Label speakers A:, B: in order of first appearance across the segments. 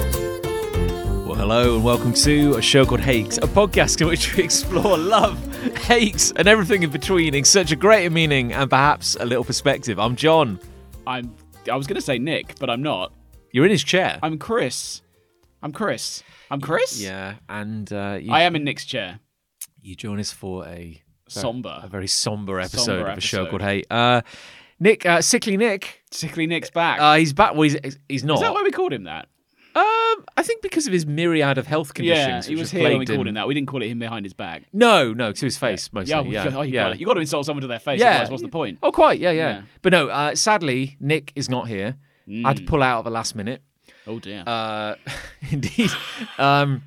A: Well, hello and welcome to a show called Hate, a podcast in which we explore love, hate, and everything in between in such a greater meaning and perhaps a little perspective. I'm John.
B: I'm. I was gonna say Nick, but I'm not.
A: You're in his chair.
B: I'm Chris. I'm Chris. I'm Chris.
A: yeah, and uh, you,
B: I am in Nick's chair.
A: you join us for a
B: Somber.
A: a very somber episode
B: Somber
A: of a show
B: episode.
A: called Hate. Uh, Nick, uh, sickly Nick,
B: Particularly Nick's back.
A: uh, he's back. Well, he's, he's not.
B: Is that why we called him that?
A: um, I think because of his myriad of health conditions.
B: Yeah, he
A: which
B: was
A: have
B: here when we
A: plagued
B: called him that. We didn't call it him behind his back.
A: No, no, to his face mostly.
B: Yeah,
A: Yeah,
B: we- oh, you, Got, you got to insult someone to their face.
A: Yeah.
B: Otherwise, what's the point?
A: Oh, quite. Yeah, yeah.
B: Yeah.
A: But no, uh, sadly, Nick is not here. I
B: Hmm.
A: had to pull out at the last minute.
B: Oh dear.
A: Uh, indeed. Um,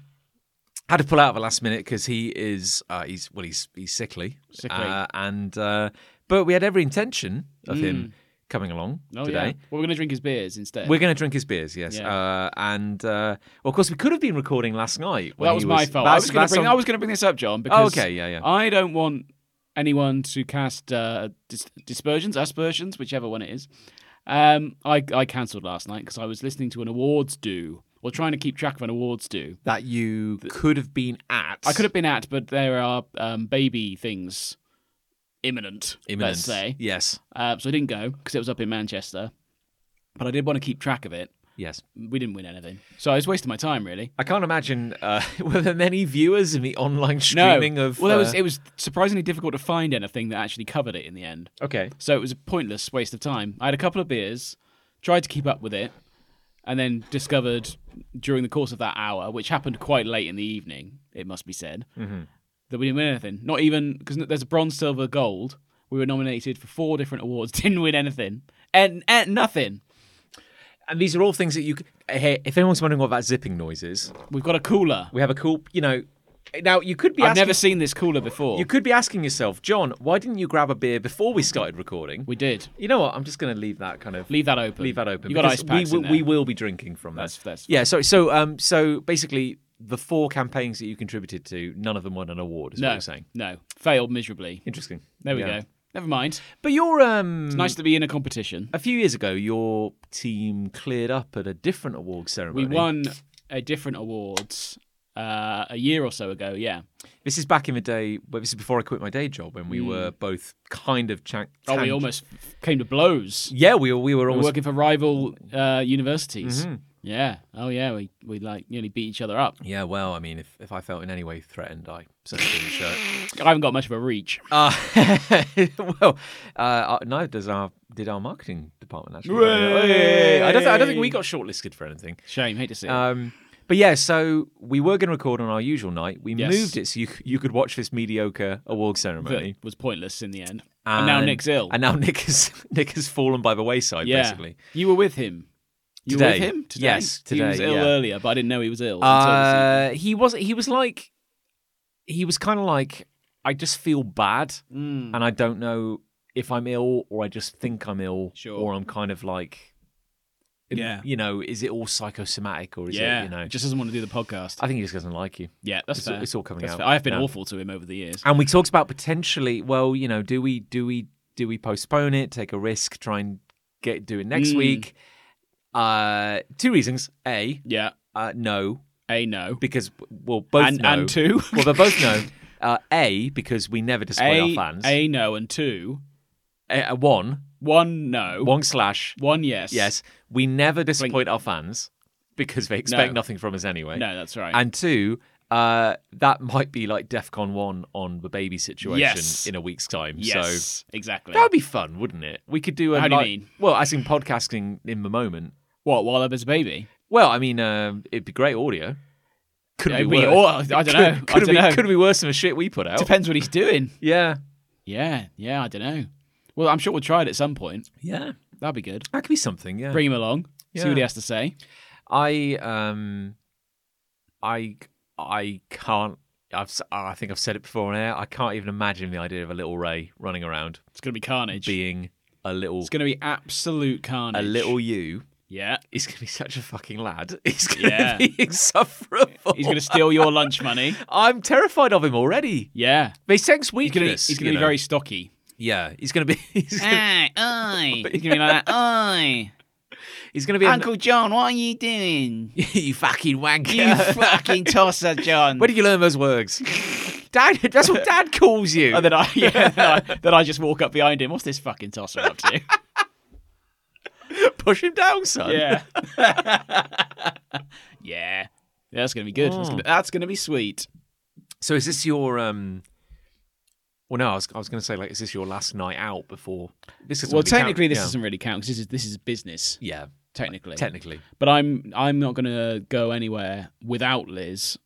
A: had to pull out at the last minute because he is uh, he's well he's he's sickly.
B: Sickly.
A: Uh, and uh, but we had every intention of him coming along
B: Hmm. oh
A: today.
B: yeah. Well, we're gonna drink his beers instead.
A: We're going to drink his beers, yes.
B: Yeah.
A: Uh, and uh, well, of course, we could have been recording last night.
B: well,
A: when
B: that was
A: he
B: my fault. I
A: that's-
B: was gonna
A: that's
B: bring.
A: on-
B: I was gonna bring this up, John. Because
A: okay, yeah, yeah.
B: I don't want anyone to cast uh, dis- dispersions, aspersions, whichever one it is. Um, I I cancelled last night because I was listening to an awards do or trying to keep track of an awards do.
A: that you could have been at.
B: I could have been at, but there are um, baby things imminent.
A: Imminent.
B: Let's say.
A: Yes.
B: Uh, so I didn't go because it was up in Manchester, but I did want to keep track of it.
A: Yes.
B: We didn't win anything, so I was wasting my time really.
A: I can't imagine. Uh, were there many viewers in the online
B: No.
A: streaming of?
B: well, there was,
A: uh,
B: it was surprisingly difficult to find anything that actually covered it in the end.
A: okay.
B: So it was a pointless waste of time. I had a couple of beers, tried to keep up with it, and then discovered during the course of that hour, which happened quite late in the evening, it must be said,
A: Mm-hmm.
B: that we didn't win anything. Not even because there's a bronze, silver, gold. We were nominated for four different awards, didn't win anything, and, and nothing.
A: And these are all things that you. c- Hey, if anyone's wondering what that zipping noise is,
B: We've got a cooler.
A: we have a cool. You know, now you could be.
B: I've
A: asking,
B: never seen this cooler before.
A: You could be asking yourself, John, why didn't you grab a beer before we started recording?
B: we did.
A: You know what? I'm just going to leave that kind of
B: Leave that open.
A: leave that open.
B: You got
A: because
B: ice packs
A: we,
B: in
A: will-
B: there.
A: we will be drinking from that.
B: That's- that's
A: yeah. So so um so basically the four campaigns that you contributed to, none of them won an award. Is what
B: No,
A: you're saying?
B: no, failed miserably.
A: Interesting.
B: There we
A: Yeah.
B: go. Never mind.
A: But you're um
B: Nice to be in a competition.
A: A few years ago, your team cleared up at a different award
B: We
A: ceremony.
B: won a different awards uh, a year or so ago. Yeah.
A: This is back in the day. Well, this is before I quit my day job when we were both kind of. Chan-
B: Hmm. Oh, we
A: tang-
B: almost came to blows.
A: Yeah, we were- we were
B: We were
A: almost. Mm-hmm.
B: working for rival uh, universities. Yeah. Oh, yeah. We we like nearly beat each other up.
A: Yeah, well, I mean, if, if I felt in any way threatened, I certainly didn't show it.
B: I haven't got much of a reach.
A: Uh, well, uh, uh, neither does our did our marketing department actually.
B: Hooray!
A: I don't th- I don't think we got shortlisted for anything.
B: Shame. Hate to see. it.
A: Um, but yeah, so we were going to record on our usual night. We
B: Yes.
A: moved it so you you could watch this mediocre award ceremony.
B: but was pointless in the end. And, now Nick's ill.
A: And now Nick has Nick has fallen by the wayside,
B: yeah.
A: basically.
B: You were with him. You were
A: Today.
B: with him today.
A: Yes,
B: He
A: today,
B: was ill
A: yeah.
B: earlier, but I didn't know he was ill. until this evening.
A: Uh, he was he was like he was kind of like I just feel bad,
B: Hmm.
A: and I don't know if I'm ill or I just think I'm ill,
B: Sure.
A: or I'm kind of like,
B: Yeah.
A: you know, is it all psychosomatic or is
B: yeah.
A: it you know?
B: Just doesn't want to do the podcast.
A: I think he just doesn't like you.
B: yeah. That's
A: It's,
B: fair.
A: it's all coming
B: That's
A: out.
B: fair. I have been
A: Yeah.
B: awful to him over the years.
A: And we talked about potentially, well, you know, do we do we do we postpone it, take a risk, try and get do it next
B: Mm.
A: week? Uh, two reasons: a,
B: Yeah.
A: uh, no,
B: A no.
A: because well, both
B: and
A: know.
B: and two.
A: well, they both know. Uh, a because we never display
B: a,
A: our fans.
B: a no and two.
A: A- a one
B: One no.
A: one slash
B: One yes.
A: yes. We never disappoint our fans because they expect
B: No.
A: nothing from us anyway.
B: No, that's right.
A: And two, uh, that might be like DefCon one on the baby situation
B: Yes.
A: in a week's time. So
B: yes. exactly.
A: That would be fun, wouldn't it? We could do a
B: How do you
A: like-
B: mean?
A: well, as in podcasting in the moment.
B: What, while I was a baby?
A: Well, I mean, um it'd be great audio. Could
B: It'd
A: be
B: be-
A: worse.
B: or- I don't
A: Could-
B: know.
A: Could,
B: I don't
A: be,
B: know.
A: Oh. could be worse than the shit we put out.
B: Depends what he's doing.
A: yeah.
B: Yeah, yeah, I don't know. Well, I'm sure we'll try it at some point.
A: Yeah,
B: That'd be good.
A: that could be something. Yeah,
B: Bring him along. See what he
A: Yeah.
B: has to say.
A: I um, I I can't. I've s- I think I've said it before on air. I can't even imagine the idea of a little Ray running around
B: It's gonna be carnage.
A: being a little
B: It's gonna be absolute carnage.
A: a little you.
B: Yeah.
A: He's gonna be such a fucking lad. He's gonna
B: Yeah.
A: be insufferable.
B: He's gonna steal your lunch money.
A: I'm terrified of him already.
B: Yeah.
A: They sense
B: He's gonna,
A: weakness.
B: he's gonna
A: you know.
B: be very Eh, stocky.
A: Yeah, he's gonna be. He's gonna,
B: Hey, oi. He's gonna be like that. Oi.
A: he's gonna be an-
B: John, what are you doing?
A: you fucking wanker.
B: fucking tosser, John.
A: Where did you learn those words? Dad, that's what Dad calls you.
B: and then I, yeah, then, I, then I just walk up behind him. What's this fucking tosser up to?
A: Push him down, son.
B: yeah. yeah. That's gonna be good. That's,
A: Oh.
B: gonna, that's gonna be sweet.
A: So is this your um? Well, no, I was, I was going to say like, is this your last night out before this is?
B: Well, technically, this doesn't really count because this is this is business.
A: Yeah,
B: Technically,
A: technically.
B: but I'm I'm not gonna go anywhere without Liz.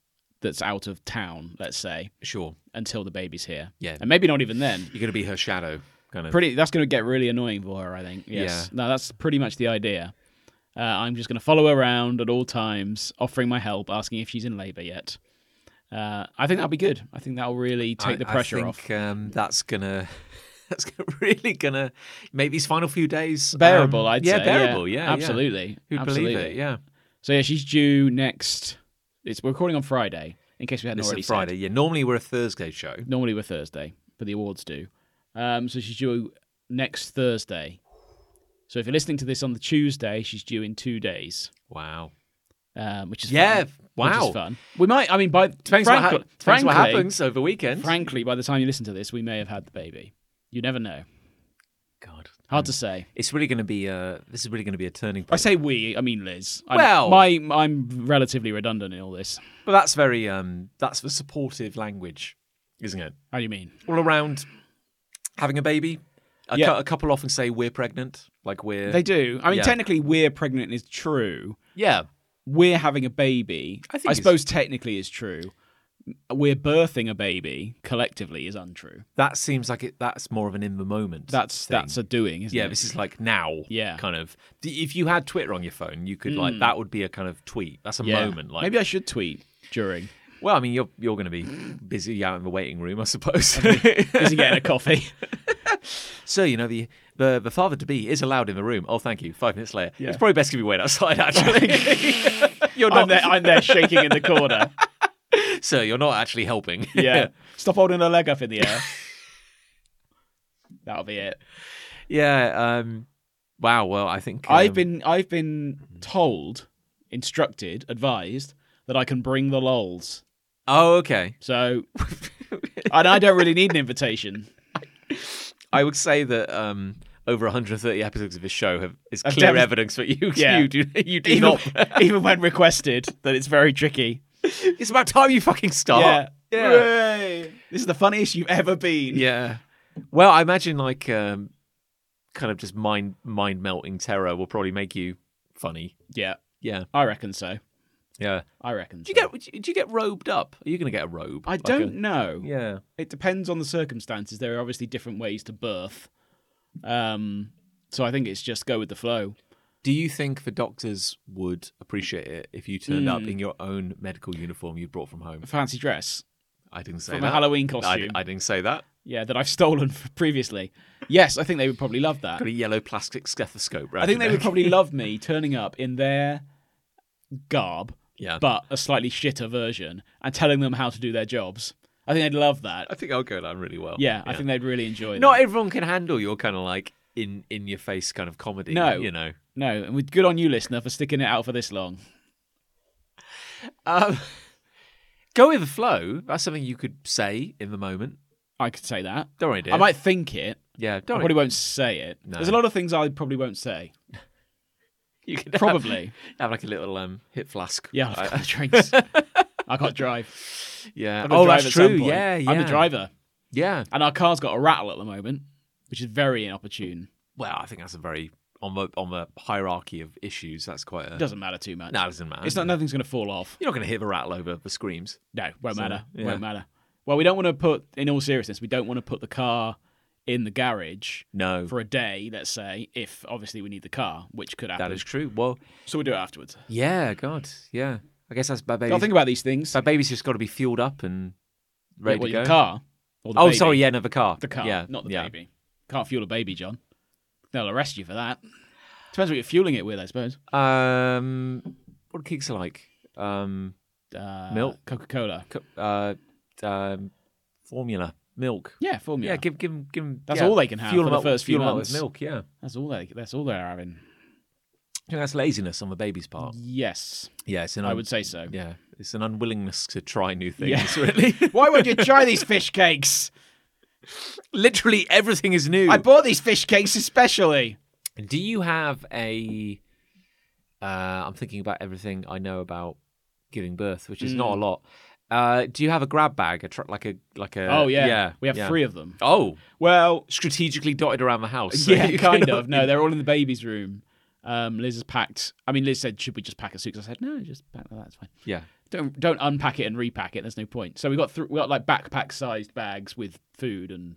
B: That's out of town, let's say,
A: Sure.
B: until the baby's here.
A: Yeah.
B: and maybe not even then.
A: You're going to be her shadow, kind of.
B: Um, Pretty. That's gonna get really annoying for her, I think. Yes. No, that's pretty much the idea. Uh, I'm just gonna follow her around at all times, offering my help, asking if she's in labour yet. Uh, I think that'll be good. I think that'll really take the
A: I-
B: pressure
A: I think,
B: off.
A: Um, that's gonna. That's gonna, really gonna make these final few days um,
B: Bearable, I'd
A: yeah,
B: say.
A: bearable. Yeah, yeah.
B: absolutely.
A: Who'd
B: absolutely.
A: believe it? Yeah.
B: So yeah, she's due next. It's we're recording on Friday. In case we hadn't
A: This
B: already
A: is Friday. Yeah. Normally we're a Thursday show.
B: said. Normally we're Thursday, but the awards do. Um, so she's due next Thursday. So if you're listening to this on the Tuesday, she's due in two days,
A: Wow.
B: um, which is
A: Yeah.
B: fun,
A: Wow.
B: which is fun. We might. I mean, by
A: Depends, what,
B: frankly-
A: hap- depends what
B: frankly-
A: happens over weekend.
B: Frankly, by the time you listen to this, we may have had the baby. You never know.
A: God,
B: Hard to say.
A: it's really going to be a. This is really going to be a turning
B: Hmm. I
A: point.
B: say we. I mean Liz. I'm,
A: Well-
B: my I'm relatively redundant in all this.
A: But that's very. Um, that's the supportive language, isn't it?
B: How do you mean?
A: All around having a baby. A,
B: Yeah.
A: cou- a couple often say we're pregnant, like we're.
B: They do. I mean,
A: Yeah.
B: technically, we're pregnant is true.
A: yeah.
B: We're having a baby.
A: I think it's-
B: suppose technically is true. We're birthing a baby collectively is untrue.
A: That seems like it. That's more of an in the moment.
B: That's
A: thing.
B: that's a doing, isn't
A: Yeah,
B: it?
A: this is like now.
B: Yeah. Mm.
A: Kind of. The- If you had Twitter on your phone, you could like that would be a kind of tweet. That's a
B: Yeah.
A: moment. Like
B: Maybe I should tweet during.
A: Well, I mean, you're you're going to be busy out in the waiting room, I suppose.
B: Is he getting a coffee?
A: so you know the the, the father to be is allowed in the room. Oh, thank you. Five minutes later,
B: Yeah.
A: it's probably best if we wait outside. Actually,
B: You're I'm there, I'm there shaking in the corner.
A: so you're not actually helping.
B: Yeah. Stop holding her leg up in the air. That'll be it.
A: yeah. Um, wow. Well, I think
B: I've
A: um,
B: been I've been told, instructed, advised that I can bring the lols.
A: Oh, okay.
B: So, and I don't really need an invitation.
A: I would say that um, over 130 episodes of this show have is
B: I've
A: clear
B: def-
A: evidence that you
B: Yeah.
A: you do you do
B: even,
A: not.
B: even when requested, that it's very tricky.
A: It's about time you fucking start. Uh-huh. Yeah.
B: Hooray. This is the funniest you've ever been.
A: Yeah. Well, I imagine like um, kind of just mind mind melting terror will probably make you funny.
B: Yeah,
A: Yeah.
B: I reckon so.
A: Yeah.
B: I reckon
A: Do you
B: so.
A: get do you get robed up? Are you going to get a robe?
B: I
A: Like a-
B: don't know.
A: yeah.
B: It depends on the circumstances. There are obviously different ways to birth. Um, so I think it's just go with the flow.
A: Do you think the doctors would appreciate it if you turned up in your own medical uniform you brought from home?
B: Fancy dress
A: I didn't say
B: from a
A: that.
B: Halloween
A: I,
B: costume.
A: I didn't say that.
B: Yeah, that I've stolen f- previously. Yes, I think they would probably love that.
A: Got a yellow plastic stethoscope. Round
B: I think they
A: your
B: would
A: neck.
B: probably love me turning up in their garb,
A: Yeah.
B: but a slightly shitter version, and telling them how to do their jobs. I think they'd love that.
A: I think I'll go down really well.
B: Yeah, I think they'd really enjoy
A: not
B: that.
A: everyone can handle your kind of like in in your face kind of comedy.
B: No.
A: you know.
B: No, and we're good on you, listener, for sticking it out for this long.
A: Um, go with the flow. That's something you could say in the moment.
B: I could say that.
A: Don't worry, dear.
B: I might think it.
A: Yeah,
B: I
A: don't
B: probably
A: worry.
B: won't say it.
A: No.
B: There's a lot of things I probably won't say.
A: You could
B: Probably.
A: have, have like a little um hit flask.
B: yeah, I've
A: I,
B: got the drinks. I can't drive.
A: yeah.
B: I've got to
A: Oh,
B: drive
A: that's
B: at some
A: true.
B: point.
A: Yeah, yeah.
B: I'm the driver.
A: Yeah.
B: And our car's got a rattle at the moment, which is very inopportune.
A: Well, I think that's a very on the on the hierarchy of issues. That's quite a.
B: It doesn't matter too much.
A: no, it doesn't matter.
B: It's not nothing's gonna fall off.
A: You're not going to hear the rattle over the screams.
B: No, won't
A: So,
B: matter.
A: yeah.
B: Won't matter. Well, we don't want to put in all seriousness, we don't want to put the car in the garage
A: No,
B: for a day, let's say, if obviously we need the car, which could happen.
A: that is true. Well,
B: so we do it afterwards.
A: yeah, God, yeah. I guess that's my baby.
B: I'll think about these things.
A: My baby's just got to be fueled up and ready
B: What,
A: to
B: your
A: go.
B: car. Or the
A: oh,
B: baby?
A: sorry, yeah, no, the car.
B: The car,
A: yeah,
B: not the
A: yeah.
B: baby. Can't fuel a baby, John. They'll arrest you for that. Depends what you're fueling it with, I suppose.
A: Um, what are cakes like? Um,
B: Uh,
A: Milk.
B: Coca Cola.
A: co- uh, um, formula, milk.
B: Yeah, formula.
A: Yeah, give give 'em- give 'em-
B: That's
A: yeah,
B: all they can have
A: fuel
B: for
A: 'em
B: the
A: up,
B: first few
A: fuel 'em up
B: months.
A: with milk. Yeah,
B: that's all they. That's all they're having.
A: I think that's laziness on the baby's part.
B: Yes,
A: Yeah, it's an
B: I
A: un-
B: would say so.
A: Um, yeah, it's an unwillingness to try new
B: Yeah.
A: things. Really,
B: Why won't you try these fish cakes?
A: literally everything is new.
B: I bought these fish cakes especially.
A: Do you have a? Uh, I'm thinking about everything I know about giving birth, which is not
B: Mm.
A: a lot. Uh, do you have a grab bag, a tr- like a like a?
B: oh yeah,
A: Uh, yeah.
B: we have
A: yeah.
B: three of them.
A: Oh,
B: Well,
A: strategically dotted around the house. so
B: yeah,
A: you
B: kind
A: can-
B: of. No, they're all in the baby's room. Um, Liz has packed. I mean, Liz said, "Should we just pack a suitcase?" I said, "No, just pack that. That's fine."
A: Yeah,
B: don't don't unpack it and repack it. There's no point. So we got th- we got like backpack sized bags with food and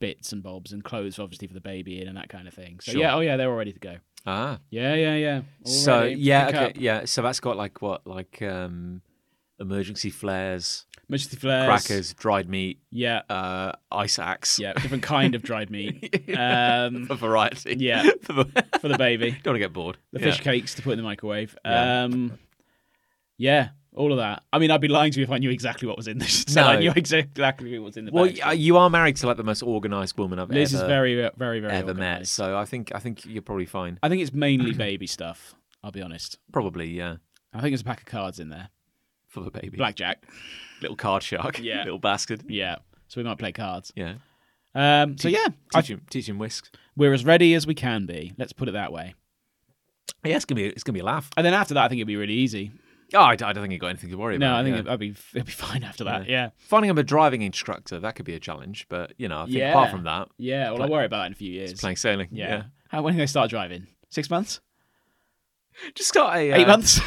B: bits and bobs and clothes, obviously for the baby in and that kind of thing. So
A: Sure.
B: yeah, oh yeah, they're all ready to go.
A: ah.
B: Yeah, yeah, yeah. All
A: So
B: ready.
A: yeah,
B: Pick
A: okay,
B: up.
A: yeah. So that's got like what, like um, emergency flares,
B: emergency flares,
A: crackers, dried meat,
B: Yeah,
A: uh, ice axe,
B: yeah, different kind of dried meat. Um,
A: a variety.
B: yeah,
A: For the-
B: for the baby,
A: Don't want to get bored.
B: the
A: Yeah.
B: fish cakes to put in the microwave.
A: Yeah.
B: Um, yeah. All of that. I mean, I'd be lying to you if I knew exactly what was in this. So
A: No.
B: I knew exactly what was in the
A: Well,
B: bag.
A: y- you are married to like the most organised woman I've
B: Liz
A: ever
B: is very, very, very
A: ever met,
B: organised.
A: so I think I think you're probably fine.
B: I think it's mainly baby stuff. I'll be honest.
A: Probably, yeah,
B: I think there's a pack of cards in there.
A: for the baby.
B: Blackjack.
A: little card shark,
B: Yeah.
A: little bastard.
B: Yeah. So we might play cards.
A: Yeah,
B: Um, so yeah, I,
A: teach him, teach him whisks.
B: we're as ready as we can be. Let's put it that way.
A: Yeah, it's gonna be it's gonna be a laugh.
B: And then after that, I think it'd be really easy.
A: Oh, I, d- I don't think you got anything to worry
B: No,
A: about.
B: I think uh
A: yeah.
B: it'd, I'd be it'd be fine after that. Yeah.
A: Finding him a driving instructor, that could be a challenge, but you know, I think
B: Yeah.
A: apart from that,
B: Yeah. well, I'll worry about it in a few years.
A: it's playing sailing.
B: yeah. How when do they start driving? Six months?
A: Just got a
B: Eight
A: uh,
B: months?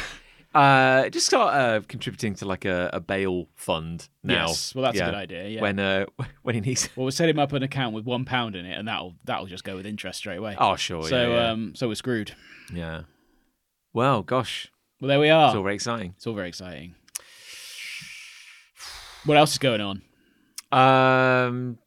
A: Uh just got uh contributing to like a, a bail fund now.
B: Yes. Well, that's
A: Yeah.
B: a good idea. Yeah.
A: When uh when he needs
B: well, we'll set him up an account with one pound in it, and that'll that'll just go with interest straight away.
A: Oh sure,
B: so
A: yeah. Yeah.
B: um, so we're screwed.
A: yeah. Well, gosh.
B: Well, there we are.
A: It's all very exciting.
B: It's all very exciting. What else is going on?
A: Um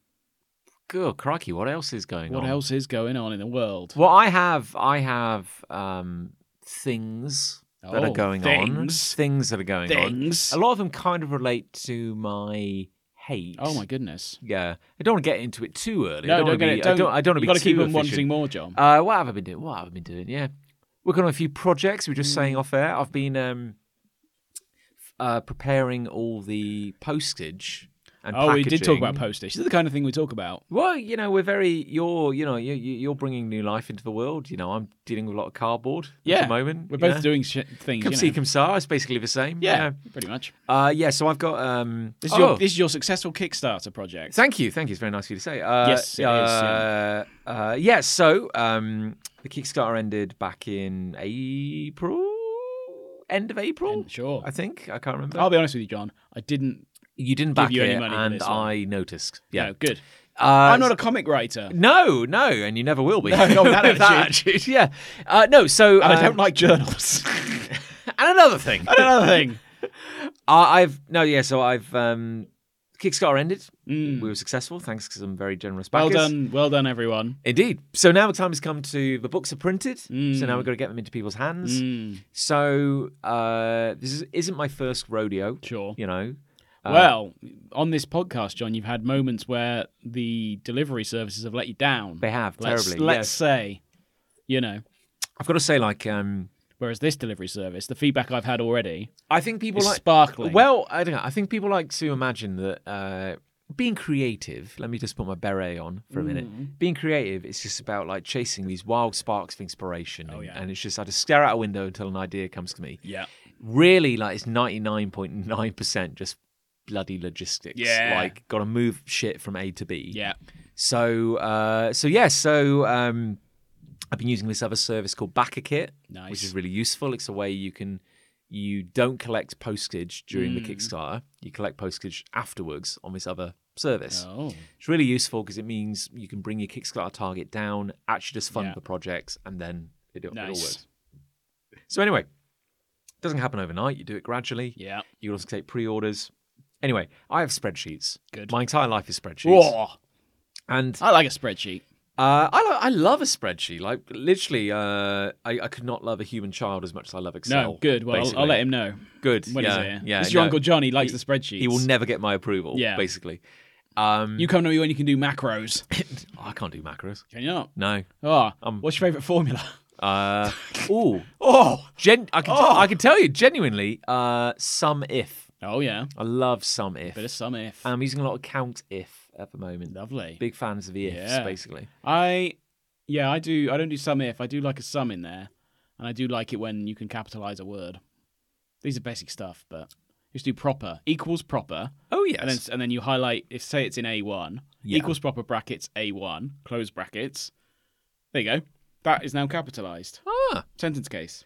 A: Good crikey, what else is going
B: What
A: on?
B: else is going on in the world?
A: Well, I have I have um things that
B: Oh,
A: are going
B: things.
A: on. Things that are going on.
B: Things.
A: A lot of them kind of relate to my hate.
B: Oh my goodness.
A: Yeah, I don't want to get into it too early.
B: No,
A: I don't,
B: don't,
A: wanna
B: get
A: be,
B: it. Don't,
A: I don't, I don't want to
B: you got
A: be
B: to keep
A: too
B: on wanting
A: efficient.
B: more, John.
A: Uh, what have I been doing? What have I been doing? Yeah, working on a few projects. We were
B: Hmm.
A: just saying off air. I've been um, f- uh, preparing all the postage and
B: oh, we did talk about
A: packaging.
B: postage. This is the kind of thing we talk about.
A: Well, you know, we're very. You're, you know, you, you- you're bringing new life into the world. You know, I'm dealing with a lot of cardboard at
B: Yeah,
A: the moment.
B: We're
A: you
B: both
A: know.
B: doing sh- things.
A: Come
B: you
A: see,
B: know.
A: come sa. It's basically the same.
B: yeah,
A: you know.
B: pretty much.
A: Uh, yeah. So I've got. Um,
B: This is,
A: oh.
B: your, this is your successful Kickstarter project.
A: Thank you, thank you. It's very nice of you to say. Uh,
B: Yes, it is,
A: uh, uh, yeah. So um, the Kickstarter ended back in April, end of April,
B: And sure.
A: I think. I can't remember.
B: I'll be honest with you, John. I didn't.
A: you didn't back
B: you
A: it,
B: any money for
A: and
B: this one.
A: I noticed.
B: Yeah,
A: Yeah,
B: good.
A: uh,
B: I'm not a comic writer.
A: No, no, and you never will be.
B: No, not with that
A: With attitude, Yeah. Uh, no. So
B: And I
A: uh,
B: don't like journals.
A: And another thing,
B: and another thing.
A: I, I've no. Yeah. So I've um, Kickstarter ended.
B: Mm.
A: We were successful thanks to some very generous
B: Well
A: backers.
B: done, well done, everyone.
A: Indeed. So now the time has come to the books are printed. So now we've got to get them into people's hands.
B: Mm,
A: So uh, this is, isn't my first rodeo.
B: sure.
A: You know. Uh,
B: well, on this podcast, John, you've had moments where the delivery services have let you down.
A: They have
B: let's,
A: terribly.
B: Let's
A: yes.
B: say, you know.
A: I've got to say, like, um,
B: Whereas this delivery service, the feedback I've had already
A: I think people
B: is
A: like.
B: sparkling.
A: Well, I don't know. I think people like to imagine that uh, being creative. Let me just put my beret on for a
B: Mm.
A: minute. Being creative is just about like chasing these wild sparks of inspiration. Oh, and,
B: yeah.
A: and it's just I just stare out a window until an idea comes to me.
B: yeah,
A: really like it's 99.9% just bloody logistics
B: Yeah.
A: like gotta move shit from a to b
B: yeah,
A: so uh so yeah so um i've been using this other service called backerkit
B: Nice.
A: which is really useful it's a way you can
B: Mm.
A: you don't collect postage during the kickstarter you collect postage afterwards on this other service.
B: Oh.
A: It's really useful because it means you can bring your Kickstarter target down, actually just fund
B: Yeah.
A: the projects, and then it, it all
B: Nice.
A: works. So anyway, it doesn't happen overnight. You do it gradually.
B: Yeah.
A: You can also take pre-orders. Anyway, I have spreadsheets.
B: Good.
A: My entire life is spreadsheets.
B: Whoa.
A: And
B: I like a spreadsheet.
A: uh, I, lo- I love a spreadsheet. Like literally, uh, I, I could not love a human child as much as I love Excel.
B: No, good. Well, I'll, I'll let him know
A: Good.
B: when
A: yeah,
B: he's here.
A: yeah.
B: this is your
A: no.
B: uncle John. He likes
A: He-
B: the spreadsheets.
A: He will never get my approval.
B: Yeah.
A: Basically, um,
B: You come to me when you can do macros.
A: oh, I can't do macros.
B: Can you not?
A: No.
B: Oh,
A: Um,
B: what's your favourite formula?
A: Uh, oh,
B: Oh,
A: gen- I can I can tell you genuinely. Uh, some if
B: oh yeah,
A: I love some if.
B: bit of some if.
A: I'm using a lot of count if at the moment.
B: Lovely.
A: Big fans of the ifs,
B: Yeah.
A: basically.
B: I, yeah, I do. I don't do some if. I do like a sum in there, and I do like it when you can capitalize a word. These are basic stuff, but just do proper equals proper,
A: Oh yes.
B: and then and then you highlight if say it's in A one
A: Yeah.
B: equals proper brackets A one close brackets. There you go. That is now capitalized.
A: ah,
B: Sentence case.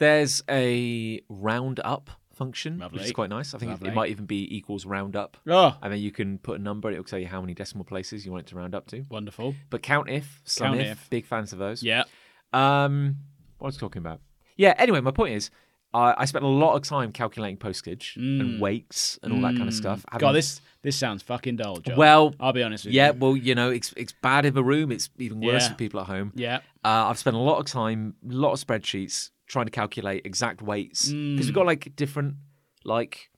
A: there's a round up function, which is
B: Lovely.
A: quite nice. I think it-
B: Lovely.
A: it might even be equals round up.
B: Oh,
A: And then you can put a number, it'll tell you how many decimal places you want it to round up to.
B: wonderful.
A: But count if, some
B: Count
A: if,
B: if.
A: big fans of those.
B: Yeah.
A: Um, what was I talking about? Yeah. Anyway, my point is, I I spent a lot of time calculating postage and weights and all that kind of stuff.
B: Mm. God,
A: Having-
B: this this sounds fucking dull, John.
A: Well,
B: I'll be honest with
A: yeah.
B: you.
A: Well, you know, it's it's bad in the room. It's even worse
B: Yeah.
A: for people at home.
B: Yeah.
A: Uh, I've spent a lot of time, a lot of spreadsheets trying to calculate exact weights because
B: Mm.
A: we've got like different, like,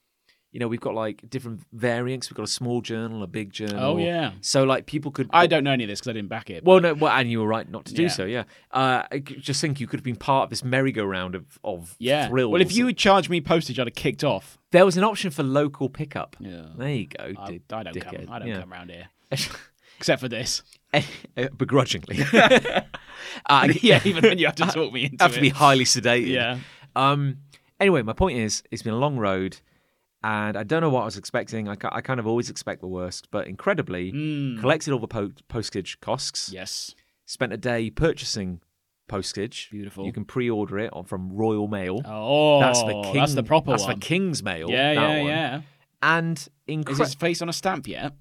A: you know, we've got like different variants. We've got a small journal, a big journal.
B: Oh, yeah.
A: So like people could. Oh,
B: I don't know any of this because I didn't back it. but-
A: Well, no, well, and you were right not to do
B: Yeah.
A: so. Yeah, uh, I c- just think you could have been part of this merry-go-round of of
B: yeah.
A: thrills.
B: Well, if you had charged me postage, I'd have kicked off.
A: there was an option for local pickup.
B: Yeah.
A: There you go.
B: I,
A: dick-
B: I don't
A: dickhead.
B: come. I don't
A: Yeah. Eh,
B: come round here except for this.
A: begrudgingly. uh,
B: yeah, even when you have to talk me into
A: have to be
B: it.
A: highly sedated.
B: Yeah.
A: Um. Anyway, my point is, it's been a long road, and I don't know what I was expecting. I, ki- I kind of always expect the worst, but incredibly,
B: Hmm.
A: collected all the po- postage costs.
B: Yes.
A: Spent a day purchasing postage.
B: Beautiful.
A: You can pre-order it on, from Royal Mail.
B: Oh,
A: that's the king.
B: That's the proper
A: That's
B: one.
A: the King's Mail.
B: Yeah,
A: that
B: yeah,
A: one.
B: yeah.
A: And
B: Is
A: incredible.
B: his face on a stamp yet?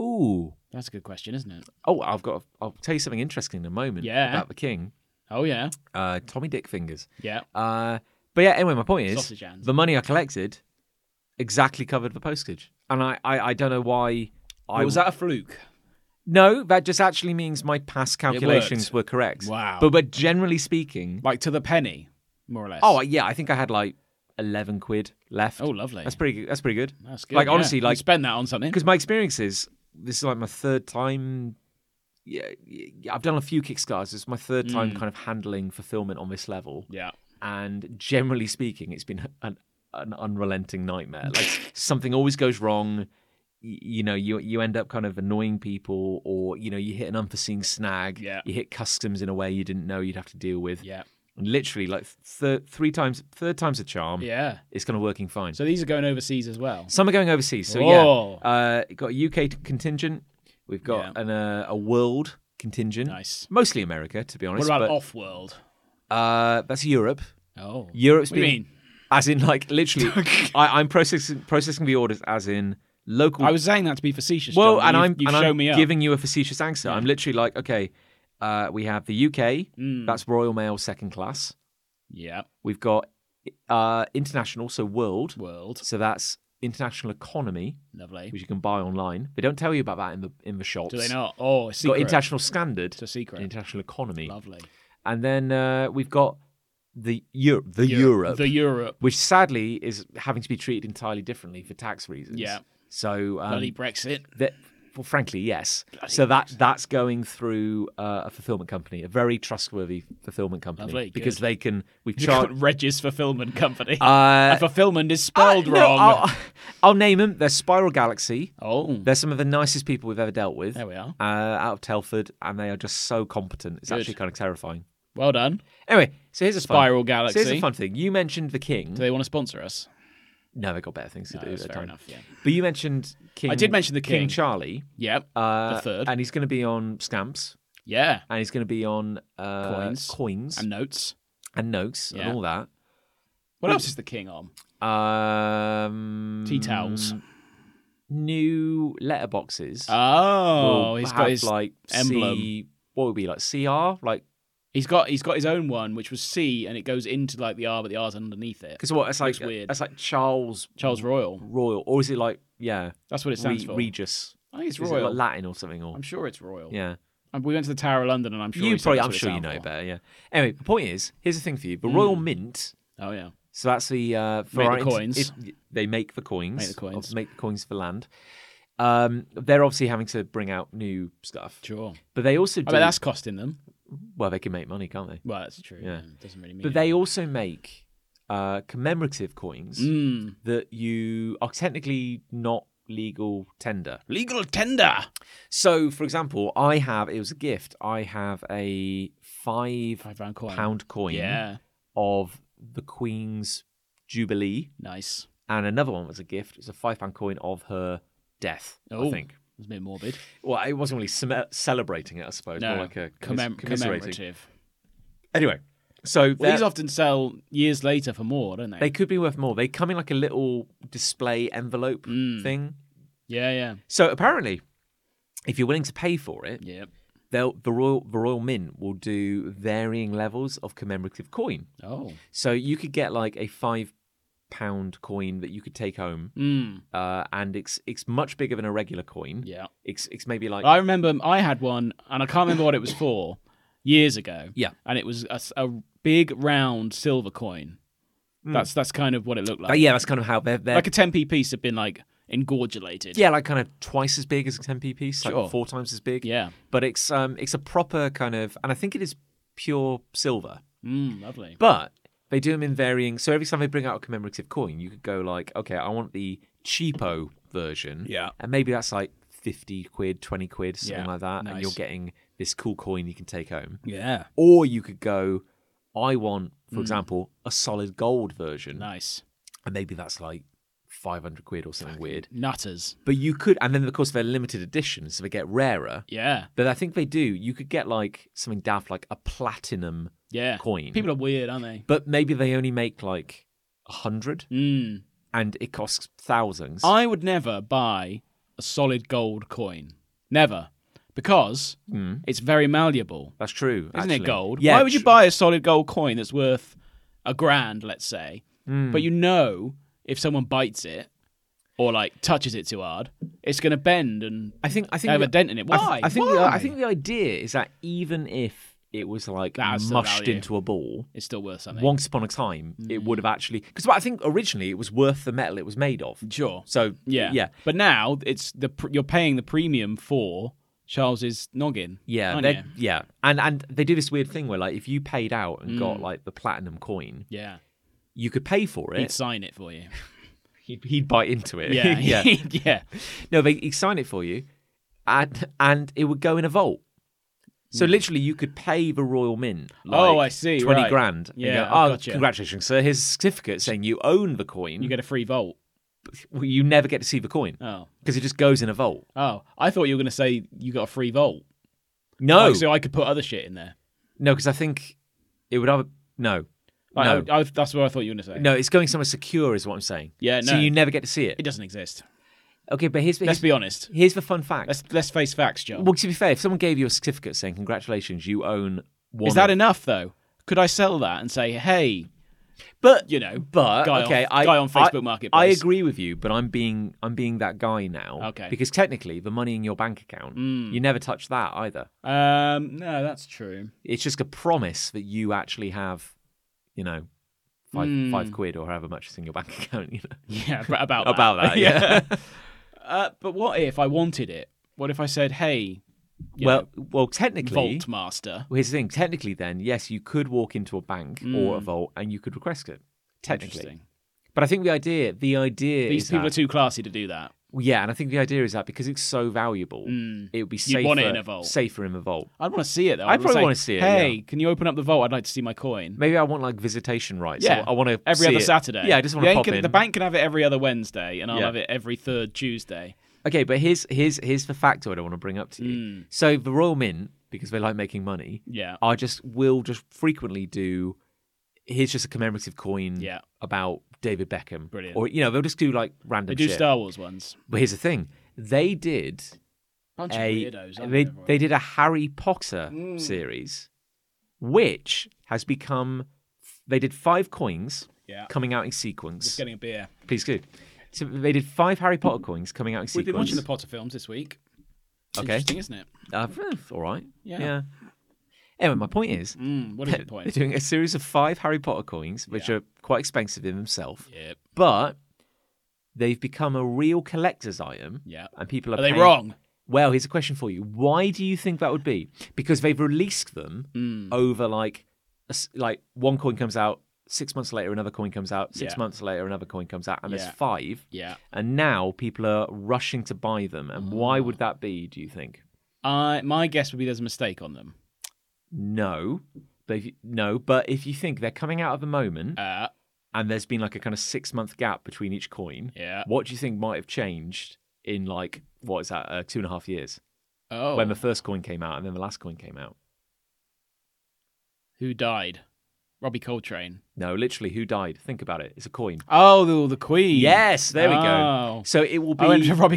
A: Ooh.
B: That's a good question, isn't it?
A: Oh, I've got. I'll tell you something interesting in a moment
B: Yeah.
A: about the King.
B: Oh yeah,
A: Uh, Tommy Dick fingers.
B: yeah.
A: Uh, but yeah, anyway, my point is
B: Sausage hands.
A: the money I collected exactly covered the postage, and I I, I don't know why. I
B: was that a fluke?
A: no, that just actually means my past calculations were correct.
B: Wow.
A: But but generally speaking,
B: Like to the penny, more or less.
A: oh yeah, I think I had like eleven quid left.
B: Oh, lovely.
A: That's pretty. good. That's pretty good.
B: that's good.
A: Like
B: yeah.
A: honestly,
B: You
A: like
B: spend that on something.
A: because my experience is this is like my third time. Yeah, yeah, I've done a few Kickstarters. It's my third time
B: Hmm.
A: kind of handling fulfillment on this level.
B: Yeah.
A: and generally speaking, it's been an, an unrelenting nightmare. Like something always goes wrong. y- You know, you you end up kind of annoying people, or you know, you hit an unforeseen snag.
B: Yeah.
A: You hit customs in a way you didn't know you'd have to deal with.
B: Yeah.
A: And literally, like thir- three times, third time's a charm.
B: Yeah.
A: It's kind of working fine.
B: So these are going overseas as well.
A: Some are going overseas. So
B: Whoa.
A: yeah, uh, got a UK contingent. We've got
B: Yeah.
A: an, uh, a world contingent.
B: Nice.
A: Mostly America, to be
B: What
A: honest.
B: about off world?
A: but, uh, that's Europe.
B: Oh.
A: Europe's
B: What do
A: been
B: you mean?
A: as in like literally. I, I'm processing processing the orders as in local.
B: I was saying that to be facetious.
A: well,
B: John,
A: and
B: but
A: I'm
B: you've, you've
A: and
B: shown
A: I'm
B: me up.
A: giving you a facetious answer. I'm literally like, okay, uh, we have the UK.
B: Mm.
A: That's Royal Mail second class.
B: Yeah.
A: We've got uh, international, so world.
B: World.
A: So that's international economy,
B: Lovely.
A: which you can buy online. They don't tell you about that in the in the shops.
B: Do they not? Oh, it's
A: We've got
B: secret.
A: international standard,
B: It's a secret.
A: international economy,
B: Lovely.
A: and then uh, we've got the Europe, the Europe,
B: The Europe.
A: which sadly is having to be treated entirely differently for tax reasons.
B: Yeah.
A: So, um,
B: Bloody Brexit.
A: that, well, frankly, yes. so that that's going through uh, a fulfillment company, a very trustworthy fulfillment company,
B: Lovely,
A: because
B: good.
A: they can we've
B: Char-
A: charged.
B: Regis Fulfillment Company.
A: Uh,
B: and fulfillment is spelled
A: no,
B: wrong.
A: I'll, I'll name them. They're Spiral Galaxy.
B: oh.
A: They're some of the nicest people we've ever dealt with.
B: There we are.
A: Uh, out of Telford, and they are just so competent. It's
B: Good.
A: actually kind of terrifying.
B: Well done.
A: Anyway, so here's a fun-
B: Spiral
A: So here's a
B: Galaxy.
A: fun thing. You mentioned the king.
B: Do they want to sponsor us?
A: No, they got better things to do.
B: That's
A: at the
B: fair
A: time.
B: enough. Yeah.
A: But you mentioned King.
B: I did mention the King.
A: Charlie.
B: Yep.
A: Uh,
B: The third.
A: and he's going to be on stamps,
B: yeah.
A: and he's going to be on uh,
B: Coins.
A: coins
B: And
A: and,
B: notes.
A: notes
B: Yeah.
A: and all that.
B: What else is the King on?
A: Um,
B: Tea towels.
A: new letterboxes.
B: Oh,
A: will
B: he's got
A: have,
B: his
A: like
B: emblem.
A: C, what would be like CR? Like
B: he's got he's got his own one, which was C, and it goes into like the R, but the R's underneath it.
A: because what? It's like
B: Looks weird.
A: That's like Charles
B: Charles Royal.
A: Royal, or is it like yeah
B: That's what it stands
A: Re-
B: for.
A: Regis?
B: I think it's
A: Is it
B: Royal.
A: like Latin or something? Or
B: I'm sure it's Royal.
A: yeah.
B: And we went to the Tower of London, and I'm sure
A: you
B: he said
A: probably,
B: that's
A: I'm
B: what it
A: sure you
B: stands
A: know
B: for.
A: better, yeah. Anyway, the point is, here's the thing for you: the Royal Mint.
B: Oh yeah,
A: So that's the uh, for
B: Make
A: our
B: the
A: int-
B: coins.
A: if- they make the coins.
B: Make the coins.
A: of- Make the coins for land. Um, they're obviously having to bring out new stuff,
B: sure.
A: but they also do.
B: I mean, that's costing them.
A: well, they can make money, can't they?
B: Well, that's true.
A: Yeah.
B: Yeah, it doesn't really mean.
A: But they also make uh, commemorative coins
B: Mm.
A: that you are technically not legal tender.
B: legal tender.
A: So, for example, I have it was a gift. I have a five
B: Five pound coin.
A: pound coin
B: Yeah,
A: of the Queen's Jubilee,
B: nice.
A: and another one was a gift. It's a five pound coin of her death. I
B: Oh.
A: think.
B: It's a bit morbid.
A: Well, it wasn't really cem- celebrating it, I suppose.
B: No,
A: more like a commis-
B: commem-
A: commiserating.
B: commemorative.
A: Anyway, so
B: Well,
A: they're-
B: these often sell years later for more, don't they?
A: they could be worth more. They come in like a little display envelope
B: Mm.
A: thing.
B: Yeah, yeah,
A: So apparently, if you're willing to pay for it,
B: yeah.
A: they'll the Royal the Royal Mint will do varying levels of commemorative coin.
B: Oh,
A: So you could get like a five pound coin that you could take home,
B: mm.
A: uh, and it's it's much bigger than a regular coin.
B: yeah.
A: It's it's maybe like
B: I remember I had one, and I can't remember what it was for years ago.
A: Yeah.
B: and it was a, s- a big round silver coin.
A: Hmm.
B: That's that's kind of what it looked like.
A: Uh, yeah, that's kind of how they're, they're
B: like a 10p piece had been like engorgulated.
A: yeah, like kind of twice as big as a 10p piece, like
B: Sure.
A: four times as big.
B: yeah.
A: But it's um it's a proper kind of, and I think it is pure silver.
B: Mm, lovely.
A: But they do them in varying. So every time they bring out a commemorative coin, you could go like, okay, I want the cheapo version.
B: Yeah.
A: And maybe that's like 50 quid, 20 quid, something
B: Yeah,
A: like that. And
B: nice.
A: you're getting this cool coin you can take home.
B: Yeah,
A: Or you could go, I want, for example, a solid gold version.
B: nice.
A: And maybe that's like 500 quid or something weird.
B: Nutters.
A: But you could, and then of course they're limited edition, so they get rarer.
B: Yeah,
A: But I think they do. You could get like something daft, like a platinum
B: yeah.
A: coin
B: People are weird, aren't they?
A: but maybe they only make like a hundred
B: Mm. Oh.
A: and it costs thousands.
B: I would never buy a solid gold coin. Never. Because
A: Mm.
B: it's very malleable.
A: That's true.
B: Isn't
A: actually.
B: it gold?
A: Yeah.
B: Why would you
A: tr-
B: buy a solid gold coin that's worth a grand, let's say,
A: Mm.
B: but you know if someone bites it or like touches it too hard, it's going to bend and
A: I think. I think.
B: have a
A: the-
B: dent in it.
A: I
B: Why?
A: th- I, think. The,
B: Why?
A: I think the idea is that even if it was like
B: That has the
A: mushed
B: value. Mm.
A: into a ball,
B: it's still worth something.
A: once upon a time, it would have actually. Because I think originally it was worth the metal it was made of.
B: Sure.
A: So
B: Mm. Yeah.
A: yeah,
B: But now it's the pr- you're paying the premium for Charles's noggin.
A: yeah,
B: aren't
A: they're-
B: you?
A: yeah. And and they do this weird thing where like if you paid out and
B: Mm.
A: got like the platinum coin,
B: Yeah.
A: you could pay for
B: He'd
A: it.
B: sign it for you.
A: He'd, he'd bite into it.
B: Yeah.
A: yeah.
B: yeah.
A: No, they he'd sign it for you, and and it would go in a vault. So literally, you could pay the Royal Mint. Like,
B: Hmm. Oh, I see,
A: Twenty
B: right.
A: grand. and
B: Yeah,
A: go,
B: I've
A: oh,
B: gotcha."
A: congratulations, sir. Here's a certificate saying you own the coin.
B: You
A: You,
B: get a free vault.
A: you never get to see the coin
B: Oh.
A: because it just goes in a vault.
B: Oh, I thought you were going to say you got a free vault.
A: No,
B: Like, so I could put other shit in there.
A: no, because I think it would have no,
B: Like,
A: no,
B: I, I, that's what I thought you were going to say.
A: no. It's going somewhere secure, is what I'm saying.
B: Yeah,
A: So
B: no.
A: you never get to see it.
B: It doesn't exist.
A: Okay, but here's
B: Let's
A: here's,
B: be honest.
A: here's the fun fact.
B: Let's let's face facts, John.
A: well, to be fair, if someone gave you a certificate saying congratulations, you own one.
B: Is that
A: of-
B: enough though? Could I sell that and say, hey,
A: But
B: you know,
A: But
B: guy
A: okay,
B: on,
A: I,
B: guy on Facebook
A: I, I
B: Marketplace?
A: agree with you, but I'm being I'm being that guy now.
B: Okay. Mm.
A: Because technically, the money in your bank account, you never touch that either.
B: Um, no, that's true.
A: It's just a promise that you actually have, you know, five
B: Mm.
A: five quid or however much is in your bank account. You know
B: Yeah, ab- about that.
A: about that. Yeah.
B: Uh, but what if I wanted it? What if I said, hey, you
A: well,
B: know,
A: well, technically.
B: vault master?
A: Well, here's the thing. Technically, then, yes, you could walk into a bank or a vault and you could request it. Technically,
B: Mm. Interesting.
A: but I think the idea, the idea
B: These
A: is
B: people
A: that,
B: are too classy to do that.
A: yeah, and I think the idea is that because it's so valuable, it would be safer,
B: Mm. You'd want it in a vault.
A: safer in the vault.
B: I'd want to see it though.
A: I'd
B: would
A: probably
B: say,
A: wanna see it,
B: Hey,
A: yeah.
B: can you open up the vault? I'd like to see my coin.
A: Maybe I want like visitation rights.
B: Yeah,
A: I, want to
B: every other Saturday.
A: Yeah, I just want
B: The
A: to pop
B: bank can-
A: in.
B: The bank can have it every other Wednesday, and I'll
A: Yeah.
B: have it every third Tuesday.
A: Okay, but here's here's here's the factoid I want to bring up to you.
B: Mm.
A: So the Royal Mint, because they like making money,
B: Yeah.
A: are just will just frequently do here's just a commemorative coin
B: Yeah.
A: about David Beckham.
B: Brilliant.
A: Or you know, they'll just do like random
B: They do
A: shit.
B: Star Wars ones.
A: But here's the thing. They did
B: Bunch
A: a
B: of weirdos. aren't
A: they,
B: everyone? Mm.
A: they did a Harry Potter series, which has become they did five coins
B: Yeah.
A: coming out in sequence.
B: Just getting a beer.
A: Please do. So they did five Harry Potter coins coming out in
B: We've
A: sequence.
B: been watching the Potter films this week. It's
A: Okay.
B: Interesting, isn't it?
A: Uh, eh, all right.
B: Yeah.
A: Anyway, my point is,
B: Mm, what is the point?
A: they're doing a series of five Harry Potter coins, which are quite expensive in themselves,
B: Yep.
A: but they've become a real collector's item.
B: Yeah.
A: And people are.
B: Are they
A: paying-
B: wrong?
A: Well, here's a question for you. Why do you think that would be? Because they've released them
B: Mm,
A: over like, a s- like one coin comes out. Six months later, another coin comes out. Six
B: Yeah.
A: months later, another coin comes out, and
B: Yeah.
A: there's five.
B: Yeah.
A: And now people are rushing to buy them. And why
B: Mm.
A: would that be, do you think?
B: I my guess would be there's a mistake on them.
A: No. But if you, no, but if you think they're coming out of the moment
B: Uh,
A: and there's been like a kind of six month gap between each coin,
B: yeah.
A: what do you think might have changed in like, what is that, uh, two and a half years?
B: Oh,
A: When the first coin came out and then the last coin came out.
B: who died? Robbie Coltrane.
A: No, literally, who died? Think about it. It's a coin.
B: Oh, the, the Queen.
A: Yes, there we
B: Oh.
A: go. So it will be.
B: I went to Robbie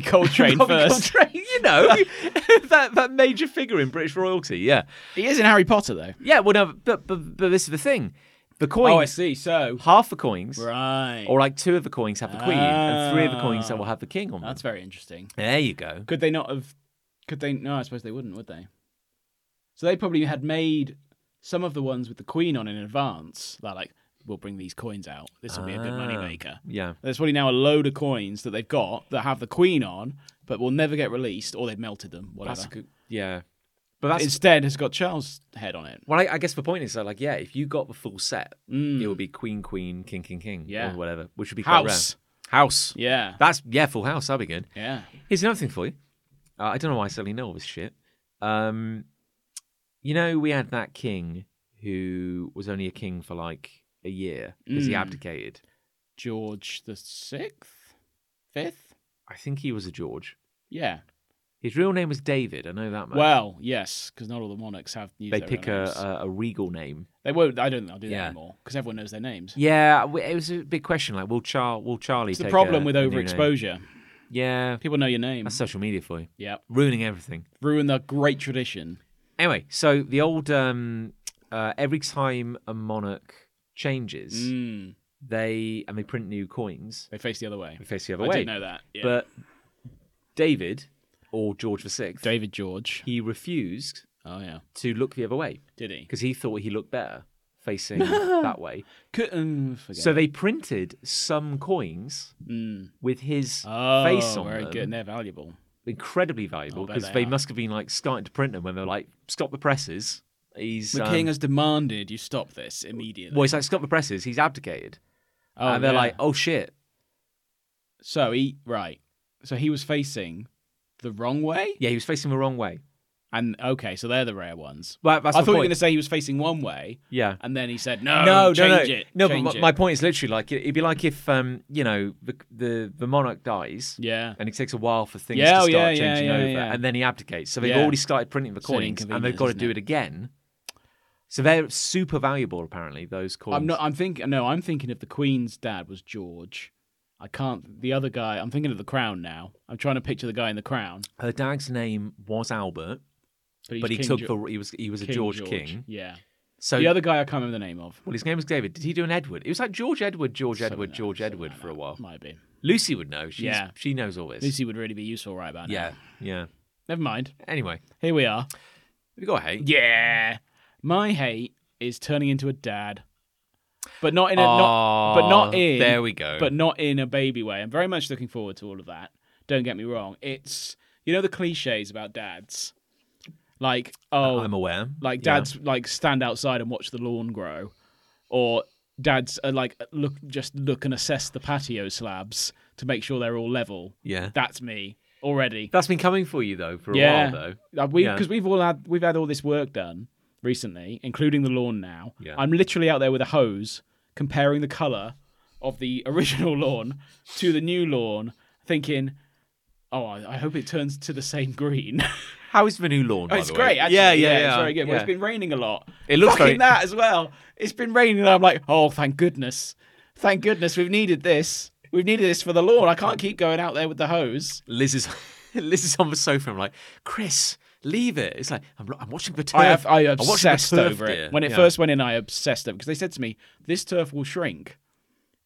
B: Coltrane
A: Robbie
B: first.
A: Coltrane, you know, that, that major figure in British royalty, yeah.
B: He is in Harry Potter though.
A: Yeah, well, no, but, but, but this is the thing. The coins,
B: Oh, I see. So
A: half the coins,
B: right.
A: or like two of the coins have the queen, and three of the coins that will have the king on them.
B: Ah. That's very interesting.
A: There you go.
B: Could they not have? Could they? No, I suppose they wouldn't, would they? So they probably had made some of the ones with the Queen on in advance. They're like, we'll bring these coins out. This will be a good money
A: Ah.
B: maker.
A: Yeah.
B: There's probably now a load of coins that they've got that have the Queen on, but will never get released, or they've melted them. Whatever.
A: That's good. Yeah. But that's.
B: Instead, it's got Charles' head on it.
A: well, I, I guess the point is that, like, yeah, if you got the full set,
B: Mm.
A: it would be queen, queen, king, king, king,
B: Yeah.
A: or whatever, which would be quite
B: House.
A: rare. House.
B: Yeah.
A: That's, yeah, full house. That'd be good.
B: yeah.
A: Here's another thing for you. Uh, I don't know why I suddenly know all this shit. Um, you know, we had that king who was only a king for like a year because he
B: Mm.
A: abdicated.
B: George the sixth, fifth.
A: I think he was a George.
B: Yeah.
A: His real name was David. I know that much.
B: Well, yes, because not all the monarchs have. used
A: they
B: their
A: pick
B: real
A: a,
B: names.
A: a, a regal name.
B: They won't. I don't think I'll do that
A: Yeah.
B: anymore because everyone knows their names.
A: Yeah, w- it was a big question. Like, will Char will Charlie?
B: It's the
A: take
B: problem
A: a-
B: with
A: a new name?
B: overexposure.
A: Yeah,
B: People know your name.
A: that's social media for you,
B: Yeah,
A: ruining everything.
B: ruin the great tradition.
A: Anyway, so the old um, uh, every time a monarch changes,
B: Mm.
A: they and they print new coins.
B: They face the other way.
A: They face the other
B: I
A: way.
B: did know that. Yeah.
A: But David or George the Sixth,
B: David George.
A: he refused
B: Oh yeah,
A: to look the other way
B: did he?
A: because he thought he looked better facing that way.
B: Couldn't forget.
A: So they printed some coins
B: Mm.
A: with his
B: Oh,
A: face on
B: very
A: them.
B: good. And they're valuable.
A: Incredibly valuable
B: bet
A: because
B: they
A: they,
B: are.
A: must have been like starting to print them when they were like, "Stop the presses." He's
B: The
A: um,
B: king has demanded you stop this immediately.
A: well, he's like, "Stop the presses." He's abdicated,
B: oh,
A: and they're
B: yeah.
A: like, "Oh shit!"
B: so he right. So he was facing the wrong way.
A: Yeah, he was facing the wrong way.
B: And okay, so they're the rare ones.
A: Well, that's
B: I
A: my
B: thought you were
A: point.
B: going to say he was facing one way,
A: Yeah.
B: and then he said no,
A: no, no, no,
B: Um, change it,
A: no.
B: change
A: but my,
B: it.
A: my point is literally like it, it'd be like if um, you know, the the, the monarch dies,
B: yeah.
A: and it takes a while for things
B: Yeah,
A: to
B: oh,
A: start
B: yeah, yeah,
A: changing
B: yeah,
A: over,
B: yeah.
A: and then he abdicates. So they've
B: Yeah.
A: already started printing the
B: So
A: coins, and they've
B: inconvenient,
A: got to
B: isn't
A: do
B: it?
A: it again. So they're super valuable, apparently. Those coins.
B: I'm not. I'm thinking. No, I'm thinking of the Queen's dad was George. I can't. The other guy. I'm thinking of the Crown now. I'm trying to picture the guy in the Crown.
A: Her dad's name was Albert,
B: he's
A: but he
B: King
A: took
B: Jo-
A: the he was he was a
B: King
A: George, King.
B: Yeah.
A: So
B: the other guy I can't remember the name of.
A: well, his name was David. Did he do an Edward? It was like George Edward, George
B: Something
A: Edward,
B: like-
A: George
B: something
A: Edward
B: like
A: for a
B: that.
A: while.
B: Might be.
A: Lucy would know. She's,
B: Yeah.
A: she knows all this.
B: Lucy would really be useful right about now.
A: yeah, yeah.
B: Never mind.
A: Anyway,
B: Here we are.
A: we got hate.
B: Yeah. My hate is turning into a dad, but not in a not, but not
A: Ah,
B: in
A: There we go.
B: but not in a baby way. I'm very much looking forward to all of that. Don't get me wrong. It's you know the cliches about dads, like oh,
A: Uh, I'm aware.
B: like
A: Yeah.
B: dads like stand outside and watch the lawn grow, or dads are like look just look and assess the patio slabs to make sure they're all level.
A: Yeah.
B: That's me already.
A: That's been coming for you though for a
B: Yeah.
A: while though.
B: Uh, we
A: Yeah.
B: because we've all had we've had all this work done recently, including the lawn. Now
A: Yeah.
B: I'm literally out there with a hose comparing the color of the original lawn to the new lawn, thinking Oh, I, I hope it turns to the same green.
A: How is the new lawn?
B: Oh,
A: by
B: it's
A: the way?
B: great. Actually.
A: Yeah, yeah, yeah.
B: It's very good. Well,
A: yeah.
B: it's been raining a lot.
A: It looks
B: Fucking
A: very-
B: that as well. It's been raining, and I'm like, oh, thank goodness, thank goodness, we've needed this. We've needed this for the lawn. I can't keep going out there with the hose.
A: Liz is Liz is on the sofa. I'm like, Chris, leave it. It's like I'm, I'm watching the turf.
B: I, have, I
A: I'm watching the
B: obsessed
A: turf
B: over it
A: dear.
B: when it
A: Yeah.
B: first went in. I obsessed over because they said to me, this turf will shrink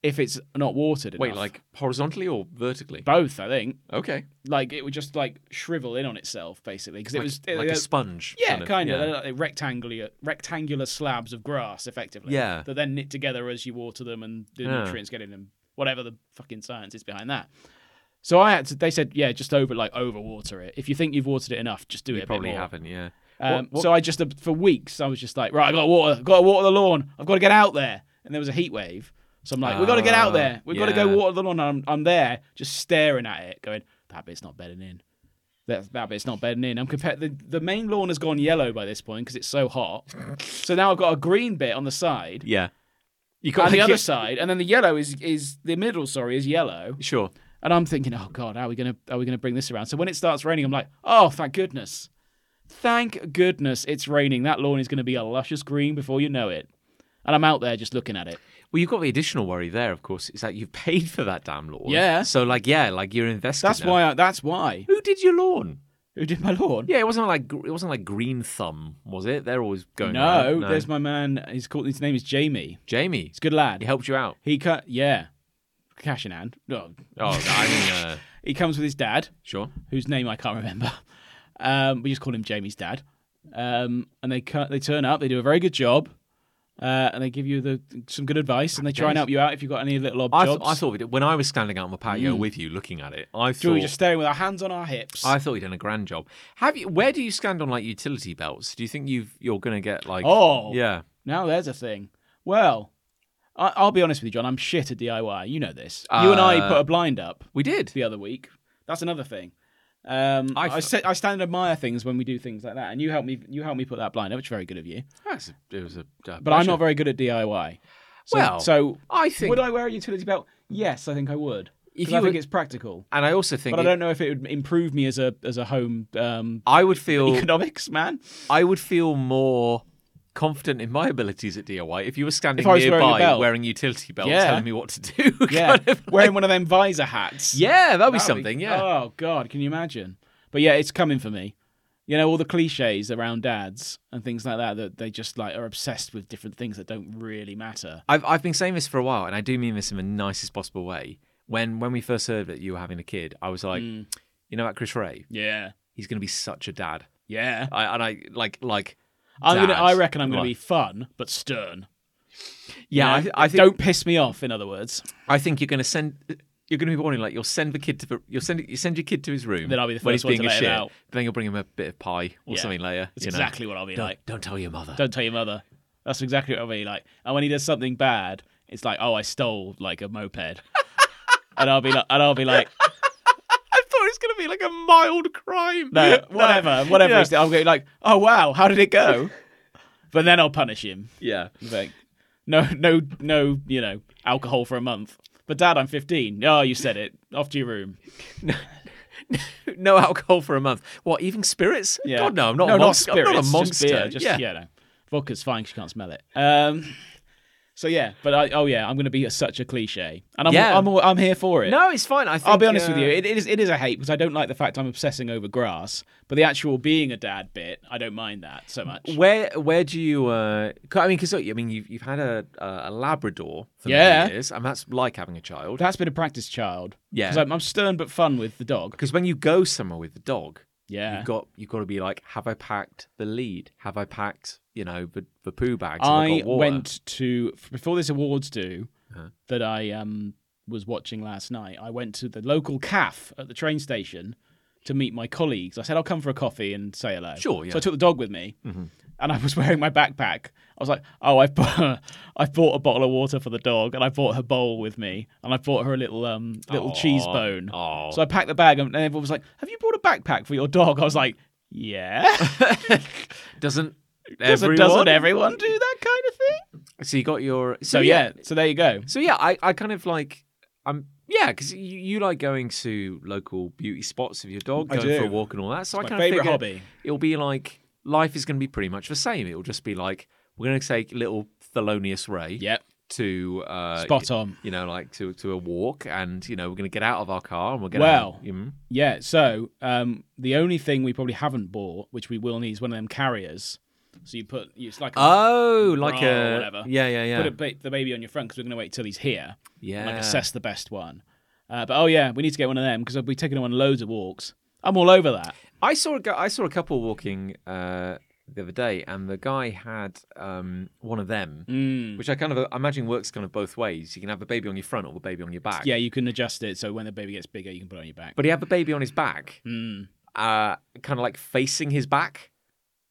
B: if it's not watered.
A: Wait,
B: enough."
A: like horizontally or vertically?
B: both, I think.
A: Okay,
B: Like it would just like shrivel in on itself basically because it
A: like,
B: was
A: like
B: uh,
A: a sponge.
B: Yeah, kind of.
A: Yeah.
B: They're like rectangular, rectangular slabs of grass, effectively.
A: Yeah.
B: That then knit together as you water them and the
A: Yeah.
B: nutrients get in them. Whatever the fucking science is behind that. So I had to. They said, yeah, just over like overwater it. If you think you've watered it enough, just do it.
A: You
B: a bit
A: probably
B: more.
A: haven't. Yeah.
B: Um,
A: What- what-
B: So I just for weeks I was just like, right, I got to water, got to water the lawn. I've got to get out there. And there was a heat wave, so I'm like, we got to get out there. We've got to
A: Ah,
B: go
A: yeah.
B: water the lawn. And I'm, I'm there, just staring at it, going, that bit's not bedding in. That, that bit's not bedding in. I'm compared. The, the main lawn has gone yellow by this point because it's so hot. so now I've got a green bit on the side,
A: yeah. You
B: on
A: like,
B: the
A: yeah,
B: other side, and then the yellow is is the middle. Sorry, is yellow.
A: Sure.
B: And I'm thinking, oh god, how are we gonna how are we gonna bring this around? So when it starts raining, I'm like, oh thank goodness, thank goodness it's raining. That lawn is gonna be a luscious green before you know it. And I'm out there just looking at it.
A: Well, you've got the additional worry there, of course, is that you've paid for that damn lawn.
B: Yeah.
A: So, like, yeah, like you're invested.
B: That's
A: now.
B: why. I, that's why.
A: Who did your lawn?
B: Who did my lawn?
A: Yeah, it wasn't like gr- it wasn't like Green Thumb, was it? They're always going.
B: no,
A: around.
B: there's my man. He's called. His name is Jamie.
A: Jamie.
B: He's a good lad.
A: He helped you out.
B: He cut. Yeah, cash in hand. No,
A: Oh, I mean, uh,
B: he comes with his dad.
A: sure.
B: whose name I can't remember. Um, we just call him Jamie's dad. Um, and they cu- they turn up. They do a very good job, uh, and they give you the some good advice, and they try and help you out if you've got any little odd
A: I, th-
B: jobs.
A: I thought we did- when I was standing out on the patio with you, looking at it, I
B: we
A: thought
B: were Mm. just staring with our hands on our hips.
A: I thought you'd done a grand job. Have you? Where do you stand on like utility belts? Do you think you've you're going to get like?
B: Oh.
A: yeah.
B: now there's a thing. Well, I- I'll be honest with you, John. I'm shit at DIY. You know this. you and I
A: Uh,
B: put a blind up
A: We did.
B: the other week. That's another thing. Um,
A: I
B: I,
A: f-
B: sta- I stand and admire things when we do things like that, and you helped me. You helped me put that blind up, which is very good of you.
A: That's a, it was a. a
B: But I'm not very good at DIY. So,
A: Well,
B: so
A: I think-
B: would I wear a utility belt? Yes, I think I would.
A: If
B: If
A: you
B: I think
A: were-
B: it's practical,
A: And I also think
B: but I
A: it-
B: don't know if it would improve me as a as a home um,
A: I would feel
B: economics man.
A: I would feel more confident in my abilities at DIY if you were standing
B: If I was
A: nearby
B: wearing a belt.
A: utility belts
B: Yeah.
A: telling me what to do.
B: Yeah,
A: kind of
B: wearing
A: like-
B: one of them visor hats.
A: yeah, that'd be
B: That'd
A: something. yeah.
B: Oh God, can you imagine? But yeah, it's coming for me. You know all the cliches around dads and things like that that they just like are obsessed with different things that don't really matter.
A: I've I've been saying this for a while, and I do mean this in the nicest possible way. When when we first heard that you were having a kid, I was like,
B: Mm.
A: you know, that Chris Ray,
B: Yeah,
A: he's going to be such a dad.
B: yeah.
A: I and I like like.
B: I'm gonna.
A: dad.
B: I reckon I'm gonna
A: Right.
B: be fun but stern.
A: Yeah,
B: You know?
A: I, I think
B: don't piss me off. In other words,
A: I think you're going to send. You're going to be warning like you'll send the kid to the, you'll send you send your kid to his room.
B: Then I'll be the
A: when
B: first
A: he's
B: one to
A: being a
B: let him
A: shit,
B: out.
A: but Then you'll bring him a bit of pie or
B: Yeah.
A: something later.
B: That's
A: you know.
B: exactly what I'll be
A: Don't,
B: like.
A: don't tell your mother.
B: Don't tell your mother. That's exactly what I'll be like. And when he does something bad, it's like, oh, I stole like a moped, and I'll be like, and I'll be like,
A: I thought it was going to be like a mild crime.
B: no, whatever, whatever.
A: Yeah.
B: it's- I'll be like, oh wow, how did it go? But then I'll punish him.
A: Yeah.
B: Like, no, no, no, you know, alcohol for a month. But dad, I'm 15. Oh, you said it. Off to your room.
A: No alcohol for a month. What? Even spirits?
B: Yeah.
A: God no, I'm not.
B: no,
A: a monster.
B: not spirits.
A: I'm not a
B: just
A: monster.
B: beer, just-
A: yeah.
B: yeah. no. Vodka's fine. 'cause She can't smell it. Um. So yeah, but I, oh yeah, I'm gonna be such a cliche, and I'm
A: Yeah.
B: I'm, I'm, here for it.
A: No, it's fine. I. Think,
B: I'll be honest with
A: uh,
B: you. It, it is it is a hate because I don't like the fact I'm obsessing over grass, but the actual being a dad bit, I don't mind that so much.
A: Where where do you? Uh, 'cause- I mean, because I mean, you've you've had a a Labrador for
B: Yeah.
A: many years, and that's like having a child.
B: That's been a practice child.
A: Yeah.
B: because I'm, I'm stern but fun with the dog.
A: Because when you go somewhere with the dog,
B: Yeah,
A: you've got you've got to be like, have I packed the lead? Have I packed you know the, the poo bags? Have
B: I
A: got water?
B: went to before this awards do
A: Uh-huh.
B: that I um was watching last night. I went to the local caf at the train station to meet my colleagues. I said I'll come for a coffee and say hello.
A: Sure, yeah. Mm-hmm.
B: So I took the dog with me, and I was wearing my backpack. I was like, oh, I've bought, I've bought a bottle of water for the dog, and I bought her bowl with me, and I bought her a little um little
A: Aw,
B: cheese bone.
A: aw.
B: So I packed the bag, and everyone was like, have you bought a backpack for your dog? I was like, yeah.
A: Doesn't
B: doesn't,
A: everyone?
B: doesn't everyone do that kind of thing?
A: So you got your. So,
B: So yeah, so there you go.
A: So yeah, I, I kind of like I'm Yeah, because you, you like going to local beauty spots with your dog,
C: I
A: going for a
C: do.
A: walk and all that. So I
B: my
A: kind of
B: favourite
A: figure
B: hobby.
A: It'll be like life is going to be pretty much the same. It'll just be like we're going to take little Thelonious Ray
B: Yep.
A: to uh,
B: Spot on.
A: you know, like to to a walk, and you know we're going to get out of our car and we're going
B: Well.
A: to mm,
B: Yeah, so um, the only thing we probably haven't bought, which we will need, is one of them carriers. So you put it's like a,
A: oh, like
B: Bra or
A: a
B: whatever.
A: yeah, yeah, yeah,
B: put a ba- the baby on your front because we're going to wait till he's here.
A: yeah.
B: Like assess the best one. Uh, but oh yeah, we need to get one of them because I'll be taking him on loads of walks. I'm all over that.
A: I saw a gu- I saw a couple walking uh, the other day, and the guy had um, one of them,
B: Mm.
A: which I kind of uh, imagine works kind of both ways. You can have a baby on your front or a baby on your back.
B: Yeah, you can adjust it so when the baby gets bigger, you can put it on your back.
A: but he had the baby on his back,
B: Mm.
A: uh, kind of like facing his back,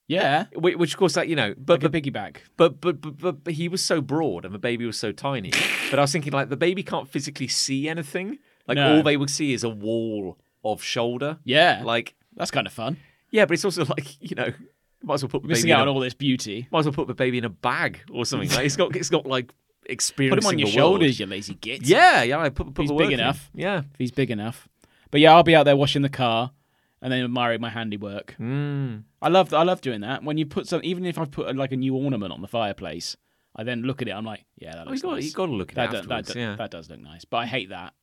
B: yeah,
A: whi- which, of course, that you know,
B: but
A: but
B: like
A: the,
B: a piggyback.
A: but, but but but but he was so broad and the baby was so tiny. but I was thinking like the baby can't physically see anything. Like
B: No.
A: all they would see is a wall of shoulder.
B: Yeah,
A: Like
B: that's kind of fun.
A: yeah, but it's also like you know, might as well put the
B: Missing
A: baby in
B: out
A: a
B: on all this beauty.
A: might as well put the baby in a bag or something. Like it's got it's got like
B: Put
A: experience.
B: him on your shoulders, you lazy git.
A: Yeah, yeah. I put, put
B: He's
A: the
B: big
A: work in.
B: enough.
A: Yeah.
B: if he's big enough. But yeah, I'll be out there washing the car and then admiring my handiwork.
A: Mm.
B: I love I love doing that. When you put some, even if I put a, like a new ornament on the fireplace, I then look at it. I'm like, yeah, that
A: Oh, you
B: looks
A: got
B: nice.
A: you got to look at
B: that,
A: it
B: do- that,
A: afterwards.
B: do-
A: yeah.
B: that does look nice. But I hate that.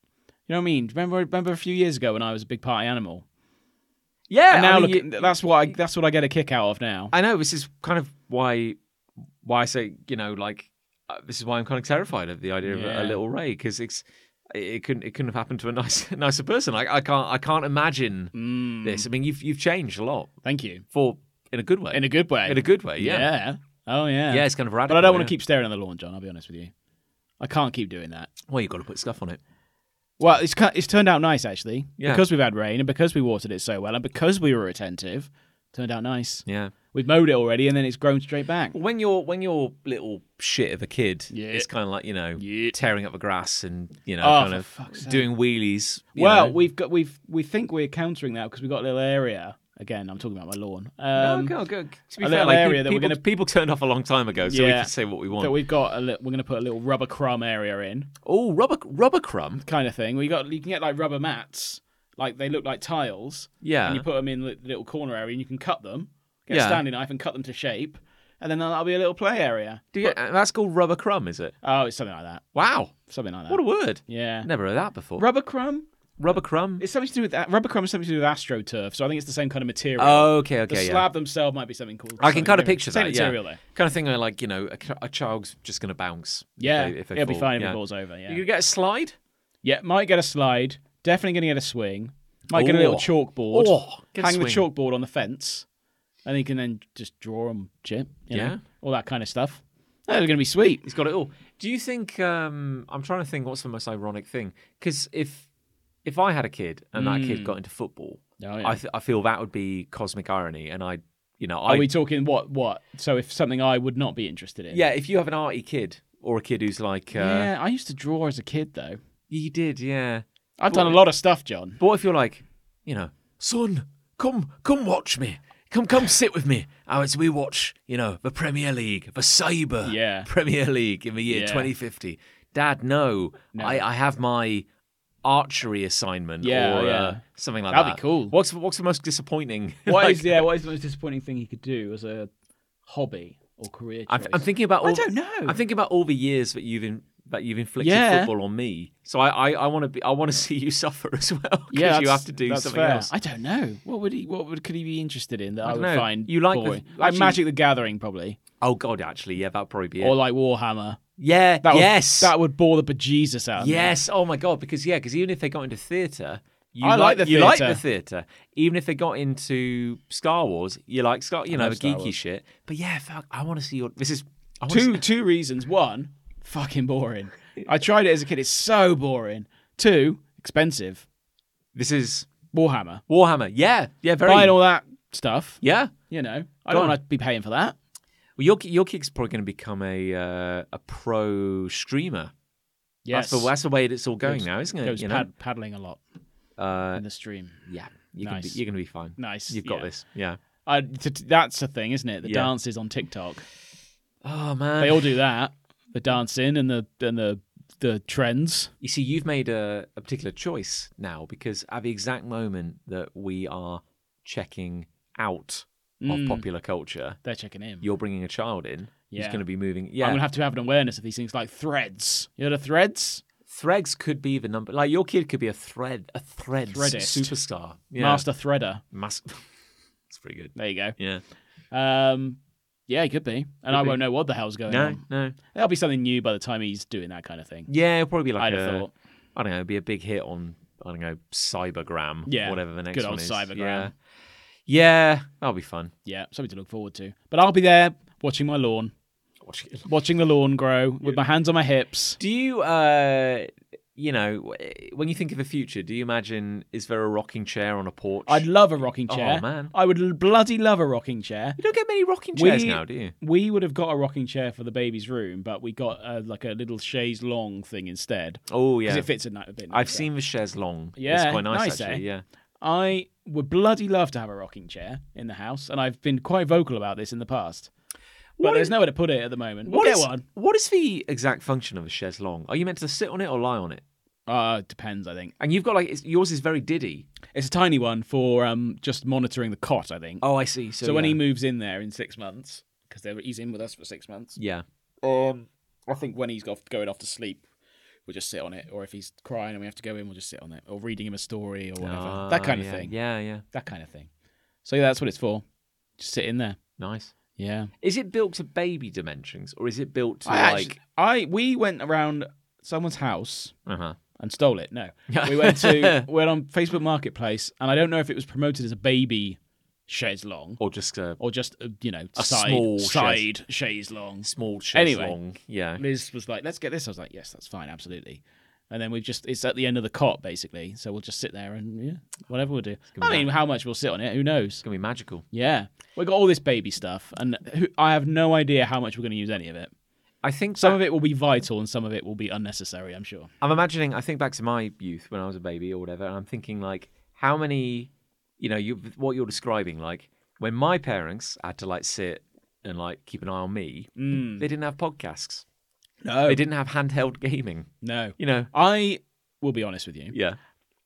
B: You know what I mean? Remember remember a few years ago when I was a big party animal.
A: yeah.
B: And now
A: I mean,
B: look,
A: you-
B: at- that's what I, that's what I get a kick out of now.
A: I know this is kind of why why I say you know like uh, this is why I'm kind of terrified of the idea of a- a,
B: Yeah.
A: little Ray because it's it- it couldn't it couldn't have happened to a nice nicer person. Like I can't I can't imagine
B: Mm,
A: this. I mean you've you've changed a lot
B: Thank you
A: for in a good way
B: in a good way.
A: in a good way. Yeah.
B: Oh yeah.
A: it's kind of radical.
B: But I don't want
A: yeah.
B: to keep staring at the lawn, John. I'll be honest with you. I can't keep doing that.
A: Well, you've got to put stuff on it.
B: Well, it's cu- it's turned out nice actually
A: Yeah.
B: because we've had rain and because we watered it so well and because we were attentive, turned out nice.
A: Yeah.
B: We've mowed it already and then it's grown straight back.
A: Well, when you're when you're little shit of a kid,
B: Yeah.
A: it's kind of like you know
B: Yeah.
A: tearing up the grass and you know
B: Oh,
A: kind
B: for fuck's
A: of
B: sake.
A: doing wheelies. you
B: Well,
A: know.
B: we've got we've we think we're countering that because we've got a little area. Again, I'm talking about my lawn.
A: No,
B: Um,
A: Oh, go- go- To be fair,
B: a little
A: like,
B: area that
A: people,
B: we're gonna-
A: people turned off a long time ago, so we
B: Yeah.
A: can say what we
B: That
A: want.
B: we've got a li- we're going to put a little rubber crumb area in,
A: Oh, rubber rubber crumb.
B: kind of thing. We got you can get like rubber mats, like they look like tiles,
A: Yeah.
B: and you put them in the little corner area and you can cut them. Get
A: Yeah.
B: a standing knife and cut them to shape, and then that'll be a little play area.
A: Do you, uh, that's called rubber crumb, is it?
B: Oh, it's something like that.
A: Wow,
B: Something like that.
A: what a word!
B: yeah.
A: Never heard that before.
B: Rubber crumb?
A: rubber crumb.
B: It's something to do with that. Rubber crumb is something to do with astroturf, so I think it's the same kind of material.
A: Oh, okay,
B: the
A: okay, yeah.
B: slab themselves might be something called.
A: I can
B: something
A: kind of
B: different.
A: picture
B: same
A: that.
B: material
A: yeah.
B: though.
A: Kind of thing where like you know a, a child's just going to bounce. if
B: Yeah,
A: they- if they
B: it'll be
A: fall.
B: fine if
A: yeah.
B: it falls over. Yeah,
A: You get a slide.
B: yeah. Might get a slide. Definitely going to get a swing. Might get a little
A: Oh.
B: chalkboard.
A: Oh, get a
B: hang the
A: swing.
B: chalkboard on the fence, and you can then just draw them, chip. You
A: Yeah.
B: know, all that kind of stuff. That's going to be sweet.
A: He's got it all. Do you think? Um, I'm trying to think. What's the most ironic thing? Because if if I had a kid and that kid got into football,
B: Oh, Mm. yeah.
A: I, th- I feel that would be cosmic irony. And I, you know,
B: Are
A: I
B: we talking what what? So if something I would not be interested in.
A: yeah. If you have an arty kid or a kid who's like, uh,
B: Yeah, I used to draw as a kid though.
A: you did, yeah.
B: I've done a lot of stuff, John.
A: But what if you're like, you know, son, come, come watch me. Come, come sit with me as we watch, you know, the Premier League, the cyber
B: Yeah.
A: Premier League in the year
B: Yeah.
A: 2050. Dad, no, I, I have my archery assignment
B: Yeah,
A: or Uh,
B: yeah.
A: something like
B: That'd
A: that.
B: be cool.
A: What's what's the most disappointing?
B: What is
A: like,
B: yeah? What is the most disappointing thing he could do as a hobby or career choice?
A: I'm, I'm thinking about. All,
B: I don't know.
A: I'm thinking about all the years that you've in, that you've inflicted
B: Yeah.
A: football on me. So I, I, I want to be. I want to see you suffer as well. 'cause you
B: that's-
A: have to do
B: that's
A: something
B: fair.
A: else.
B: I don't know. What would he? What would, could he be interested in that I,
A: don't
B: would
A: know.
B: find
A: You like the-
B: boring?
A: actually-
B: like Magic the Gathering probably,
A: Oh God, actually, yeah, that'd probably be it.
B: or like Warhammer.
A: yeah,
B: That would,
A: yes,
B: that would bore the bejesus out. of me.
A: yes. Oh my God, because yeah, because even if they got into theatre, you
B: I like the
A: you like the
B: theatre.
A: theatre. Even if they got into Star Wars, you like Star, you know,
B: love
A: the
B: Star
A: geeky
B: Wars.
A: shit. But yeah, fuck, I want to see your. This is I wanna
B: Two
A: see-
B: two reasons. One, fucking boring. I tried it as a kid. It's so boring. Two, expensive.
A: this is
B: Warhammer.
A: Warhammer. Yeah, yeah, very.
B: Buying all that stuff.
A: yeah,
B: You know, I
A: Go
B: don't
A: on.
B: want to be paying for that.
A: Well, your your kid's probably going to become a uh, a pro streamer.
B: Yes.
A: That's the that's the way it's all going
B: Goes-
A: now, isn't it?
B: goes
A: you know?
B: pad- paddling a lot
A: uh,
B: in the stream.
A: yeah, you can
B: Nice.
A: be, you're going to be fine.
B: Nice.
A: You've got
B: yeah.
A: this. Yeah.
B: I, t- t- that's the thing, isn't it? The
A: Yeah.
B: dances on TikTok.
A: Oh man.
B: They all do that. The dancing and the and the the trends.
A: You see, you've made a, a particular choice now because at the exact moment that we are checking out
B: Mm.
A: of popular culture,
B: They're checking in.
A: you're bringing a child in. He's
B: Yeah.
A: going to be moving. Yeah,
B: I'm gonna have to have an awareness of these things, like threads. You know the threads,
A: threads could be the number. Like your kid could be a thread, a threads
B: Threadist.
A: superstar, yeah.
B: master threader.
A: Mas- That's pretty good.
B: There you go.
A: Yeah.
B: Um, yeah, he could be, and I
A: be.
B: won't know what the hell's going
A: No,
B: on.
A: no.
B: There'll be something new by the time he's doing that kind of thing.
A: Yeah, it'll probably be like
B: I'd
A: a.
B: have thought.
A: I don't know, it'd be a big hit on I don't know, Cybergram.
B: Yeah,
A: Whatever the next
B: good
A: one
B: old
A: is.
B: Cybergram.
A: Yeah. yeah, that'll be fun.
B: Yeah, something to look forward to. But I'll be there watching my lawn,
A: Watch it.
B: watching the lawn grow with my hands on my hips.
A: Do you uh you know, when you think of the future, do you imagine is there a rocking chair on a porch?
B: I'd love a rocking
A: Oh,
B: chair.
A: man.
B: I would l- bloody love a rocking chair.
A: You don't get many rocking chairs
B: We-
A: now, do you?
B: We would have got a rocking chair for the baby's room, but we got uh, like a little chaise long thing instead
A: Oh
B: because
A: yeah.
B: it fits a, ni- a bit.
A: I've
B: nicer.
A: seen the chairs long. it's
B: Yeah,
A: quite nice,
B: nice,
A: actually.
B: eh?
A: Yeah.
B: I would bloody love to have a rocking chair in the house, and I've been quite vocal about this in the past. But
A: What
B: there's
A: is-
B: nowhere to put it at the moment. We'll
A: What
B: get
A: is-
B: one.
A: What is the exact function of a chaise long? Are you meant to sit on it or lie on it?
B: Uh, depends, I think.
A: And you've got like it's, yours is very diddy.
B: It's a tiny one for um, just monitoring the cot, I think.
A: Oh, I see. So,
B: So when
A: yeah.
B: he moves in there in six months, because he's in with us for six months,
A: yeah,
B: um, I think when he's off, going off to sleep, we'll just sit on it. Or if he's crying and we have to go in, we'll just sit on it. Or reading him a story or whatever. that
A: Ah,
B: kind of
A: yeah.
B: thing.
A: Yeah, yeah,
B: That kind of thing. So yeah, that's what it's for. Just sit in there.
A: nice.
B: Yeah.
A: Is it built to baby dimensions or is it built to
B: I
A: like?
B: actually- I we went around someone's house
A: Uh-huh.
B: and stole it. No, we went to we went on Facebook Marketplace, and I don't know if it was promoted as a baby chaise long
A: Or just a
B: or just uh, you know
A: A
B: side
A: small chaise-
B: side chaise long.
A: small chaise
B: Anyway.
A: long. Yeah.
B: Liz was like, "Let's get this." I was like, "Yes, that's fine, absolutely." And then we just it's at the end of the cot basically, so we'll just sit there and yeah, whatever we'll do.
A: gonna
B: I
A: be
B: mean, how much we'll sit on it, who knows?
A: It's gonna be magical.
B: Yeah, we got all this baby stuff, and who, I have no idea how much we're going to use any of it.
A: I think.
B: Some
A: So
B: of it will be vital, and some of it will be unnecessary. I'm sure.
A: I'm imagining. I think back to my youth when I was a baby or whatever, and I'm thinking like, how many, you know, you what you're describing, like when my parents had to like sit and like keep an eye on me,
B: Mm.
A: they didn't have podcasts.
B: No,
A: They didn't have handheld gaming.
B: no.
A: You know.
B: I will be honest with you.
A: Yeah.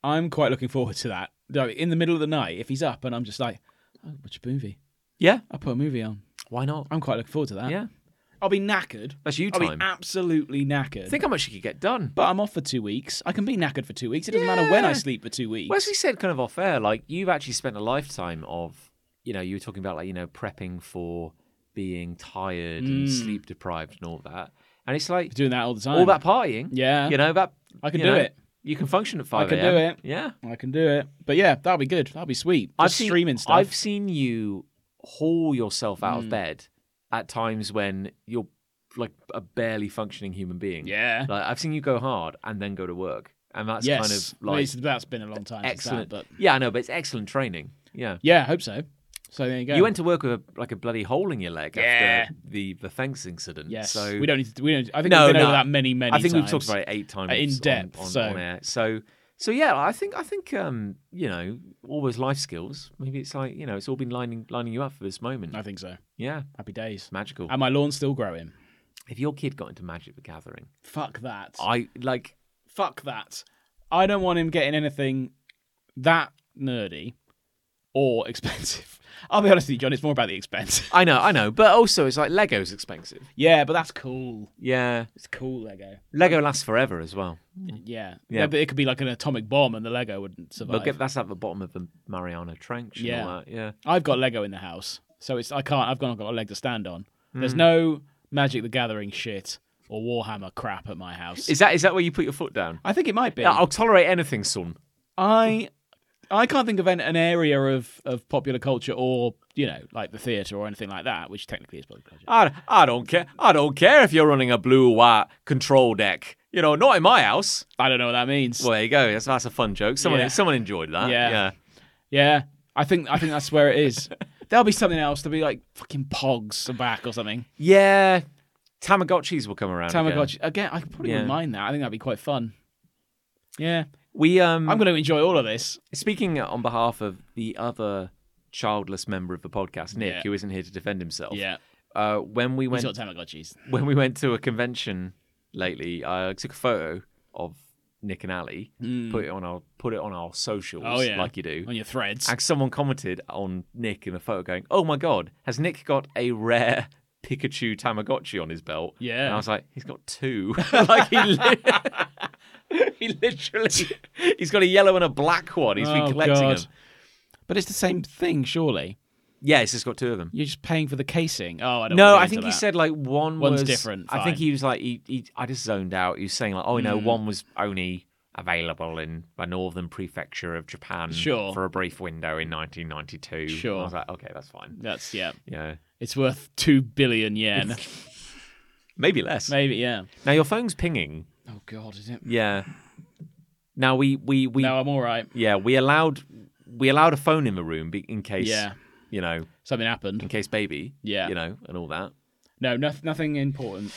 B: I'm quite looking forward to that. Though, In the middle of the night, if he's up and I'm just like, oh, watch a movie.
A: Yeah.
B: I'll put a movie on.
A: Why not?
B: I'm quite looking forward to that.
A: Yeah. ah.
B: I'll be knackered.
A: That's you
B: I'll
A: time.
B: be absolutely knackered.
A: Think how much you could get done.
B: but I'm off for two weeks. I can be knackered for two weeks. It doesn't matter when I
A: Yeah.
B: sleep for two weeks.
A: Well, as we said kind of off air, like you've actually spent a lifetime of, you know, you were talking about like, you know, prepping for being tired and
B: Mm.
A: sleep deprived and all that. And it's like
B: doing that all the time.
A: all that partying,
B: Yeah.
A: you know, that
B: I can
A: you
B: do
A: know,
B: it.
A: You can function at 5
B: can do
A: a.m..
B: it.
A: Yeah.
B: I can do it. But yeah, that'll be good. That'll be sweet. Just
A: seen,
B: streaming stuff. Mm.
A: I've seen you haul yourself out of bed at times when you're like a barely functioning human being.
B: yeah.
A: Like I've seen you go hard and then go to work. And that's
B: yes.
A: kind of
B: Well,
A: like
B: it's- that's been a long time. since that,
A: excellent.
B: but
A: Yeah, I know, but it's excellent training. Yeah.
B: yeah, I hope so. So there you go.
A: You went to work with a, like a bloody hole in your leg
B: Yeah.
A: after the the thanks incident.
B: Yes.
A: so
B: we don't need to. We don't. I think
A: No,
B: we've been
A: no.
B: over that many, many.
A: I think
B: times. uh,
A: we've talked about it eight times
B: in
A: on-
B: depth,
A: on,
B: so-
A: on air. So so yeah, I think I think um you know all those life skills. Maybe it's like you know it's all been lining lining you up for this moment.
B: I think so.
A: Yeah,
B: Happy days.
A: it's magical.
B: And my lawn's still growing.
A: if your kid got into Magic the Gathering,
B: Fuck that.
A: I like
B: Fuck that. I don't want him getting anything that nerdy or expensive. I'll be honest with you, John. It's more about the expense.
A: I know I know, but also it's like Lego's expensive.
B: yeah, but that's cool.
A: Yeah,
B: It's cool Lego.
A: Lego lasts forever as well.
B: Yeah.
A: Yeah.
B: But it could be like an atomic bomb, and the Lego wouldn't survive.
A: Look, at- that's at the bottom of the Mariana Trench. and
B: Yeah.
A: all that. yeah.
B: I've got Lego in the house, so it's I can't. I've got, I've got a leg to stand on. There's no Magic the Gathering shit or Warhammer crap at my house.
A: Is that is that where you put your foot down?
B: I think it might be.
A: I'll tolerate anything, son.
B: I I can't think of an, an area of, of popular culture or you know like the theatre or anything like that, which technically is popular culture.
A: I, I don't care. I don't care if you're running a blue or white control deck. You know, not in my house.
B: I don't know what that means.
A: Well, there you go. That's, that's a fun joke. Someone
B: Yeah.
A: someone enjoyed that.
B: Yeah. Yeah, I think I think that's where it is. There'll be something else. There'll be like fucking Pogs are back or something.
A: Yeah. Tamagotchis will come around. again.
B: Tamagotchi again. I probably
A: Yeah.
B: wouldn't mind that. I think that'd be quite fun. Yeah,
A: We um
B: I'm going to enjoy all of this.
A: speaking on behalf of the other childless member of the podcast, Nick,
B: Yeah.
A: who isn't here to defend himself.
B: Yeah,
A: Uh, when we went
B: he's got Tamagotchis.
A: when we went to a convention lately. I took a photo of Nick and Ali, put it on our put it on our socials,
B: Hmm. Oh yeah,
A: like you do.
B: on your threads.
A: And someone commented on Nick in the photo going, Oh my god, has Nick got a rare Pikachu Tamagotchi on his belt?
B: Yeah.
A: And I was like, He's got two. like he, li- he literally He's got a yellow and a black one. He's been
B: Oh,
A: collecting
B: God.
A: them.
B: But it's the same thing, surely.
A: Yeah, he's just got two of them.
B: You're just paying for the casing. Oh, I don't.
A: No,
B: wanna get
A: I
B: into
A: think he
B: that.
A: said like one
B: One's
A: was
B: different,
A: I think
B: fine. Hmm.
A: he was like he, he I just zoned out. He was saying like, oh no, one was only available in the northern prefecture of Japan
B: Sure.
A: for a brief window in 1992.
B: Sure.
A: I was like, okay, that's fine.
B: that's yeah.
A: Yeah,
B: It's worth two billion yen,
A: maybe less.
B: maybe. Yeah.
A: Now your phone's pinging.
B: Oh God, is it?
A: Yeah. Now we we we
B: No, I'm all right.
A: yeah we allowed we allowed a phone in the room be- in case
B: Yeah.
A: you know
B: Something
A: in
B: happened.
A: case baby
B: Yeah.
A: you know and all that.
B: No, no, nothing important.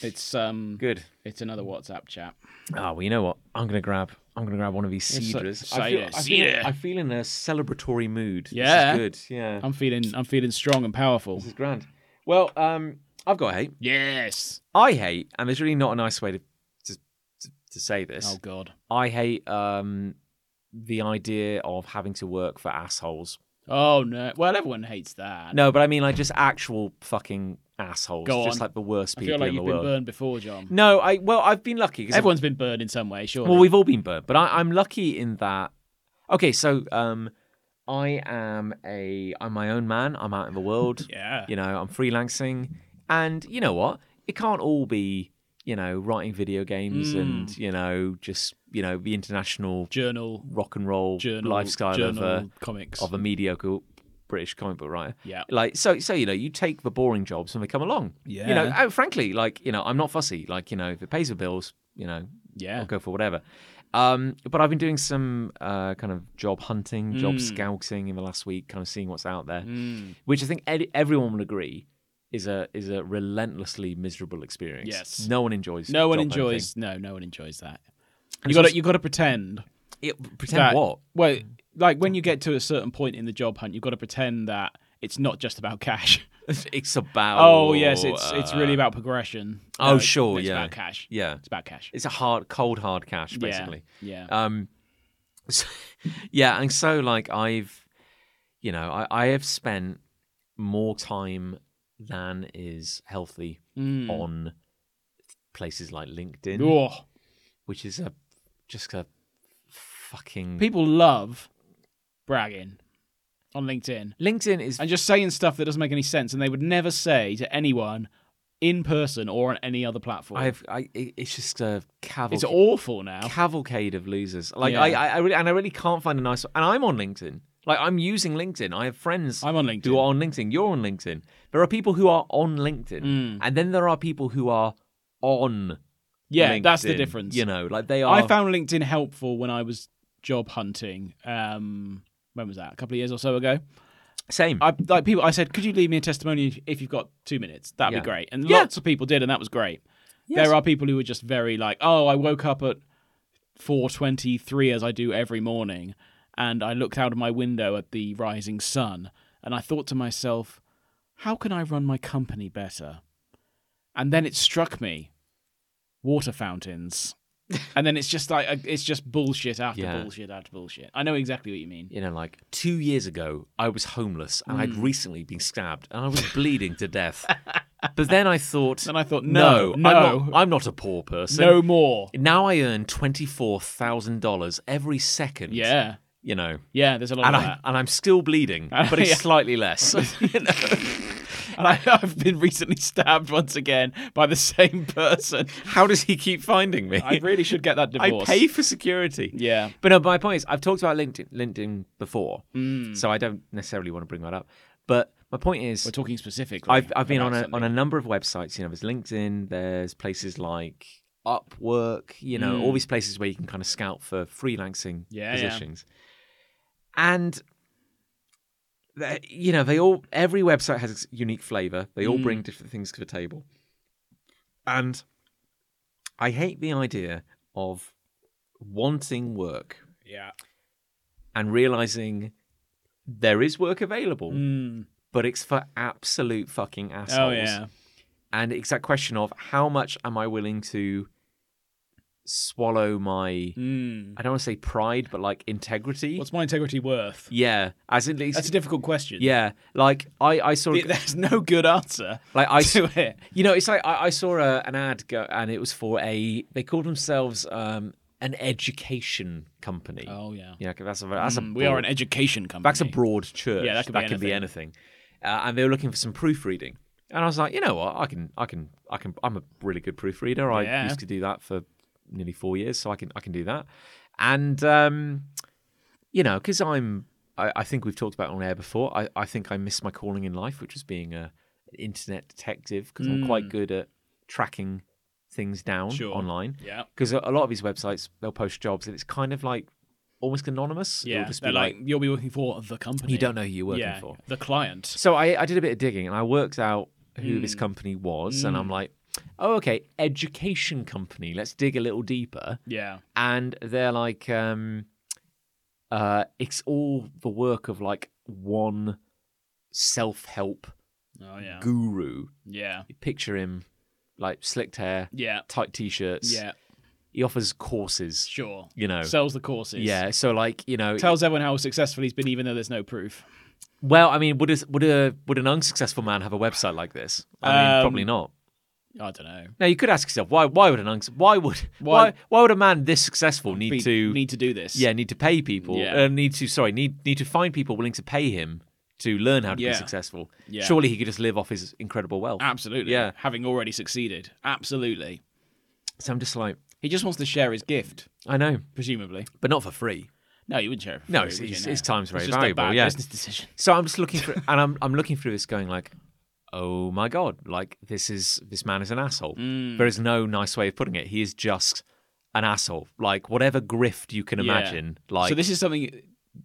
B: It's um,
A: Good.
B: it's another WhatsApp chat.
A: Oh well, you know what? I'm gonna grab. I'm gonna grab one of these
B: It's so-
A: cedars.
B: so-
A: I, feel, I,
B: cedar.
A: feel, I feel in a celebratory mood.
B: Yeah.
A: this is good. Yeah,
B: I'm feeling, I'm feeling strong and powerful.
A: this is grand. Well, um, I've got a hate.
B: Yes.
A: I hate, and there's really not a nice way to to, to, to say this.
B: Oh God.
A: I hate um the idea of having to work for assholes.
B: Oh no. Well, everyone hates that.
A: No, but I mean like just actual fucking assholes.
B: Go
A: just
B: on.
A: like the worst
B: I
A: people
B: feel like
A: in the
B: you've been
A: world.
B: burned before, John.
A: No, I well I've been lucky. 'cause I've-
B: Everyone's been burned in some way, sure.
A: Well, we've all been burnt, but I, I'm lucky in that. Okay, so um, I am a I'm my own man. I'm out in the world.
B: yeah.
A: You know, I'm freelancing, and you know what? It can't all be you know writing video games
B: Mm.
A: and you know just you know the international
B: Journal,
A: rock and roll
B: journal,
A: lifestyle
B: journal
A: of uh, a
B: comics.
A: of a mediocre British comic book writer.
B: Yeah.
A: Like so so you know, you take the boring jobs when they come along. You know,
B: Yeah.
A: and frankly, like, you know, I'm not fussy. Like, you know, if it pays the bills, you know,
B: Yeah.
A: I'll go for whatever. Um, but I've been doing some uh, kind of job hunting,
B: Mm.
A: job scouting in the last week, kind of seeing what's out there, which I think ed- everyone would agree is a is a relentlessly miserable experience.
B: Yes.
A: no one enjoys.
B: no one
A: job hunting.
B: enjoys. No, no one enjoys that. You got to, you got to pretend
A: It, pretend
B: that.
A: what?
B: Well, like when you get to a certain point in the job hunt, you've got to pretend that it's not just about cash.
A: It's about.
B: Oh, yes, it's it's
A: uh,
B: really about progression.
A: oh,
B: it's-
A: sure,
B: it's
A: yeah.
B: about cash.
A: yeah.
B: It's about cash.
A: It's a hard, cold, hard cash,
B: Yeah,
A: basically.
B: Yeah.
A: Um, so- yeah, and so like I've, you know, I, I have spent more time than is healthy
B: Mm.
A: on places like LinkedIn,
B: Oh,
A: which is a just a fucking
B: people love bragging on LinkedIn
A: LinkedIn is
B: and just saying stuff that doesn't make any sense, and they would never say to anyone in person or on any other platform.
A: I've I it- it's just a cavalcade,
B: it's awful now.
A: cavalcade of losers. Like
B: Yeah.
A: I, I I really and I really can't find a nice and I'm on LinkedIn. Like I'm using LinkedIn. I have friends
B: I'm on LinkedIn.
A: who are on LinkedIn. You're on LinkedIn. There are people who are on LinkedIn,
B: Mm.
A: and then there are people who are on.
B: yeah, that's the
A: LinkedIn,
B: difference.
A: You know, like they are.
B: I found LinkedIn helpful when I was job hunting. Um, when was that? A couple of years or so ago.
A: same.
B: I like people. I said, "Could you leave me a testimonial if- if you've got two minutes? That'd
A: Yeah.
B: be great." And
A: Yeah.
B: lots of people did, and that was great.
A: Yes.
B: There are people who were just very like, "Oh, I woke up at four twenty-three as I do every morning, and I looked out of my window at the rising sun, and I thought to myself, how can I run my company better?" And then it struck me, water fountains. and then it's just like uh, it's just bullshit after
A: Yeah.
B: bullshit after bullshit. I know exactly what you mean.
A: you know, like two years ago, I was homeless and
B: Mm.
A: I'd recently been stabbed and I was bleeding to death. But then I thought,
B: Then I thought, no, no,
A: I'm not, I'm not a poor person.
B: no more.
A: Now I earn twenty four thousand dollars every second.
B: Yeah,
A: you know,
B: yeah. There's a lot
A: and
B: of
A: I
B: that.
A: and I'm still bleeding, but it's
B: Yeah.
A: slightly less.
B: And I, I've been recently stabbed once again by the same person.
A: How does he keep finding me?
B: I really should get that
A: I
B: divorce.
A: pay for security.
B: Yeah.
A: But no, my point is, I've talked about LinkedIn, LinkedIn before,
B: Hmm.
A: so I don't necessarily want to bring that up. But my point is,
B: We're talking specifically.
A: I've, I've been on
B: about
A: a,
B: something.
A: on a number of websites. You know, there's LinkedIn, there's places like Upwork, you know, all these places where you can kind of scout for freelancing
B: Mm. Yeah, yeah.
A: positions. And, they- you know, they all, every website has its unique flavor. They all
B: Mm.
A: bring different things to the table. And I hate the idea of wanting work
B: Yeah.
A: and realizing there is work available,
B: Mm.
A: but it's for absolute fucking assholes
B: Oh yeah.
A: and it's that question of how much am I willing to swallow my
B: Mm.
A: I don't want to say pride, but like integrity.
B: What's my integrity worth?
A: yeah, as in
B: That's a difficult question.
A: yeah, like I I saw
B: Th- There's no good answer
A: like I
B: to it.
A: You know, it's like I, I saw a, an ad go, and it was for a. They called themselves um, an education company.
B: Oh, yeah.
A: yeah, that's a that's a
B: Mm, we are an
A: broad-
B: education company.
A: that's a broad church.
B: Yeah, that could be
A: anything. Uh, and they were looking for some proofreading, and I was like, you know what, I can, I can, I can. I'm a really good proofreader. I
B: Yeah.
A: used to do that for nearly four years, so I can, I can do that. And um, you know, because I'm, I, I think we've talked about it on air before. I, I think I miss my calling in life, which was being a an internet detective, because I'm quite good at tracking things down
B: Mm. Sure.
A: online.
B: Yeah.
A: Because a a lot of these websites, they'll post jobs, and it's kind of like almost anonymous. It'll
B: Yeah,
A: just
B: they're
A: be
B: like, you'll be working for the company.
A: you don't know who you're working
B: yeah,
A: for.
B: the client.
A: So I, I did a bit of digging and I worked out who
B: Hmm.
A: this company was, and I'm like, oh, okay, education company. Let's dig a little deeper.
B: Yeah,
A: And they're like, um, uh, it's all the work of like one self help
B: oh yeah,
A: guru.
B: yeah,
A: You picture him like slicked hair,
B: yeah,
A: tight t shirts.
B: yeah.
A: He offers courses,
B: Sure,
A: you know.
B: sells the courses.
A: yeah, so like you know,
B: tells everyone how successful he's been, even though there's no proof.
A: well, I mean, would a, would a would an unsuccessful man have a website like this? I mean,
B: Um,
A: probably not.
B: I don't know.
A: Now you could ask yourself why why would an unc- why would why
B: Why-
A: why would a man this successful need
B: Be-
A: to
B: need to do this.
A: yeah need to pay people
B: Yeah.
A: uh, need to sorry need need to find people willing to pay him to learn how to
B: Yeah.
A: be successful.
B: Yeah.
A: Surely he could just live off his incredible wealth.
B: absolutely.
A: Yeah.
B: having already succeeded, absolutely.
A: So I'm just like
B: He just wants to share his gift,
A: I know,
B: presumably.
A: but not for free.
B: No, you wouldn't share it. For
A: No,
B: free,
A: it's-
B: would you?
A: it's-
B: No.
A: it's time's very
B: just a
A: valuable,
B: bad
A: yeah.
B: business decision.
A: So I'm just looking for and I'm I'm looking through this going like oh my god like this is this man is an asshole.
B: Mm.
A: There is no nice way of putting it. He is just an asshole. Like whatever grift you can
B: Yeah.
A: imagine. Like
B: so this is something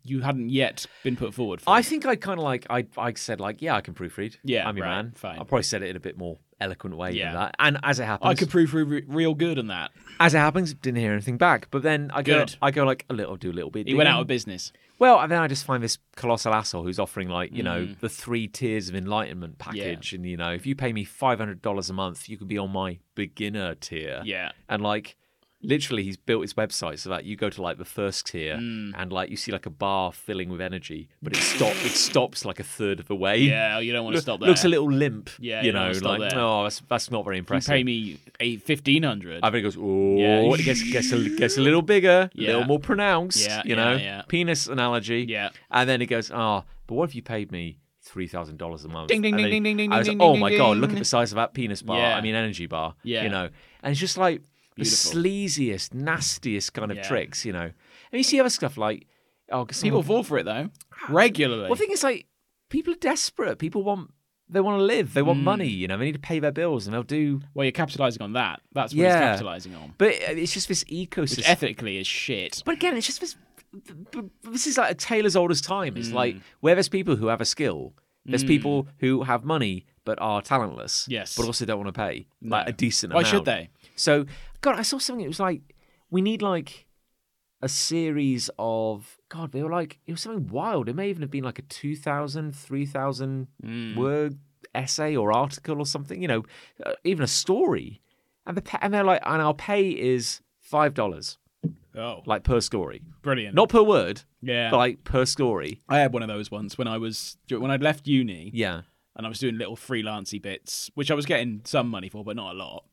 B: you hadn't yet been put forward for.
A: I think I kind of like I I said like yeah I can proofread
B: Yeah,
A: I'm your
B: right,
A: man
B: fine.
A: I probably said it in a bit more eloquent way
B: Yeah.
A: than that and as it happens
B: I could prove re- re- real good on that.
A: as it happens didn't hear anything back but then I go
B: Good.
A: I go like a little do a little bit
B: He went
A: digging.
B: out of business.
A: well and then I just find this colossal asshole who's offering like you know
B: Mm.
A: the three tiers of enlightenment package and you know if you pay me five hundred dollars a month you could be on my beginner tier
B: Yeah.
A: and like literally he's built his website so that you go to like the first tier
B: Mm.
A: and like you see like a bar filling with energy but it stop it stops like a third of the way
B: Yeah, you don't want to stop there.
A: Looks a little limp.
B: Yeah,
A: you
B: you
A: know,
B: don't wanna
A: like
B: stop there.
A: oh, that's, that's not very
B: You
A: impressive.
B: pay me eight fifteen hundred.
A: I think it goes, oh,
B: Yeah.
A: it gets gets a, gets a little bigger, a
B: Yeah.
A: little more pronounced.
B: Yeah,
A: you
B: yeah,
A: know,
B: yeah.
A: penis analogy.
B: Yeah.
A: and then it goes, oh, but what if you paid me three thousand dollars a month?
B: Ding, ding,
A: And
B: ding,
A: then
B: ding, ding,
A: I was,
B: ding, ding,
A: oh
B: ding,
A: my god,
B: ding,
A: look at
B: ding.
A: the size of that penis bar.
B: Yeah.
A: I mean, energy bar.
B: Yeah.
A: you know, and it's just like
B: Beautiful.
A: the sleaziest, nastiest kind of
B: Yeah. Mm-hmm.
A: tricks. You know, and you see other stuff like oh, 'cause someone-
B: People fall for it though, regularly.
A: well, the thing is, like, people are desperate. People want, they want to live. They
B: Hmm.
A: want money. You know, they need to pay their bills, and they'll do.
B: Well, you're capitalizing on that. That's what
A: Yeah.
B: it's capitalizing on.
A: But it- it's just this ecosystem.
B: Which ethically is shit.
A: but again, it's just this. This is like a tale as old as time. It's like
B: Hmm.
A: where there's people who have a skill, there's people who have money but are talentless.
B: Yes.
A: but also don't want to pay like a decent.
B: Why
A: amount.
B: should they?
A: So, God, I saw something. It was like we need like a series of God. They were like it was something wild. It may even have been like a 2,000, 3,000
B: Hmm.
A: word essay or article or something. You know, uh, even a story. And the pa- and they're like, and our pay is five dollars,
B: Oh,
A: like per story,
B: brilliant!
A: not per word,
B: yeah,
A: but like per story.
B: I had one of those once when I was when I'd left uni
A: Yeah.
B: and I was doing little freelancy bits, which I was getting some money for, but not a lot.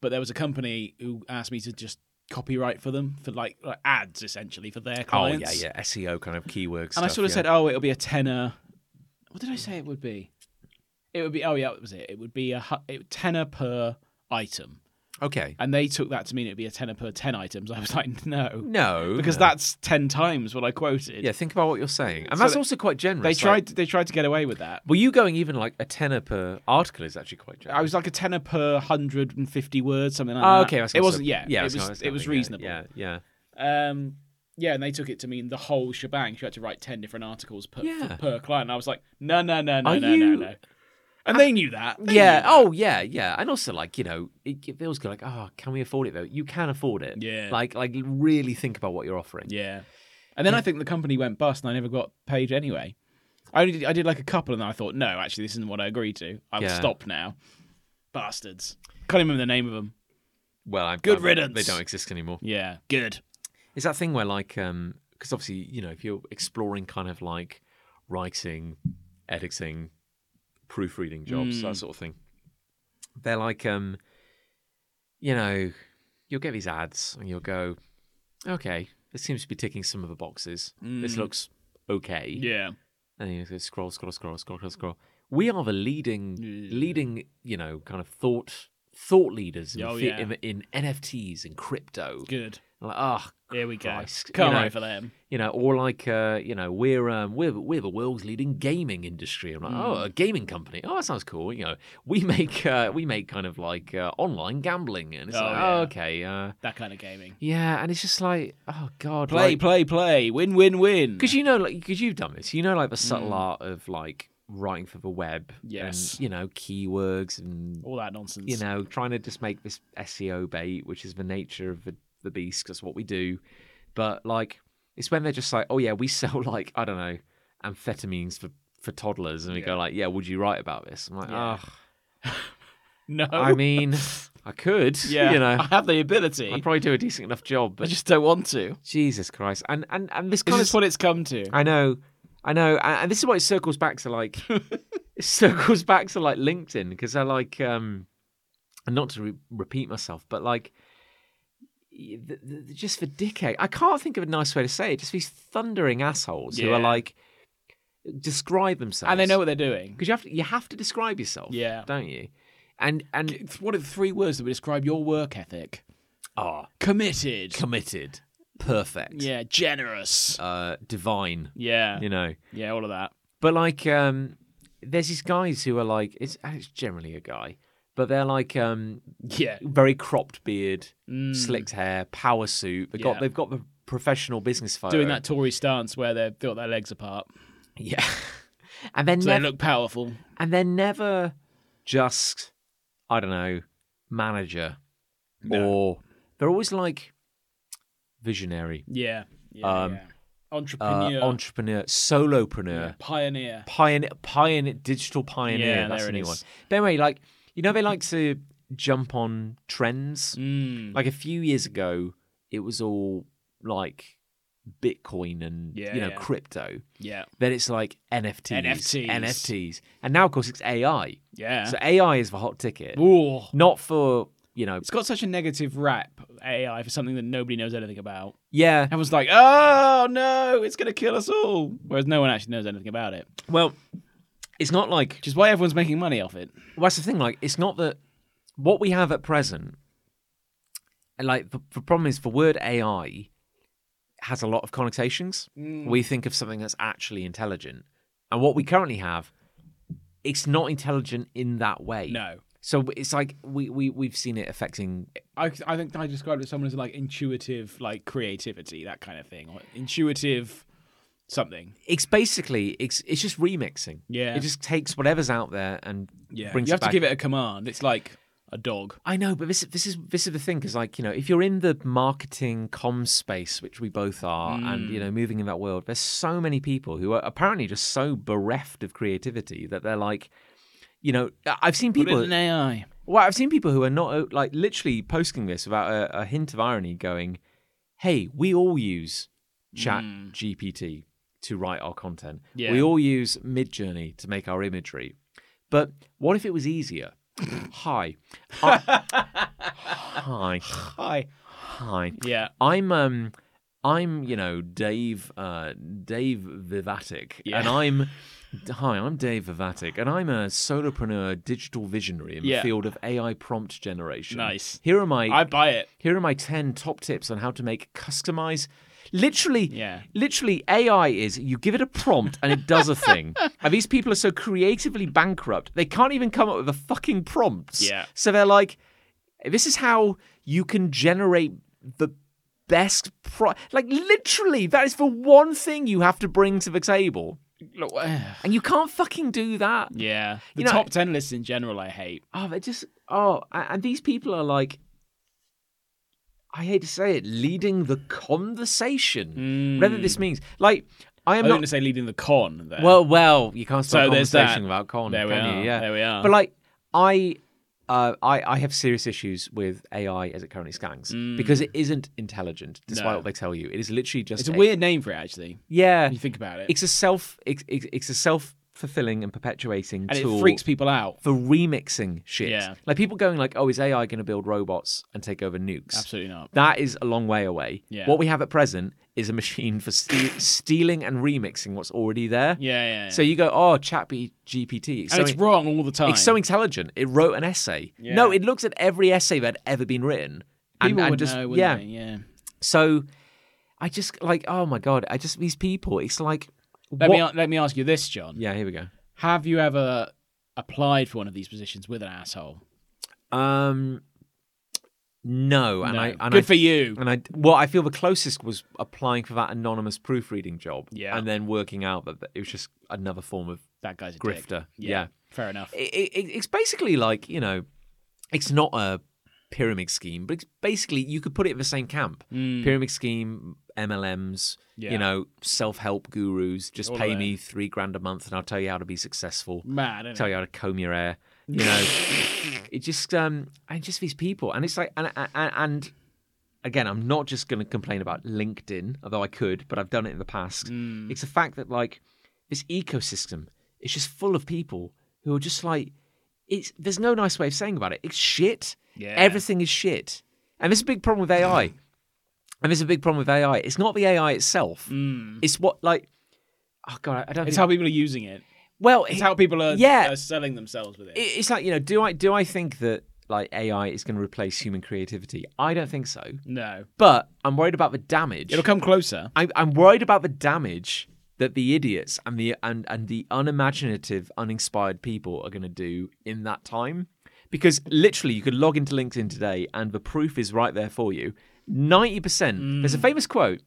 B: But there was a company who asked me to just copyright for them for like, like ads essentially for their clients.
A: Oh yeah, yeah. SEO kind of keywords.
B: And I sort of said, "Oh, it'll be a tenner." What did I say it would be? It would be. Oh yeah, that was it. It would be a hu- it, tenner per item.
A: okay,
B: And they took that to mean it'd be a tenner per ten items. I was like, no,
A: no,
B: because
A: no.
B: that's ten times what I quoted.
A: yeah. Think about what you're saying, and that's
B: they-
A: also quite generous.
B: they
A: like-
B: tried. they tried to get away with that.
A: Well, you going even like a tenner per article is actually quite generous.
B: I was like a tenner per hundred and fifty words, something like
A: oh,
B: that.
A: okay. that's
B: it
A: not so-
B: wasn't. Yeah, it
A: it's
B: was.
A: not- it's
B: It was
A: nothing, yeah,
B: reasonable.
A: Yeah, yeah.
B: Um, yeah, and they took it to mean the whole shebang. She had to write ten different articles per
A: Yeah.
B: per client. And I was like, no, no, no, no,
A: Are
B: no,
A: you-
B: no, no. And they knew that. They
A: Yeah.
B: knew that.
A: Oh, yeah, yeah. And also, like you know, it, it feels good. Like, oh, can we afford it though? You can afford it.
B: Yeah.
A: Like, like really think about what you're offering.
B: Yeah. And then I think the company went bust and I never got paid anyway. I only did, I did like a couple and then I thought, no, actually, this isn't what I agreed to. I'll
A: Yeah.
B: stop now. Bastards. Can't even remember the name of them.
A: Well, I'm
B: Good
A: glad
B: riddance.
A: They don't exist anymore.
B: Yeah, good.
A: It's that thing where, like, um, because obviously, you know, if you're exploring kind of like writing, editing, proofreading jobs,
B: Hmm.
A: that sort of thing, they're like, um, you know, you'll get these ads and you'll go, okay, this seems to be ticking some of the boxes. This looks okay.
B: Hmm. Yeah.
A: and you just scroll, scroll, scroll, scroll, scroll, scroll. We are the leading, leading, you know, kind of thought thought leaders in,
B: Oh,
A: the-
B: yeah.
A: in, in NFTs and crypto.
B: Good.
A: Like, ah,
B: Here we go.
A: Christ.
B: Can't
A: You know,
B: wait for them.
A: you know, or like, uh, you know, we're um, we're we're the world's leading gaming industry. I'm like, oh,
B: Mm.
A: a gaming company. Oh, that sounds cool. You know, we make uh, we make kind of like uh, online gambling, and it's
B: Oh,
A: like,
B: yeah.
A: oh, okay, uh,
B: That kind of gaming.
A: yeah, and it's just like, oh god,
B: Play,
A: like-
B: play, play. Win, win, win.
A: because you know, like, because you've done this, you know, like the subtle art of like writing for the web,
B: Mm. Yes.
A: and you know, keywords, and
B: All that nonsense.
A: you know, trying to just make this SEO bait, which is the nature of the, the beast. That's what we do. But like, it's when they're just like, oh yeah, we sell like I don't know, amphetamines for for toddlers, and we go like, yeah, would you write about this? I'm like,
B: Yeah.
A: "Ugh,
B: No.
A: I mean, I could,
B: yeah.
A: you know.
B: I have the ability.
A: I'd probably do a decent enough job,
B: I
A: but
B: just don't want to.
A: Jesus Christ! And and and this
B: This
A: kind of
B: is what it's come to.
A: I know, I know, and and this is why it circles back to like it circles back to like LinkedIn because I like um, and not to re- repeat myself, but like y- the, the, the- just for dickhead, I can't think of a nice way to say it. Just these thundering assholes who
B: Yeah.
A: are like describe themselves,
B: And they know what they're doing.
A: because you have to you have to describe yourself,
B: Yeah.
A: don't you? And and
B: It's What are the three words that would describe your work ethic?
A: ah,
B: Committed.
A: committed, perfect,
B: yeah, generous.
A: uh, divine,
B: yeah.
A: you know.
B: Yeah, all of that.
A: But like, um, there's these guys who are like, it's, and it's generally a guy, but they're like um,
B: Yeah.
A: very cropped beard, slicked hair, power suit. They have
B: Mm. Yeah.
A: got they've got the professional business photo.
B: Doing that Tory stance where they've got their legs apart.
A: yeah. and then
B: So
A: nev-
B: they look powerful.
A: and they're never just, I don't know, manager, or they're always like visionary,
B: Yeah. Yeah.
A: Um,
B: yeah.
A: uh,
B: Entrepreneur.
A: entrepreneur, solopreneur.
B: pioneer.
A: pioneer, pioneer, digital pioneer.
B: Yeah,
A: that's
B: there
A: a
B: it
A: new
B: is.
A: one. But anyway, like you know, they like to jump on trends.
B: Mm.
A: Like a few years ago, it was all like Bitcoin and
B: Yeah,
A: you know
B: yeah.
A: crypto.
B: Yeah.
A: Then it's like NFTs,
B: NFTs.
A: NFTs, and now of course it's AI.
B: Yeah.
A: So AI is the hot ticket,
B: Ooh.
A: not for you know,
B: It's got such a negative rap, AI, for something that nobody knows anything about.
A: yeah.
B: Everyone's like, oh no, it's going to kill us all. Whereas no one actually knows anything about it,
A: Well, it's not like
B: which is why everyone's making money off it.
A: Well, that's the thing. Like, it's not that what we have at present. and, Like, the, the problem is the word AI has a lot of connotations.
B: Mm.
A: We think of something that's actually intelligent, and what we currently have, it's not intelligent in that way.
B: No.
A: So it's like we we we've seen it affecting.
B: I, I think I described it as someone as like intuitive, like creativity, that kind of thing. Or intuitive something.
A: It's basically it's it's just remixing.
B: Yeah.
A: It just takes whatever's out there and
B: Yeah.
A: brings
B: you have
A: it back.
B: to give it a command. It's like a dog.
A: I know, but this this is this is the thing because like you know if you're in the marketing comms space, which we both are, and you know moving in that world, there's so many people who are apparently just so bereft of creativity that they're like, you know, I- I've seen
B: Put it
A: people.
B: in AI.
A: well, I've seen people who are not uh, like literally posting this without a, a hint of irony, going, "Hey, we all use Chat GPT to write our content.
B: Yeah.
A: We all use Midjourney to make our imagery. But what if it was easier?" Hi. I- hi.
B: Hi.
A: Hi.
B: Yeah.
A: I'm um I'm, you know, Dave uh Dave Vivatic.
B: Yeah.
A: And I'm Hi, I'm Dave Vivatic, and I'm a solopreneur digital visionary in
B: Yeah.
A: the field of AI prompt generation.
B: Nice.
A: Here are my
B: I buy it.
A: here are my 10 top tips on how to make customize literally
B: Yeah.
A: literally ai is you give it a prompt and it does a thing and these people are so creatively bankrupt they can't even come up with the fucking prompts
B: Yeah.
A: so they're like this is how you can generate the best pro like literally that is the one thing you have to bring to the table and you can't fucking do that
B: Yeah. The
A: You know-
B: top 10 lists in general, I hate.
A: Oh, they're just oh, a- and these people are like, I hate to say it, leading the
B: Hmm.
A: conversation. Whether this means like I am
B: I'm not going
A: not.
B: to say leading the con there.
A: Well, well, you can't start
B: So
A: a
B: there's
A: conversation
B: that.
A: without con.
B: There we
A: can you?
B: are.
A: Yeah,
B: There we are.
A: But like I, uh, I, I have serious issues with AI as it currently stands because it isn't intelligent, despite
B: Hmm. No.
A: what they tell you. It is literally just
B: It's a weird name for it, actually.
A: Yeah,
B: When you think about it,
A: it's a self. It's, it's it's a self fulfilling and perpetuating
B: and
A: tool
B: it freaks people out.
A: for remixing shit.
B: Yeah.
A: Like people going like, "Oh, is AI going to build robots and take over nukes?"
B: Absolutely not.
A: That is a long way away.
B: Yeah.
A: What we have at present is a machine for ste- stealing and remixing what's already there.
B: Yeah, yeah. yeah.
A: So you go, "Oh, chat GPT."
B: and it's wrong all the time.
A: It's so intelligent. It wrote an essay. No, it looks at every essay that had ever been written. And,
B: people
A: and
B: would
A: just
B: know, wouldn't
A: yeah.
B: they? Yeah.
A: So I just like, oh my god, I just these people. It's like
B: Let
A: what?
B: me let me ask you this, John.
A: yeah, here we go.
B: Have you ever applied for one of these positions with an asshole?
A: Um, no, and
B: no.
A: I and
B: Good
A: I,
B: for you.
A: and I well, I feel the closest was applying for that anonymous proofreading job.
B: Yeah.
A: and then working out that it was just another form of
B: That guy's a Dick.
A: grifter.
B: Yeah,
A: yeah.
B: Fair enough.
A: it, it, it's basically like you know, it's not a pyramid scheme, but it's basically you could put it in the same camp: pyramid scheme, MLMs,
B: Mm. Yeah.
A: you know, self-help gurus. Just
B: All of
A: pay
B: that.
A: me three grand a month, and I'll tell you how to be successful.
B: Mad. Isn't
A: Tell
B: it?
A: you how to comb your hair. You know, it just um and just these people, and it's like and and. and Again, I'm not just going to complain about LinkedIn, although I could, but I've done it in the past.
B: Mm.
A: It's the fact that like this ecosystem is just full of people who are just like it's there's no nice way of saying about it. It's shit.
B: Yeah. Mm.
A: Everything is shit. And there's a big problem with AI. and there's a big problem with AI. It's not the AI itself. It's what like oh god, I don't
B: Mm. It's
A: think-
B: how people are using it.
A: well
B: It's
A: it-
B: how people are,
A: Yeah.
B: are selling themselves with it.
A: it- it's like, you know, do I do I think that like AI is going to replace human creativity? I don't think so.
B: No.
A: But I'm worried about the damage.
B: It'll come closer.
A: I'm, I'm worried about the damage that the idiots and the and, and the unimaginative, uninspired people are going to do in that time. Because literally, you could log into LinkedIn today, and the proof is right there for you. Ninety percent. There's a famous quote.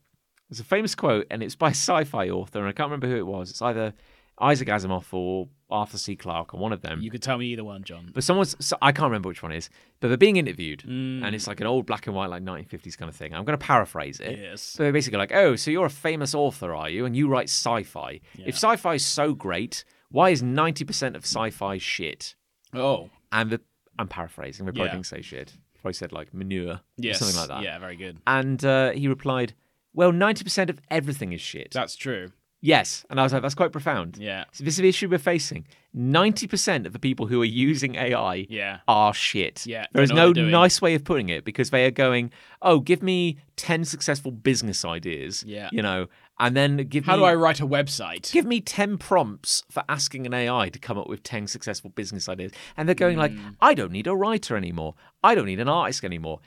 A: There's a famous quote, and it's by a sci-fi author, and I can't remember who it was. It's either Isaac Asimov or Arthur C. Clarke, or one of them.
B: You could tell me either one, John.
A: But someone's, so, I can't remember which one it is, but they're being interviewed, and
B: Mm.
A: it's like an old black and white, like 1950s kind of thing. I'm going to paraphrase it.
B: Yes.
A: So they're basically like, oh, so you're a famous author, are you? And you write sci fi. If sci fi is so great, why is 90% of sci fi shit?
B: Oh.
A: And the, I'm paraphrasing, they probably
B: Yeah.
A: didn't say shit. Probably said like manure
B: Yes.
A: or something like that.
B: Yeah, very good.
A: And uh, he replied, well, 90% of everything is shit.
B: That's true.
A: Yes. And I was like, that's quite profound.
B: Yeah.
A: So this is the issue we're facing. 90% of the people who are using AI
B: Yeah.
A: are shit.
B: Yeah,
A: There
B: they
A: is
B: know what
A: no
B: they're doing.
A: nice way of putting it because they are going, oh, give me 10 successful business ideas.
B: Yeah.
A: You know, and then give
B: How
A: me.
B: do I write a website?
A: Give me 10 prompts for asking an AI to come up with 10 successful business ideas. And they're going like,
B: Hmm.
A: I don't need a writer anymore. I don't need an artist anymore.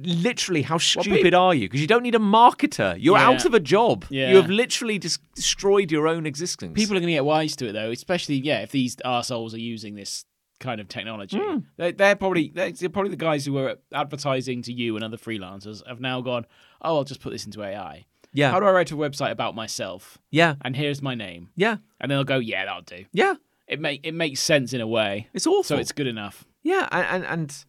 A: Literally, how stupid are you? Because you don't need a marketer. You're
B: Yeah.
A: out of a job.
B: Yeah.
A: You have literally just destroyed your own existence.
B: People are going to get wise to it though, especially yeah, if these arseholes are using this kind of technology.
A: Hmm.
B: They, they're probably they're probably the guys who were advertising to you and other freelancers have now gone. Oh, I'll just put this into AI.
A: yeah.
B: How do I write a website about myself?
A: yeah.
B: And here's my name.
A: Yeah.
B: And they'll go, yeah, that'll do.
A: Yeah.
B: It make it makes sense in a way,
A: It's awful.
B: so it's good enough.
A: Yeah, and and and,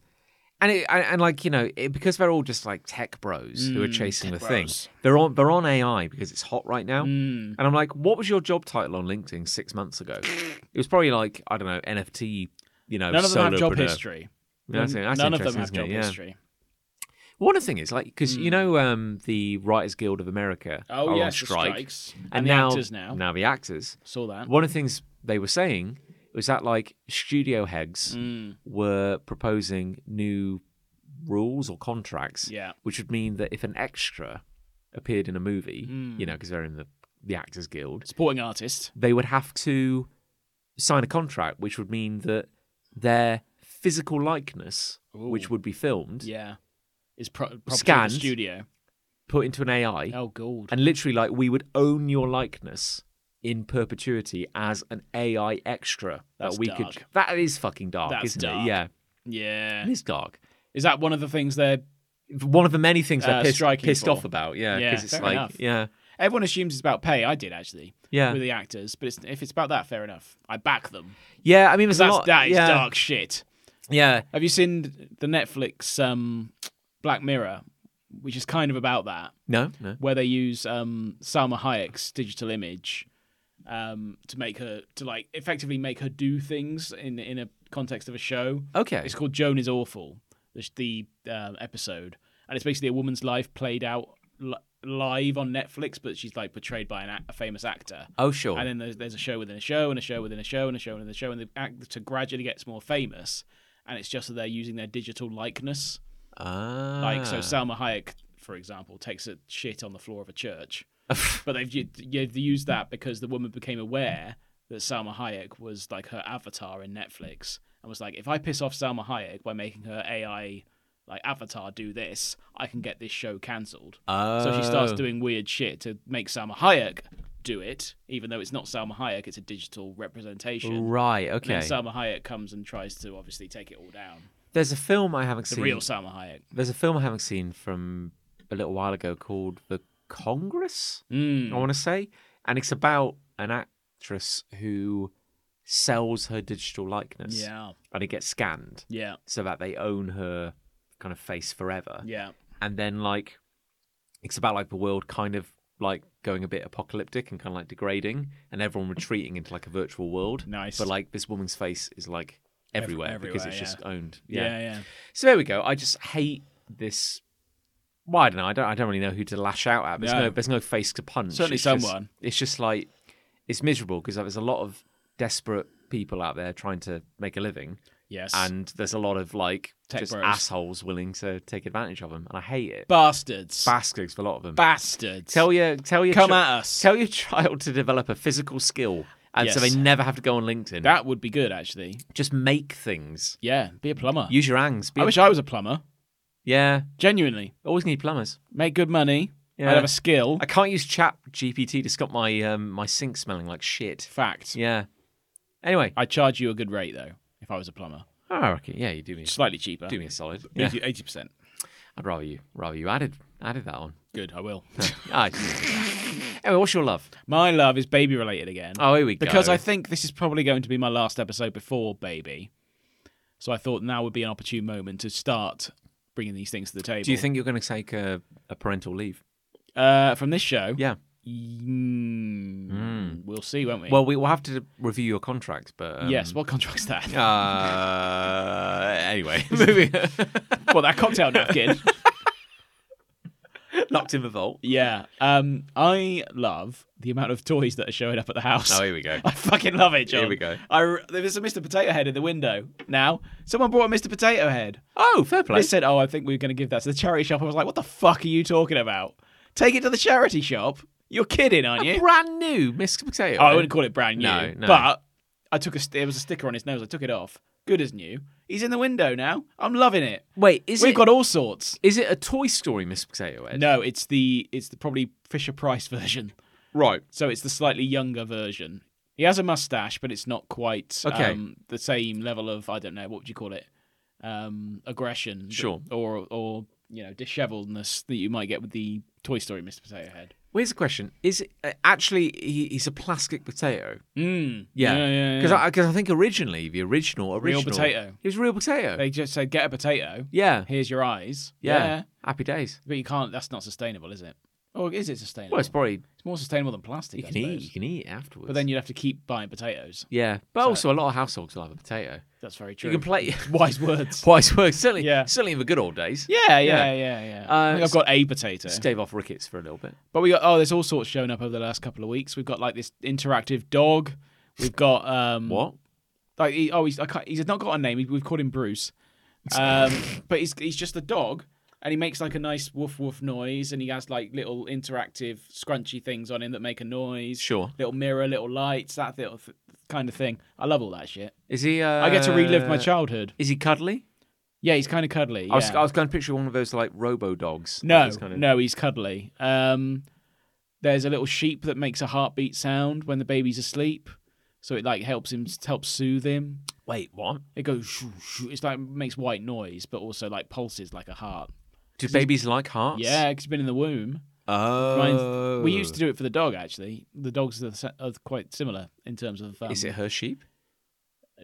A: and, it, and, and like you know, it, because they're all just like tech bros who are chasing the thing.
B: Mm, bros. Mm.
A: They're on they're on AI because it's hot right now.
B: Hmm.
A: And I'm like, what was your job title on LinkedIn six months ago? it was probably like I don't know NFT. You know,
B: None of them have job
A: solopreneur.
B: history.
A: Yeah, that's- that's
B: None of them
A: interesting,
B: have
A: isn't it?
B: job
A: Yeah.
B: history. Mm.
A: One of the thing is like because you know um, the Writers Guild of America
B: Oh
A: are on
B: yes, the
A: strike,
B: strikes and,
A: and,
B: the
A: now
B: actors now.
A: now the actors.
B: Saw that.
A: One of the things they were saying was that like studio heads were proposing new rules or contracts,
B: Yeah.
A: which would mean that if an extra appeared in a movie,
B: Mm.
A: you know, because they're in the the Actors Guild,
B: Supporting artist.
A: they would have to sign a contract, which would mean that their physical likeness, which would be filmed,
B: Yeah. Is pro- property of the
A: Scanned.
B: studio.
A: put into an AI,
B: Oh, gold.
A: and literally like we would own your likeness in perpetuity as an AI extra that
B: That's
A: we could.
B: dark.
A: That is fucking dark,
B: That's
A: isn't
B: dark.
A: it? Yeah,
B: Yeah.
A: it is dark.
B: Is that one of the things they're
A: One of the many things they're
B: Uh,
A: pissed,
B: striking
A: pissed
B: for.
A: off about. Yeah,
B: Yeah,
A: because it's
B: fair
A: like
B: enough.
A: yeah,
B: everyone assumes it's about pay? I did actually.
A: Yeah.
B: With the actors, but it's, if it's about that, fair enough. I back them.
A: yeah. I mean, there's a
B: That's
A: lot.
B: that is
A: yeah,
B: dark shit.
A: Yeah,
B: Have you seen the Netflix um, Black Mirror, which is kind of about that,
A: no, no.
B: where they use um, Salma Hayek's digital image um, to make her to like effectively make her do things in in a context of a show.
A: Okay.
B: It's called Joan is Awful, the, sh- the um, episode. And it's basically a woman's life played out li- live on Netflix, but she's like portrayed by an, ac- a famous actor.
A: Oh, sure.
B: And then there's, there's a show within a show, and a show within a show, and a show within a show, and the actor gradually gets more famous. And it's just that they're using their digital likeness.
A: ah.
B: Like, so Salma Hayek, for example, takes a shit on the floor of a church. but they've, u- they've used that because the woman became aware that Salma Hayek was like her avatar in Netflix and was like, if I piss off Salma Hayek by making her AI like avatar do this, I can get this show cancelled. So she starts
A: Oh.
B: doing weird shit to make Salma Hayek do it, even though it's not Salma Hayek, it's a digital representation.
A: Right,
B: And then
A: okay.
B: Salma Hayek comes and tries to obviously take it all down.
A: There's a film I haven't
B: The
A: seen.
B: real Salma Hayek.
A: There's a film I haven't seen from a little while ago called The Congress,
B: Mm. Hmm.
A: I want to say. And it's about an actress who sells her digital likeness
B: Yeah.
A: and it gets scanned
B: Yeah.
A: so that they own her kind of face forever.
B: Yeah.
A: and then like it's about like the world kind of like going a bit apocalyptic and kind of like degrading and everyone retreating into like a virtual world
B: Nice.
A: but like this woman's face is like
B: Ev-
A: everywhere, because
B: everywhere,
A: it's
B: yeah.
A: just owned yeah.
B: Yeah. Yeah.
A: so there we go i just hate this well, I don't know. I don't. I don't really know who to lash out at. There's no.
B: No.
A: there's no face to punch.
B: Certainly
A: It's just-
B: someone.
A: it's just like it's miserable because there's a lot of desperate people out there trying to make a living,
B: Yes.
A: and there's a lot of like
B: Tech
A: just
B: bros.
A: assholes willing to take advantage of them, and I hate it
B: bastards.
A: bastards for a lot of them.
B: bastards.
A: tell your tell your
B: Come at us.
A: Tell your child to develop a physical skill, and so they
B: Yes.
A: never have to go on LinkedIn.
B: that would be good, actually.
A: Just make things.
B: Yeah. Be a plumber.
A: Use your angs. Be
B: I
A: a-
B: wish I was a plumber.
A: yeah,
B: Genuinely,
A: always need plumbers.
B: make good money.
A: Yeah.
B: I'd have a skill.
A: I can't use Chat GPT to stop my um, my sink smelling like shit.
B: Fact.
A: Yeah. Anyway,
B: I'd charge you a good rate though if I was a plumber.
A: oh, okay. Yeah, you do me
B: Slightly cheaper.
A: do me a solid. Yeah.
B: Eighty percent.
A: I'd rather you rather you added added that on.
B: Good. I will.
A: Ah, anyway, what's your love?
B: my love is baby related again.
A: Oh, here we go.
B: because I think this is probably going to be my last episode before baby. So I thought now would be an opportune moment to start bringing these things to the table.
A: do you think you're going to take a, a parental leave?
B: uh, from this show?
A: Yeah. Hmm.
B: Mm, We'll see, won't we?
A: Well, we will have to review your contract, but um,
B: yes. What contract's that?
A: Uh, anyway, moving
B: well, that cocktail napkin.
A: locked in the vault.
B: yeah. Um, I love the amount of toys that are showing up at the house.
A: Oh, here we go.
B: I fucking love it, John.
A: Here we go.
B: I r there's a Mr. Potato Head in the window now. Someone brought a Mr. Potato Head.
A: Oh, fair
B: They
A: play.
B: said, "Oh, I think we are going to give that to the charity shop." I was like, "What the fuck are you talking about? Take it to the charity shop? You're kidding, aren't you?"
A: Brand new Mr. Potato.
B: Oh, I wouldn't call it brand new.
A: No, no.
B: But I took a st- there was a sticker on his nose. I took it off. Good as new. He's in the window now. I'm loving it.
A: Wait, is
B: We've
A: it
B: got all sorts.
A: is it a Toy Story Mr. Potato Head?
B: No, it's the it's the probably Fisher Price version.
A: Right.
B: So it's the slightly younger version. He has a mustache, but it's not quite
A: Okay.
B: um, the same level of I don't know what would you call it, um, aggression, that-
A: Sure.
B: or or you know disheveledness that you might get with the Toy Story Mr. Potato Head.
A: Well, here's the question: Is it, uh, actually he, he's a plastic potato?
B: Mm.
A: yeah,
B: yeah, yeah.
A: Because I, 'cause I think originally the original original
B: potato.
A: He was a real potato.
B: They just said get a potato.
A: yeah.
B: Here's your eyes.
A: yeah, Happy days.
B: but you can't. That's not sustainable, is it? Or is it sustainable?
A: Well, it's probably
B: It's more sustainable than plastic.
A: you
B: I
A: can eat
B: suppose.
A: you can eat it afterwards.
B: But then you'd have to keep buying potatoes.
A: yeah, but also a lot of households will have a potato.
B: That's very true.
A: You can play.
B: Wise words.
A: Wise words, certainly.
B: Yeah.
A: certainly in the good old days.
B: Yeah,
A: Yeah.
B: yeah, yeah, yeah.
A: Uh,
B: I think I've got a potato.
A: stave off rickets for a little bit.
B: But we got oh, there's all sorts showing up over the last couple of weeks. We've got like this interactive dog. We've got
A: Mm.
B: um
A: What?
B: Like he, oh, he's I can't, he's not got a name. He- We've called him Bruce. Um, but he's he's just a dog, and he makes like a nice woof woof noise, and he has like little interactive scrunchy things on him that make a noise.
A: Sure.
B: Little mirror, little lights, that little th- kind of thing. I love all that shit.
A: Is he? Uh,
B: I get to relive my childhood.
A: Is he cuddly?
B: Yeah, he's kind of cuddly.
A: I was
B: yeah.
A: I was going to picture one of those like robo dogs.
B: No,
A: Those kind of-
B: no, he's cuddly. Um, there's a little sheep that makes a heartbeat sound when the baby's asleep, so it like helps him helps soothe him.
A: Wait, what?
B: It goes, shoo, shoo. it's like makes white noise, but also like pulses like a heart.
A: Do babies like hearts?
B: Yeah, because it's been in the womb. Reminds-
A: Oh.
B: We used to do it for the dog actually. The dogs are, the- are quite similar in terms of. Um,
A: Is it her sheep?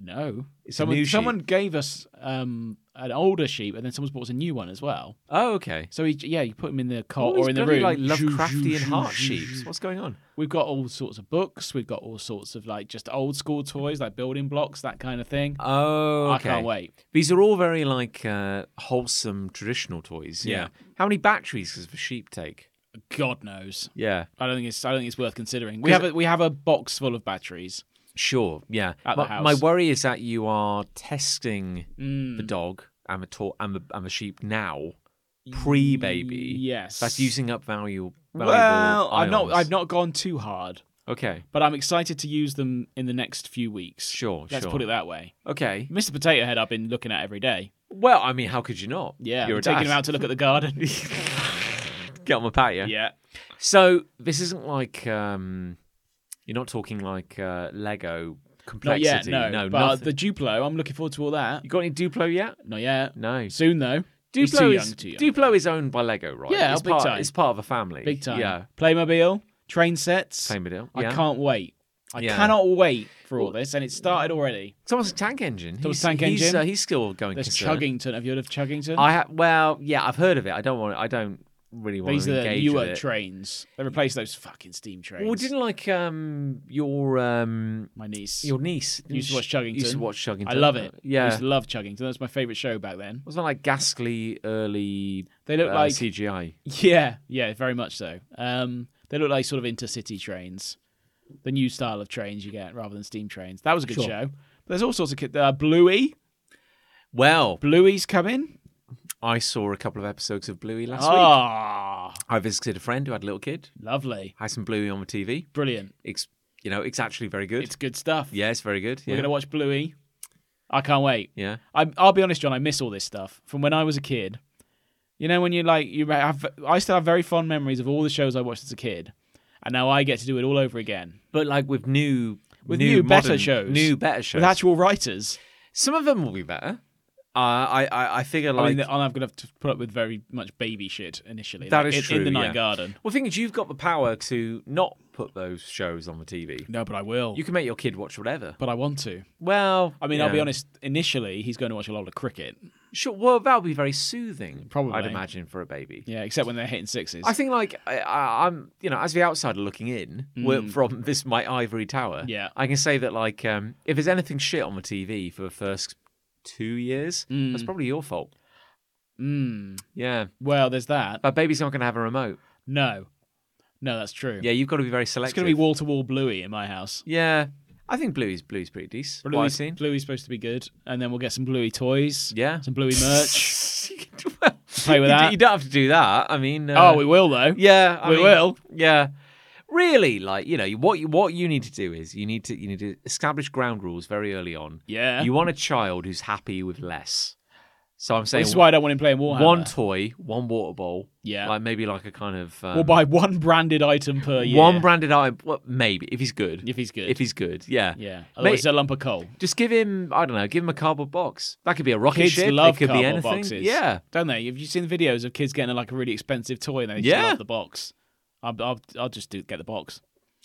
B: No,
A: It's a
B: someone
A: new sheep.
B: someone gave us um, an older sheep, and then someone's bought us a new one as well.
A: Oh, okay.
B: So he, yeah, you put him in the
A: All
B: cot
A: these
B: Oh, or in the
A: bloody,
B: room.
A: like
B: Zhoo, zhoo,
A: Lovecraftian
B: zhoo,
A: heart
B: zhoo,
A: sheets.
B: zhoo.
A: What's going on?
B: We've got all sorts of books. We've got all sorts of like just old school toys, like building blocks, that kind of thing.
A: Oh,
B: I can't wait.
A: These are all very like uh, wholesome traditional toys. Yeah.
B: Yeah.
A: How many batteries does a sheep take?
B: God knows.
A: Yeah.
B: I don't think it's. I don't think it's worth considering. We have a, we have a box full of batteries.
A: Sure. Yeah.
B: At the
A: my,
B: house.
A: my worry is that you are testing the
B: Mm.
A: dog. I'm a tor- I'm a, I'm a sheep now, pre-baby.
B: Mm, Yes.
A: That's using up value. valuable
B: Well, I've not.
A: ions.
B: I've not gone too hard,
A: Okay.
B: but I'm excited to use them in the next few weeks.
A: Sure,
B: Let's
A: sure.
B: put it that way.
A: Okay.
B: Mr. Potato Head, I've been looking at every day.
A: Well, I mean, how could you not?
B: Yeah,
A: You're
B: we're
A: a
B: taking
A: dad.
B: him out to look at the garden.
A: Get on my patio.
B: yeah.
A: So this isn't like um, you're not talking like uh, Lego
B: Not yet,
A: complexity.
B: no.
A: no,
B: but
A: nothing.
B: the Duplo, I'm looking forward to all that.
A: You got any Duplo yet?
B: Not yet.
A: No.
B: Soon though. He's
A: Duplo
B: too
A: is
B: young, too young.
A: Duplo is owned by Lego, right?
B: Yeah,
A: it's
B: big
A: part,
B: time.
A: It's part of a family.
B: Big time.
A: Yeah,
B: Playmobil, train sets.
A: same with it.
B: I
A: yeah.
B: can't wait. I
A: Yeah.
B: cannot wait for all this, and it started already.
A: Thomas the Tank Engine.
B: Thomas
A: he's,
B: Tank
A: he's,
B: Engine.
A: uh, he's still going.
B: There's
A: concern.
B: Chuggington. Have you heard of Chuggington?
A: I ha- well, yeah, I've heard of it. I don't want. I don't really want
B: These
A: to
B: are the
A: engage with
B: newer
A: it.
B: trains. They replaced those fucking steam trains.
A: well, didn't like um your um
B: My niece
A: your niece didn't
B: used to watch
A: she- Used to
B: Chuggington.
A: watch Chuggington.
B: I love it. I
A: Yeah.
B: used to love Chuggington. That was my favourite show back then.
A: Wasn't that like ghastly early
B: They look
A: uh,
B: like
A: CGI?
B: yeah, yeah, very much so. Um, they look like sort of intercity trains, the new style of trains you get rather than steam trains. That was a good
A: Sure.
B: show. But there's all sorts of ki- uh, Bluey.
A: Well,
B: Bluey's coming.
A: I saw a couple of episodes of Bluey last week.
B: Ah,
A: I visited a friend who had a little kid.
B: lovely,
A: Had some Bluey on the TV.
B: brilliant.
A: It's you know it's actually very good.
B: It's good stuff.
A: yeah, it's very good.
B: We're
A: Yeah,
B: gonna watch Bluey. I can't wait.
A: yeah.
B: I, I'll be honest, John. I miss all this stuff from when I was a kid. You know, when you like, you have. I still have very fond memories of all the shows I watched as a kid, and now I get to do it all over again
A: But like with new,
B: With new better
A: modern-
B: shows.
A: new better shows.
B: with actual writers.
A: some of them will be better. Uh, I, I I figure
B: I
A: like
B: mean, I'm going to have to put up with very much baby shit initially.
A: That
B: like,
A: is
B: in, in
A: true,
B: the night
A: yeah.
B: garden.
A: well, the thing is, you've got the power to not put those shows on the TV.
B: No, but I will.
A: You can make your kid watch whatever.
B: but I want to.
A: Well,
B: I mean, I'll be
A: yeah.
B: honest. Initially, he's going to watch a lot of cricket.
A: Sure. Well, that'll be very soothing.
B: Probably.
A: I'd imagine for a baby.
B: Yeah, except when they're hitting sixes.
A: I think, like, I, I, I'm, you know, as the outsider looking in we're from this my ivory tower,
B: Hmm. Yeah.
A: I can say that, like, um, if there's anything shit on the TV for the first two years,
B: Hmm.
A: that's probably your fault.
B: Mm.
A: Yeah,
B: Well, there's that.
A: but baby's not going to have a remote.
B: No, no, that's true.
A: Yeah, you've got to be very selective.
B: it's going to be wall to wall Bluey in my house.
A: yeah, I think Bluey's Bluey's pretty decent. What I've
B: Bluey's,
A: seen.
B: Bluey's supposed to be good, and then we'll get some Bluey toys.
A: Yeah.
B: some Bluey merch.
A: well,
B: Play with
A: you, d-
B: that.
A: You don't have to do that. I mean, uh,
B: oh, we will though.
A: Yeah, I
B: We
A: mean,
B: will.
A: Yeah, really, like you know, you- what you, what you need to do is you need to you need to establish ground rules very early on.
B: Yeah.
A: you want a child who's happy with less. So I'm saying
B: This is why I don't want him playing Warhammer.
A: one toy, one water bowl.
B: Yeah.
A: like maybe like a kind of um,
B: we'll buy one branded item per year.
A: one branded item. Well, maybe if he's good.
B: if he's good.
A: If he's good, yeah,
B: yeah, otherwise uh, it's a lump of coal.
A: Just give him, I don't know, give him a cardboard box. That could be a rocket
B: Kids
A: ship.
B: love
A: it could be
B: cardboard
A: anything.
B: boxes.
A: Yeah,
B: Don't they? Have you seen videos of kids getting like a really expensive toy and they just
A: Yeah.
B: love the box? I'll, I'll, I'll just do, get the box.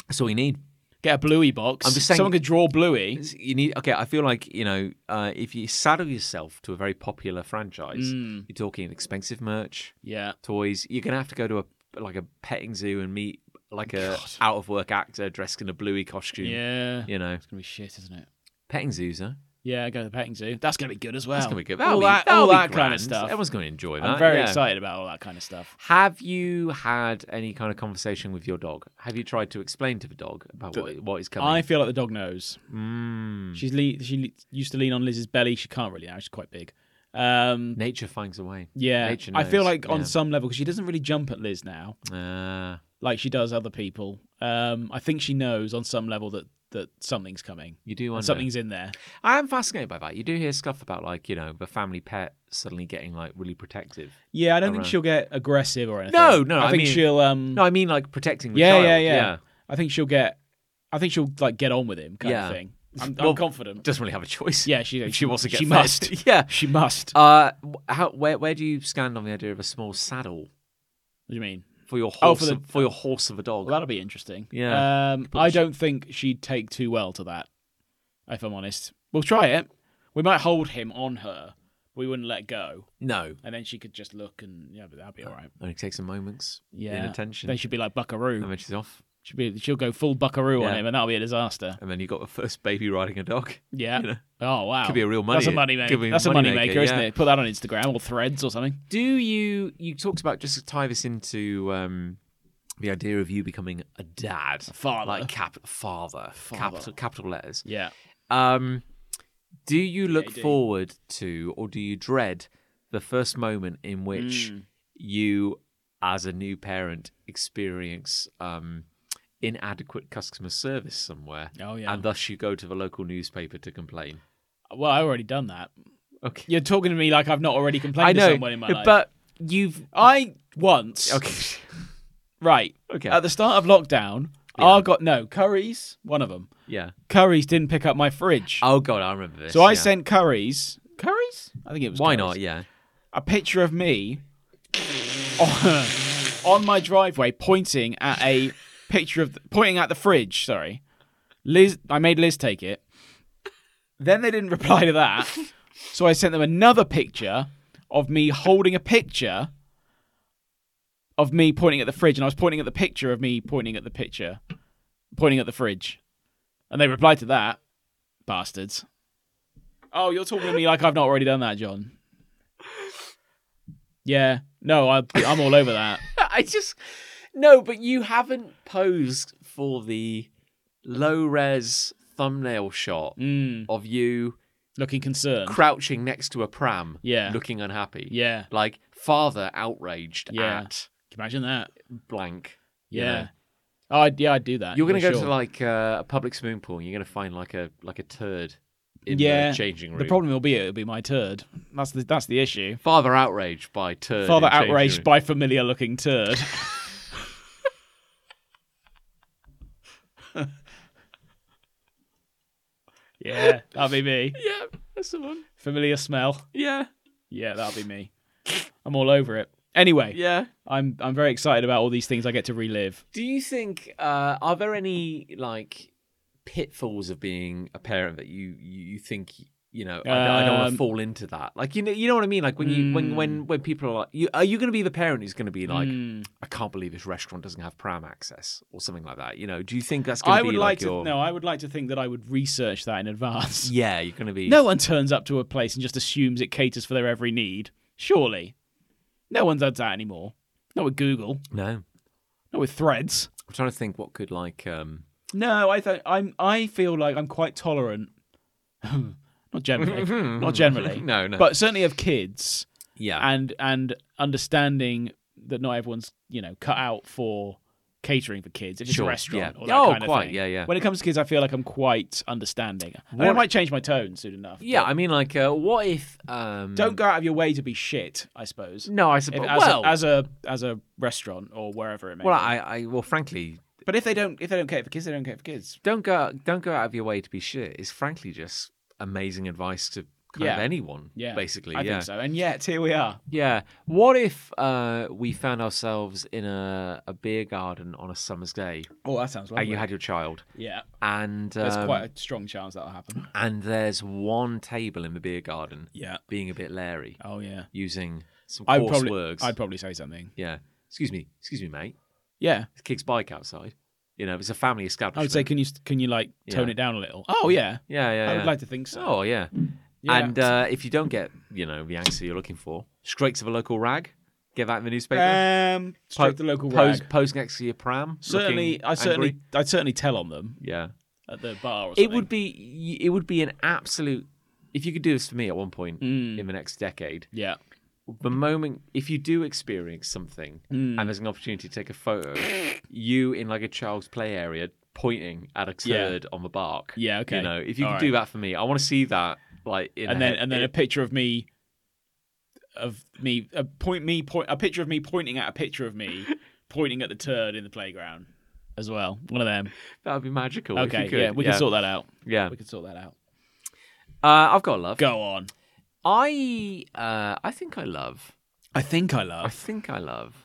A: that's all you need.
B: Get a Bluey box.
A: I'm just saying-
B: Someone could draw Bluey.
A: It's- you need okay i feel like you know uh, if you saddle yourself to a very popular franchise
B: Mm.
A: you're talking expensive merch
B: Yeah.
A: toys you're gonna have to go to a like a petting zoo and meet like a out of work actor dressed in a bluey costume
B: Yeah.
A: you know
B: It's going to be shit, isn't it?
A: petting zoos huh
B: Yeah, go to the petting zoo. That's going to be good as well.
A: that's gonna be good
B: all
A: That'll be-
B: that,
A: that'll
B: all
A: be
B: that kind
A: grand.
B: of stuff.
A: everyone's gonna enjoy that
B: I'm very
A: yeah.
B: excited about all that kind of stuff.
A: have you had any kind of conversation with your dog? Have you tried to explain to the dog about what, what is coming?
B: I feel like the dog knows.
A: Mm.
B: She's le- she le- used to lean on Liz's belly. She can't really now. She's quite big. Um,
A: Nature finds a way.
B: yeah,
A: Nature
B: I feel
A: knows.
B: like on
A: Yeah.
B: some level because she doesn't really jump at Liz now.
A: Ah.
B: like she does other people. Um, I think she knows on some level that that something's coming,
A: you do
B: and
A: wonder.
B: something's in there.
A: I am fascinated by that. You do hear stuff about like you know the family pet suddenly getting like really protective.
B: Yeah, I don't
A: Alright.
B: think she'll get aggressive or anything.
A: No, no,
B: I,
A: I
B: think
A: mean-
B: she'll. Um,
A: No, I mean like protecting the
B: yeah,
A: child.
B: yeah, yeah, I think she'll get. I think she'll like get on with him, kind
A: Yeah.
B: of thing. I'm,
A: Well-
B: I'm confident.
A: Doesn't really have a choice.
B: Yeah, she.
A: if she wants to get
B: She
A: fed.
B: must.
A: yeah.
B: She must.
A: Uh, how where where do you stand on the idea of a small saddle
B: what do you mean?
A: for your
B: Oh,
A: horse
B: for the-
A: of, for your horse of a dog?
B: Well, that'll be interesting.
A: Yeah.
B: Um, I don't think she'd take too well to that. If I'm honest, we'll try it. We might hold him on her. We'll we wouldn't let go,
A: No.
B: and then she could just look and yeah, but that'd be all right.
A: Only takes some moments.
B: Yeah,
A: Inattention.
B: They should be like Buckaroo.
A: And then she's off.
B: She'll be she'll go full Buckaroo on
A: Yeah.
B: him, and that'll be a disaster.
A: And then you got the first baby riding a dog.
B: Yeah.
A: You know.
B: Oh wow.
A: Could be a real
B: That's a
A: money-
B: money maker.
A: could be a
B: That's a
A: money
B: money maker,
A: maker,
B: isn't
A: yeah.
B: it? Put that on Instagram or Threads or something.
A: Do you? You talked about just to tie this into um, the idea of you becoming a dad,
B: father.
A: like cap father, capital capital letters.
B: Yeah.
A: Um, do you look
B: do.
A: forward to, or do you dread, the first moment in
B: Hmm.
A: which you, as a new parent, experience um, inadequate customer service somewhere,
B: Oh, yeah.
A: and thus you go to the local newspaper to complain?
B: Well, I've already done that.
A: Okay,
B: You're talking to me like I've not already complained
A: I
B: to
A: know,
B: someone in my life. Oh,
A: but you've
B: I once
A: okay.
B: right
A: Okay.
B: at the start of lockdown. I got no curries. One of them.
A: Yeah.
B: Curries didn't pick up my fridge,
A: Oh god, I remember this.
B: so I
A: yeah.
B: sent curries. Curries? I think it was.
A: Why
B: Currys.
A: not? Yeah.
B: a picture of me on, on my driveway pointing at a picture of pointing at the fridge sorry liz i made liz take it then they didn't reply to that so i sent them another picture of me holding a picture of me pointing at the fridge and i was pointing at the picture of me pointing at the picture pointing at the fridge and they replied to that bastards oh you're talking to me like i've not already done that john yeah. No, I, I'm all over that.
A: I just no, but you haven't posed for the low res thumbnail shot
B: Mm,
A: of you
B: looking concerned.
A: crouching next to a pram,
B: Yeah.
A: looking unhappy,
B: Yeah. Can
A: like father outraged
B: Yeah.
A: at
B: you imagine that?
A: blank. you
B: Yeah.
A: know.
B: Oh, I'd, yeah, I'd do that.
A: You're gonna
B: for
A: go
B: sure.
A: to like uh, a public swimming pool. and You're gonna find like a like a turd in
B: Yeah.
A: the changing room.
B: The problem will be it'll be my turd. That's the that's the issue.
A: Father outraged by turd. in
B: Father
A: changing
B: outraged
A: room.
B: by familiar looking turd. yeah, that'll be me.
A: Yeah, that's the one.
B: Familiar smell.
A: Yeah,
B: Yeah, that'll be me. I'm all over it. Anyway,
A: yeah.
B: I'm I'm very excited about all these things I get to relive.
A: Do you think uh, are there any like pitfalls of being a parent that you you, you think you know I, I don't want
B: Um, mm.
A: to fall into that? Like you know you know what I mean? Like when you when when when people are like, you, are you going to be the parent who's going to be like, I can't believe this restaurant doesn't have pram access or something like that? You know? Do you think that's going
B: I
A: to be
B: would
A: like,
B: like,
A: your
B: to no. I would like to think that I would research that in advance.
A: yeah you're going to be
B: No one turns up to a place and just assumes it caters for their every need. Surely, no one does that anymore. Not with Google.
A: no I'm
B: Not with Threads.
A: trying to think what could like um
B: No, I th- I'm. I feel like I'm quite tolerant. not generally. not generally.
A: No, no.
B: But certainly of kids
A: yeah
B: and and understanding that not everyone's you know cut out for catering for kids. It's just
A: Sure,
B: a restaurant.
A: yeah.
B: Or that
A: Oh,
B: kind of
A: quite,
B: thing.
A: yeah, yeah.
B: When it comes to kids, I feel like I'm quite understanding. I, mean, I
A: What-
B: might change my tone soon enough.
A: yeah
B: but
A: I mean like uh, what if um
B: don't go out of your way to be shit. I suppose.
A: no I
B: If-
A: suppose
B: as,
A: well
B: a, as a as a restaurant or wherever it may
A: well
B: be.
A: I, I well frankly
B: but if they don't if they don't care for kids, they don't care for kids.
A: don't go don't go out of your way to be shit is frankly just amazing advice to kind of
B: Yeah.
A: anyone
B: Yeah,
A: basically
B: I
A: yeah
B: think so. And yet here we are.
A: yeah what if uh we found ourselves in a, a beer garden on a summer's day
B: Oh, that sounds lovely.
A: and you had your child
B: yeah,
A: and
B: there's
A: um,
B: quite a strong chance that'll happen.
A: and there's one table in the beer garden
B: Yeah.
A: being a bit leery
B: Oh yeah.
A: using some
B: I'd
A: coarse
B: probably
A: words
B: I'd probably say something.
A: yeah excuse me excuse me mate
B: Yeah.
A: there's kids bike outside you know it's a family
B: I
A: establishment
B: would say, can you can you like tone
A: Yeah.
B: it down a little? Oh yeah.
A: yeah yeah
B: I
A: yeah.
B: would like to think so.
A: Oh yeah.
B: Yeah.
A: And uh, if you don't get, you know, the answer you're looking for, straight to the local rag, get that in the newspaper.
B: Um, straight to the local
A: pose,
B: rag.
A: pose next to your pram.
B: Certainly,
A: looking
B: I certainly
A: angry.
B: I'd certainly tell on them
A: Yeah.
B: at the bar. Or something.
A: It would be. It would be an absolute. If you could do this for me at one point in the next decade,
B: Hmm. Yeah.
A: the moment if you do experience something
B: Hmm.
A: and there's an opportunity to take a photo, you in like a child's play area pointing at a
B: Yeah.
A: turd on the bark.
B: Yeah, okay.
A: You know, if you
B: All
A: could
B: right.
A: do that for me, I want to see that. Like in a
B: and then
A: head-
B: and then a picture of me of me a point me point a picture of me pointing at a picture of me pointing at the turd in the playground as well one of them
A: that would be magical. if you
B: okay
A: could.
B: yeah we
A: yeah.
B: can sort that out
A: Yeah,
B: we can sort that out
A: uh, I've got love.
B: go on
A: I uh, I think I love.
B: i think i
A: I
B: love
A: think I love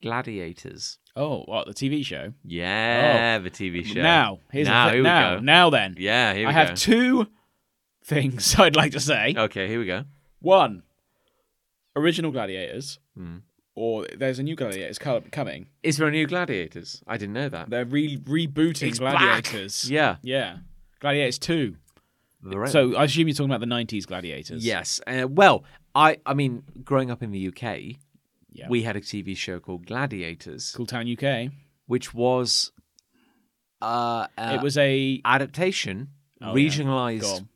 A: Gladiators.
B: oh what the tv show
A: Yeah, the TV show.
B: now here's
A: Now,
B: a thi-
A: here we
B: now
A: go.
B: now then
A: yeah, here we
B: i have
A: go. Oh.
B: two things i'd like to say
A: okay, here we go.
B: One, original Gladiators,
A: Hmm.
B: or there's a new Gladiators co- coming.
A: Is there a new Gladiators? I didn't know that.
B: They're re- rebooting
A: It's back.
B: Gladiators.
A: Yeah.
B: yeah, Gladiators Two.
A: Right.
B: So I assume you're talking about the '90s Gladiators.
A: yes, uh, well, I I mean, growing up in the UK,
B: Yeah.
A: we had a TV show called Gladiators,
B: Cool Town UK.
A: which was uh, uh,
B: it was a
A: adaptation
B: Oh, yeah. Go
A: regionalized
B: on.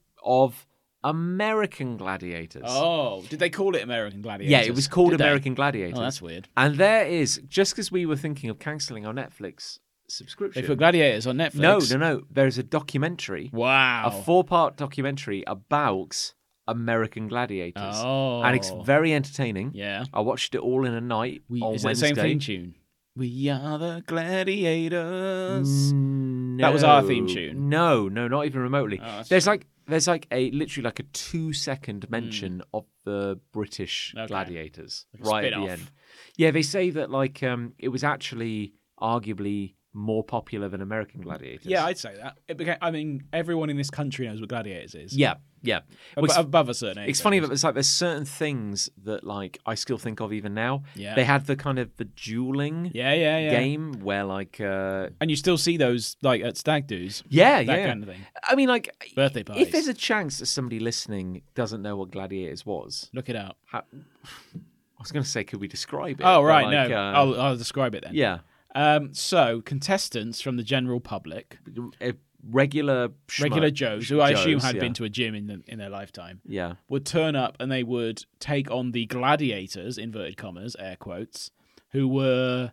A: of American Gladiators.
B: oh, did they call it American Gladiators?
A: yeah, it was called
B: Did they?
A: American Gladiators.
B: Oh, that's weird.
A: And there is just because we were thinking of cancelling our Netflix subscription.
B: They put Gladiators on Netflix.
A: no, no, no. There is a documentary,
B: Wow.
A: a four-part documentary about American Gladiators,
B: Oh.
A: and it's very entertaining.
B: yeah.
A: I watched it all in a night
B: We,
A: on
B: is it the
A: Wednesday.
B: same theme tune? We are the
A: Mm.
B: gladiators.
A: No.
B: That was our theme tune.
A: No, no, not even remotely.
B: Mm, Oh, that's Mm.
A: there's like there's like a literally like a two second mention of the British
B: Okay.
A: gladiators
B: Like a
A: right at the
B: spin-off.
A: end. Yeah, they say that like um it was actually arguably more popular than American gladiators.
B: Yeah, I'd say that. It became. I mean, everyone in this country knows what gladiators is.
A: yeah, yeah. Well,
B: Ab-
A: it's-
B: above a certain age.
A: It's funny, but it's like there's certain things that like I still think of even now.
B: Yeah.
A: They had the kind of the dueling
B: Yeah, yeah, yeah.
A: game where like uh
B: And you still see those like at stag do's.
A: yeah,
B: That
A: yeah.
B: kind of thing.
A: I mean, like
B: Birthday parties.
A: If there's a chance that somebody listening doesn't know what Gladiators was,
B: Look it up.
A: how... I was going to say, could we describe it?
B: Oh
A: But,
B: right,
A: like,
B: no.
A: uh,
B: I'll, I'll describe it then.
A: yeah,
B: Um, so contestants from the general public,
A: a regular, schmo-
B: regular Joes, who I assume
A: Joes,
B: had
A: yeah.
B: been to a gym in the, in their lifetime,
A: Yeah,
B: would turn up and they would take on the gladiators, inverted commas, air quotes, who were,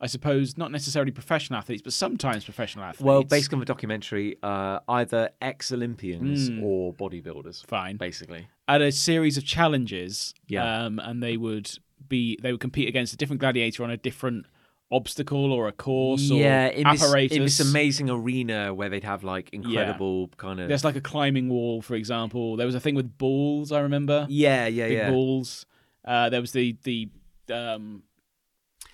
B: I suppose, not necessarily professional athletes, but sometimes professional athletes.
A: well, based on the documentary, uh, either ex-Olympians or bodybuilders,
B: Hmm. fine.
A: basically.
B: At a series of challenges,
A: Yeah.
B: um, and they would be they would compete against a different gladiator on a different obstacle or a course
A: yeah,
B: or
A: in this,
B: apparatus.
A: in this amazing arena where they'd have like incredible kind of
B: There's like a climbing wall, for example. There was a thing with balls. I remember.
A: yeah, yeah,
B: big
A: yeah.
B: balls. Uh, there was the the um,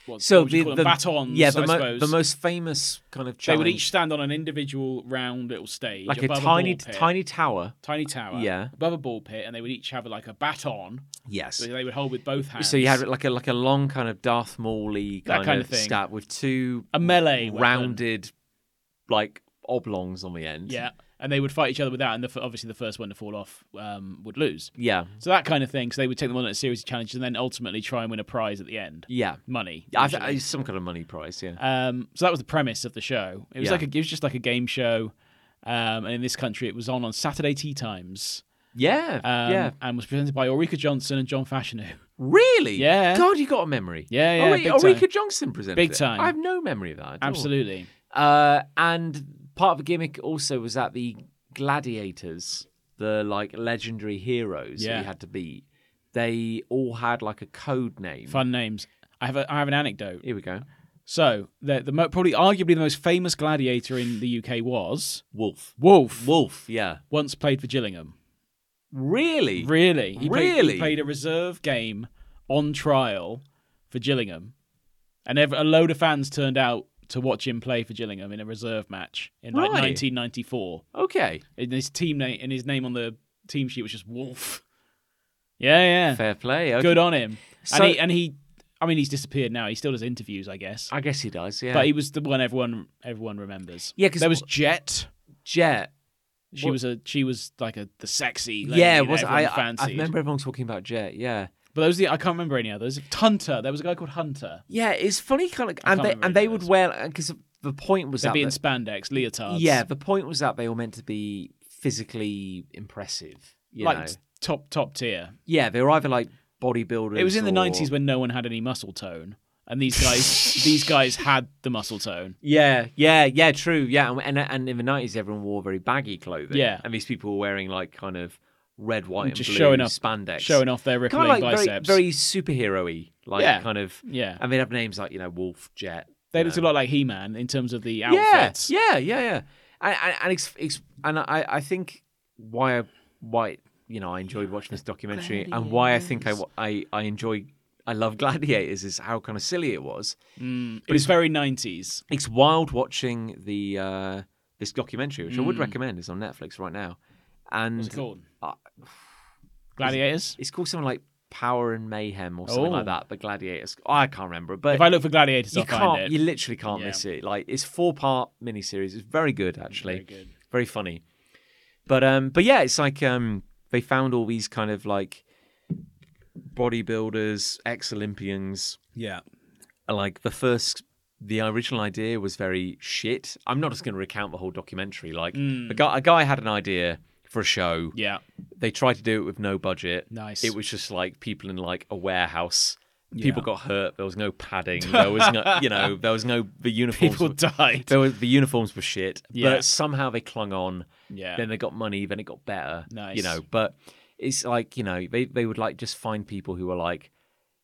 B: what,
A: So
B: what would you
A: the,
B: call
A: the
B: them? batons.
A: yeah, the,
B: I
A: mo-
B: suppose.
A: the most famous kind of
B: they
A: challenge,
B: would each stand on an individual round little stage,
A: like a
B: above
A: tiny,
B: ball pit,
A: tiny tower.
B: tiny tower,
A: Yeah.
B: above a ball pit, and they would each have like a baton
A: Yes,
B: that they would hold with both hands.
A: So you had like a like a long kind of Darth Maul-y
B: That
A: kind,
B: kind
A: of,
B: of thing.
A: stat with two
B: a melee weapon.
A: rounded, like oblongs on the end.
B: yeah, and they would fight each other with that, and the, f- obviously the first one to fall off um, would lose.
A: yeah,
B: So that kind of thing. So they would take them on at a series of challenges, and then ultimately try and win a prize at the end,
A: yeah.
B: money.
A: I, th-
B: usually.
A: it's some kind of money prize. Yeah,
B: Um, so that was the premise of the show. It was
A: Yeah.
B: like a, it was just like a game show, um, and in this country, it was on on Saturday tea times,
A: yeah,
B: um,
A: yeah.
B: and was presented by Ulrika Johnson and John Fashanu.
A: Really?
B: Yeah.
A: God, you got a memory.
B: Yeah, yeah,
A: Ulri-
B: big
A: Ulrika
B: time.
A: Johnson presented.
B: Big
A: it.
B: time.
A: I have no memory of that. at all.
B: Absolutely,
A: Uh, and part of the gimmick also was that the gladiators, the like legendary heroes that
B: Yeah.
A: you had to beat, they all had like a code name.
B: fun names. I have a, I have an anecdote.
A: Here we go.
B: So the the mo- probably arguably the most famous gladiator in the UK was
A: Wolf.
B: Wolf.
A: Wolf, yeah.
B: Once played for Gillingham.
A: Really?
B: Really, he played- he
A: Really?
B: played a reserve game on trial for Gillingham, and ev- a load of fans turned out to watch him play for Gillingham in a reserve match in like
A: Right.
B: 1994.
A: okay.
B: And his team name and his name on the team sheet was just Wolf. Yeah, yeah,
A: Fair play. Okay.
B: good on him.
A: So-
B: and he and he, I mean, he's disappeared now. He still does interviews, I guess.
A: I guess he does, yeah.
B: But he was the one everyone everyone remembers.
A: Yeah, 'cause
B: there was
A: w-
B: Jet.
A: Jet.
B: She
A: what-
B: was a she was like a the sexy. Lady
A: Yeah,
B: that
A: was I,
B: everyone
A: I I
B: fancied.
A: remember everyone talking about Jet, yeah.
B: But those are the, I can't remember any others. Hunter, there was a guy called Hunter.
A: Yeah, it's funny kind of
B: I
A: and
B: can't
A: they
B: remember
A: and
B: any
A: they
B: of
A: would
B: those.
A: wear because the point was
B: They'd
A: that
B: be in
A: the-
B: spandex, leotards.
A: Yeah, the point was that they were meant to be physically impressive. You
B: like
A: know?
B: top top tier.
A: Yeah, they were either like bodybuilders.
B: It was in the
A: or-
B: nineties when no one had any muscle tone, and these guys these guys had the muscle tone.
A: Yeah, yeah, yeah, true. Yeah, and and, and in the nineties, everyone wore very baggy clothing.
B: Yeah.
A: and these people were wearing like kind of red, white, and,
B: Just
A: blue
B: showing off-
A: spandex,
B: Showing off their
A: kind
B: rippling
A: of like
B: biceps.
A: very, very superhero-y, like
B: Yeah.
A: kind of.
B: yeah.
A: And they'd have names like you know Wolf Jet.
B: They
A: you
B: looked
A: know.
B: a lot like He Man in terms of the
A: Yeah,
B: outfits.
A: yeah, yeah, yeah. And and, and, it's, it's, and I, I think why I, why you know I enjoyed watching this documentary and why I think I, wa- I I enjoy I love Gladiators is how kind of silly it was.
B: Mm, it was very nineties.
A: It's wild watching the uh, Hmm. this documentary, which I would recommend. It's on Netflix right now. And
B: What's it called? Gladiators.
A: It's called something like Power and Mayhem or something
B: Oh.
A: like that. But Gladiators, I can't remember. But
B: If I look for Gladiators,
A: you
B: I'll
A: can't,
B: find it.
A: you literally can't
B: Yeah.
A: miss it. Like it's four part miniseries. It's very good actually.
B: Very good.
A: Very funny. But um, but yeah, it's like um, they found all these kind of like bodybuilders, ex Olympians,
B: Yeah.
A: like the first the original idea was very shit. I'm not just going to recount the whole documentary. Like
B: Mm.
A: a guy, a guy had an idea for a show.
B: Yeah.
A: They tried to do it with no budget.
B: Nice.
A: It was just like people in like a warehouse. People got hurt. There was no padding. There was no, you know, there was no the uniforms.
B: People
A: were-
B: died.
A: there was the uniforms were shit.
B: Yeah.
A: But somehow they clung on.
B: Yeah.
A: Then they got money. Then it got better.
B: Nice.
A: You know, but it's like you know they they would like just find people who are like,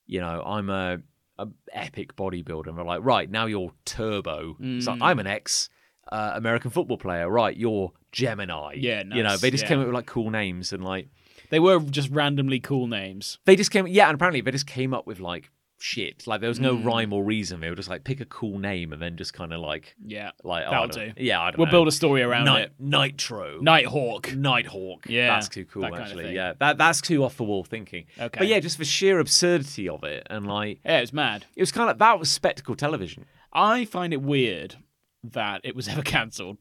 A: you know, I'm a, a epic bodybuilder. And they're like, right now you're turbo. It's like
B: Mm.
A: I'm an ex uh, American football player. Right, you're Gemini.
B: Yeah,
A: You know,
B: nice,
A: they just
B: yeah.
A: came up with like cool names and like
B: They were just randomly cool names.
A: they just came yeah, and apparently they just came up with like shit. Like there was
B: Mm.
A: no rhyme or reason. They were just like pick a cool name and then just kind of like
B: Yeah.
A: like I
B: That'll
A: don't-
B: do.
A: Yeah, I don't
B: We'll
A: know.
B: build a story around
A: Ni-
B: it.
A: Nitro.
B: Nighthawk.
A: Nighthawk.
B: Yeah,
A: that's too cool.
B: that kind of
A: actually,
B: thing.
A: yeah, that that's too off the wall thinking.
B: Okay.
A: but yeah, just the sheer absurdity of it, and like
B: Yeah, it's mad.
A: it was kind of that was spectacle television.
B: I find it weird that it was ever cancelled.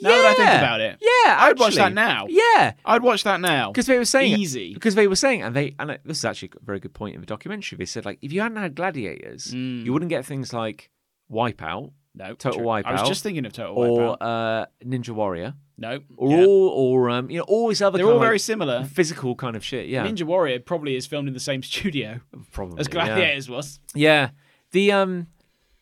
B: Now that I think
A: Yeah.
B: about it,
A: yeah,
B: I'd watch
A: actually.
B: that now.
A: Yeah,
B: I'd watch that now.
A: because they were saying
B: Easy.
A: Because they were saying, and they and uh, this is actually a very good point in the documentary. They said like if you hadn't had gladiators,
B: Mm.
A: you wouldn't get things like Wipeout
B: no,
A: Total
B: true. I was
A: Wipeout.
B: just thinking of Total
A: or
B: Wipeout.
A: uh, Ninja Warrior
B: No,
A: or
B: yeah.
A: all or um you know all this other.
B: they're
A: kind
B: all
A: of, like,
B: very similar.
A: physical kind of shit. Yeah,
B: Ninja Warrior probably is filmed in the same studio
A: probably
B: as
A: yeah.
B: Gladiators was.
A: Yeah. The um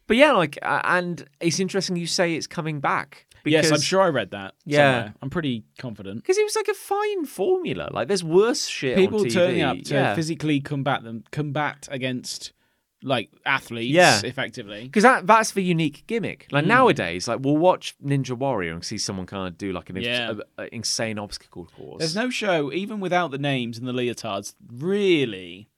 A: but yeah, like uh, and it's interesting you say it's coming back because
B: yes, I'm sure I read that.
A: Yeah.
B: somewhere. I'm pretty confident.
A: because it was like a fine formula. Like there's worse shit on
B: People
A: TV.
B: turning up to
A: yeah.
B: physically combat them, combat against like athletes,
A: Yeah.
B: effectively.
A: because that, that's the unique gimmick.
B: Mm.
A: Like nowadays, like we'll watch Ninja Warrior and see someone kind of do like an
B: Yeah.
A: a- a- insane obstacle course.
B: There's no show, even without the names and the leotards, really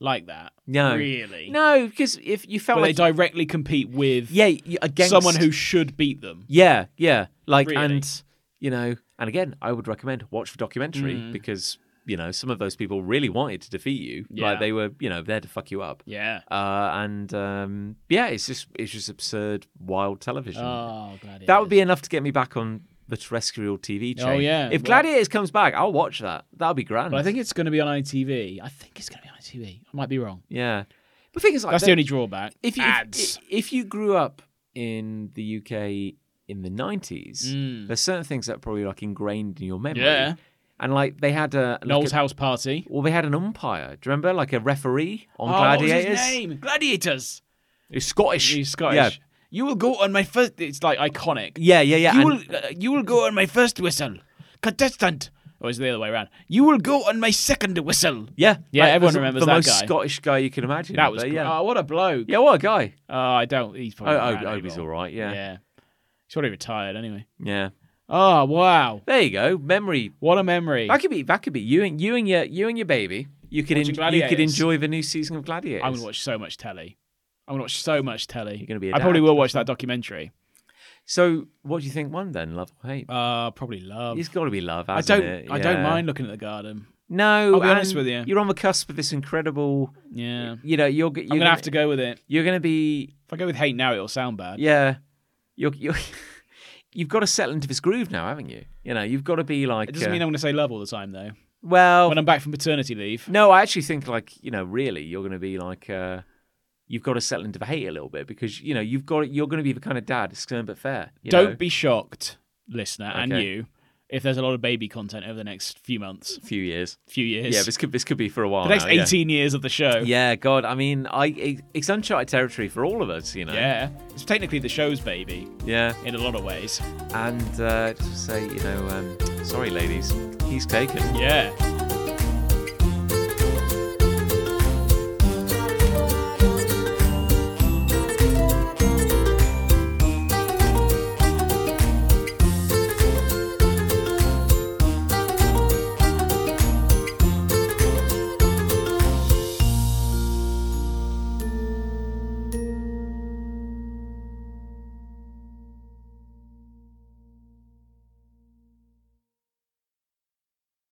B: like that.
A: No.
B: really.
A: no because if you felt
B: where
A: like
B: they directly compete with
A: yeah you- against
B: someone who should beat them.
A: yeah yeah like
B: Really?
A: and you know and again I would recommend watch the documentary
B: Mm.
A: because you know some of those people really wanted to defeat you
B: Yeah.
A: like they were you know there to fuck you up
B: Yeah.
A: uh, and um, yeah, it's just it's just absurd, wild television.
B: Oh, gladiators.
A: Um, that would be enough to get me back on the terrestrial TV
B: Oh,
A: chain.
B: yeah,
A: if
B: well-
A: Gladiators comes back, I'll watch that. That'll be grand.
B: But I think it's going to be on ITV. I think it's going to be on ITV. I might be wrong.
A: yeah. But thing is, like,
B: That's the
A: they-
B: only drawback.
A: if you,
B: ads.
A: If, if you grew up in the UK in the nineties, there's certain things that are probably like ingrained in your memory.
B: Mm. Yeah.
A: And like they had a like
B: Noel's
A: a-
B: house party.
A: well, they had an umpire. Do you remember, like a referee on
B: Oh, what was
A: Gladiators?
B: his name? Gladiators.
A: He's Scottish.
B: He's Scottish. You will go on my first. It's like iconic.
A: Yeah, yeah, yeah. yeah.
B: You
A: and-
B: will. Uh, you will go on my first whistle, contestant. Or is it the other way around? You will go on my second whistle.
A: Yeah,
B: Yeah, everyone
A: that's
B: remembers
A: the
B: that
A: most
B: guy.
A: Scottish guy you can imagine.
B: That was.
A: but
B: Yeah.
A: yeah,
B: Oh, what a bloke.
A: yeah, what a guy.
B: Oh, I don't. He's
A: Oh,
B: probably.
A: oh,
B: not
A: oh,
B: around
A: he's all
B: anymore.
A: right. Yeah. yeah,
B: Yeah. He's already retired anyway. Oh wow,
A: There you go. Memory.
B: what a memory.
A: That could be. That could be you and you and your you and your baby. You could en-
B: Watching
A: you could
B: Gladiators.
A: enjoy the new season of Gladiators.
B: I'm gonna watch so much telly. I'm gonna watch so much telly.
A: You're gonna be a
B: I probably
A: dad.
B: will watch that documentary.
A: So, what do you think? One then, love or hate?
B: Uh, probably love.
A: it's got to be love.
B: I
A: hasn't
B: don't.
A: it?
B: I don't
A: Yeah.
B: mind looking at the garden.
A: No,
B: I'll be honest
A: and
B: with you.
A: You're on the cusp of this incredible.
B: Yeah,
A: You know, you're. g- you're
B: I'm gonna have to go with it.
A: You're gonna be.
B: If I go with hate now, it'll sound bad.
A: Yeah. You're. you're You've got to settle into this groove now, haven't you? You know, you've got to be like.
B: It doesn't
A: uh,
B: mean I'm gonna say love all the time though.
A: well,
B: When I'm back from paternity leave,
A: No, I actually think like you know, really, you're going to be like uh, you've got to settle into the hate a little bit because you know you've got you're going to be the kind of dad stern but fair. you
B: don't
A: know?
B: be shocked, listener, and
A: Okay.
B: you, if there's a lot of baby content over the next few months,
A: few years.
B: few years.
A: Yeah, this could this could be for a while.
B: the next
A: now, yeah.
B: 18 years of the show.
A: Yeah, God, I mean, I it, it's uncharted territory for all of us, you know.
B: Yeah. It's technically the show's baby
A: Yeah.
B: in a lot of ways.
A: and uh, just say you know, um, sorry, ladies, he's taken.
B: Yeah.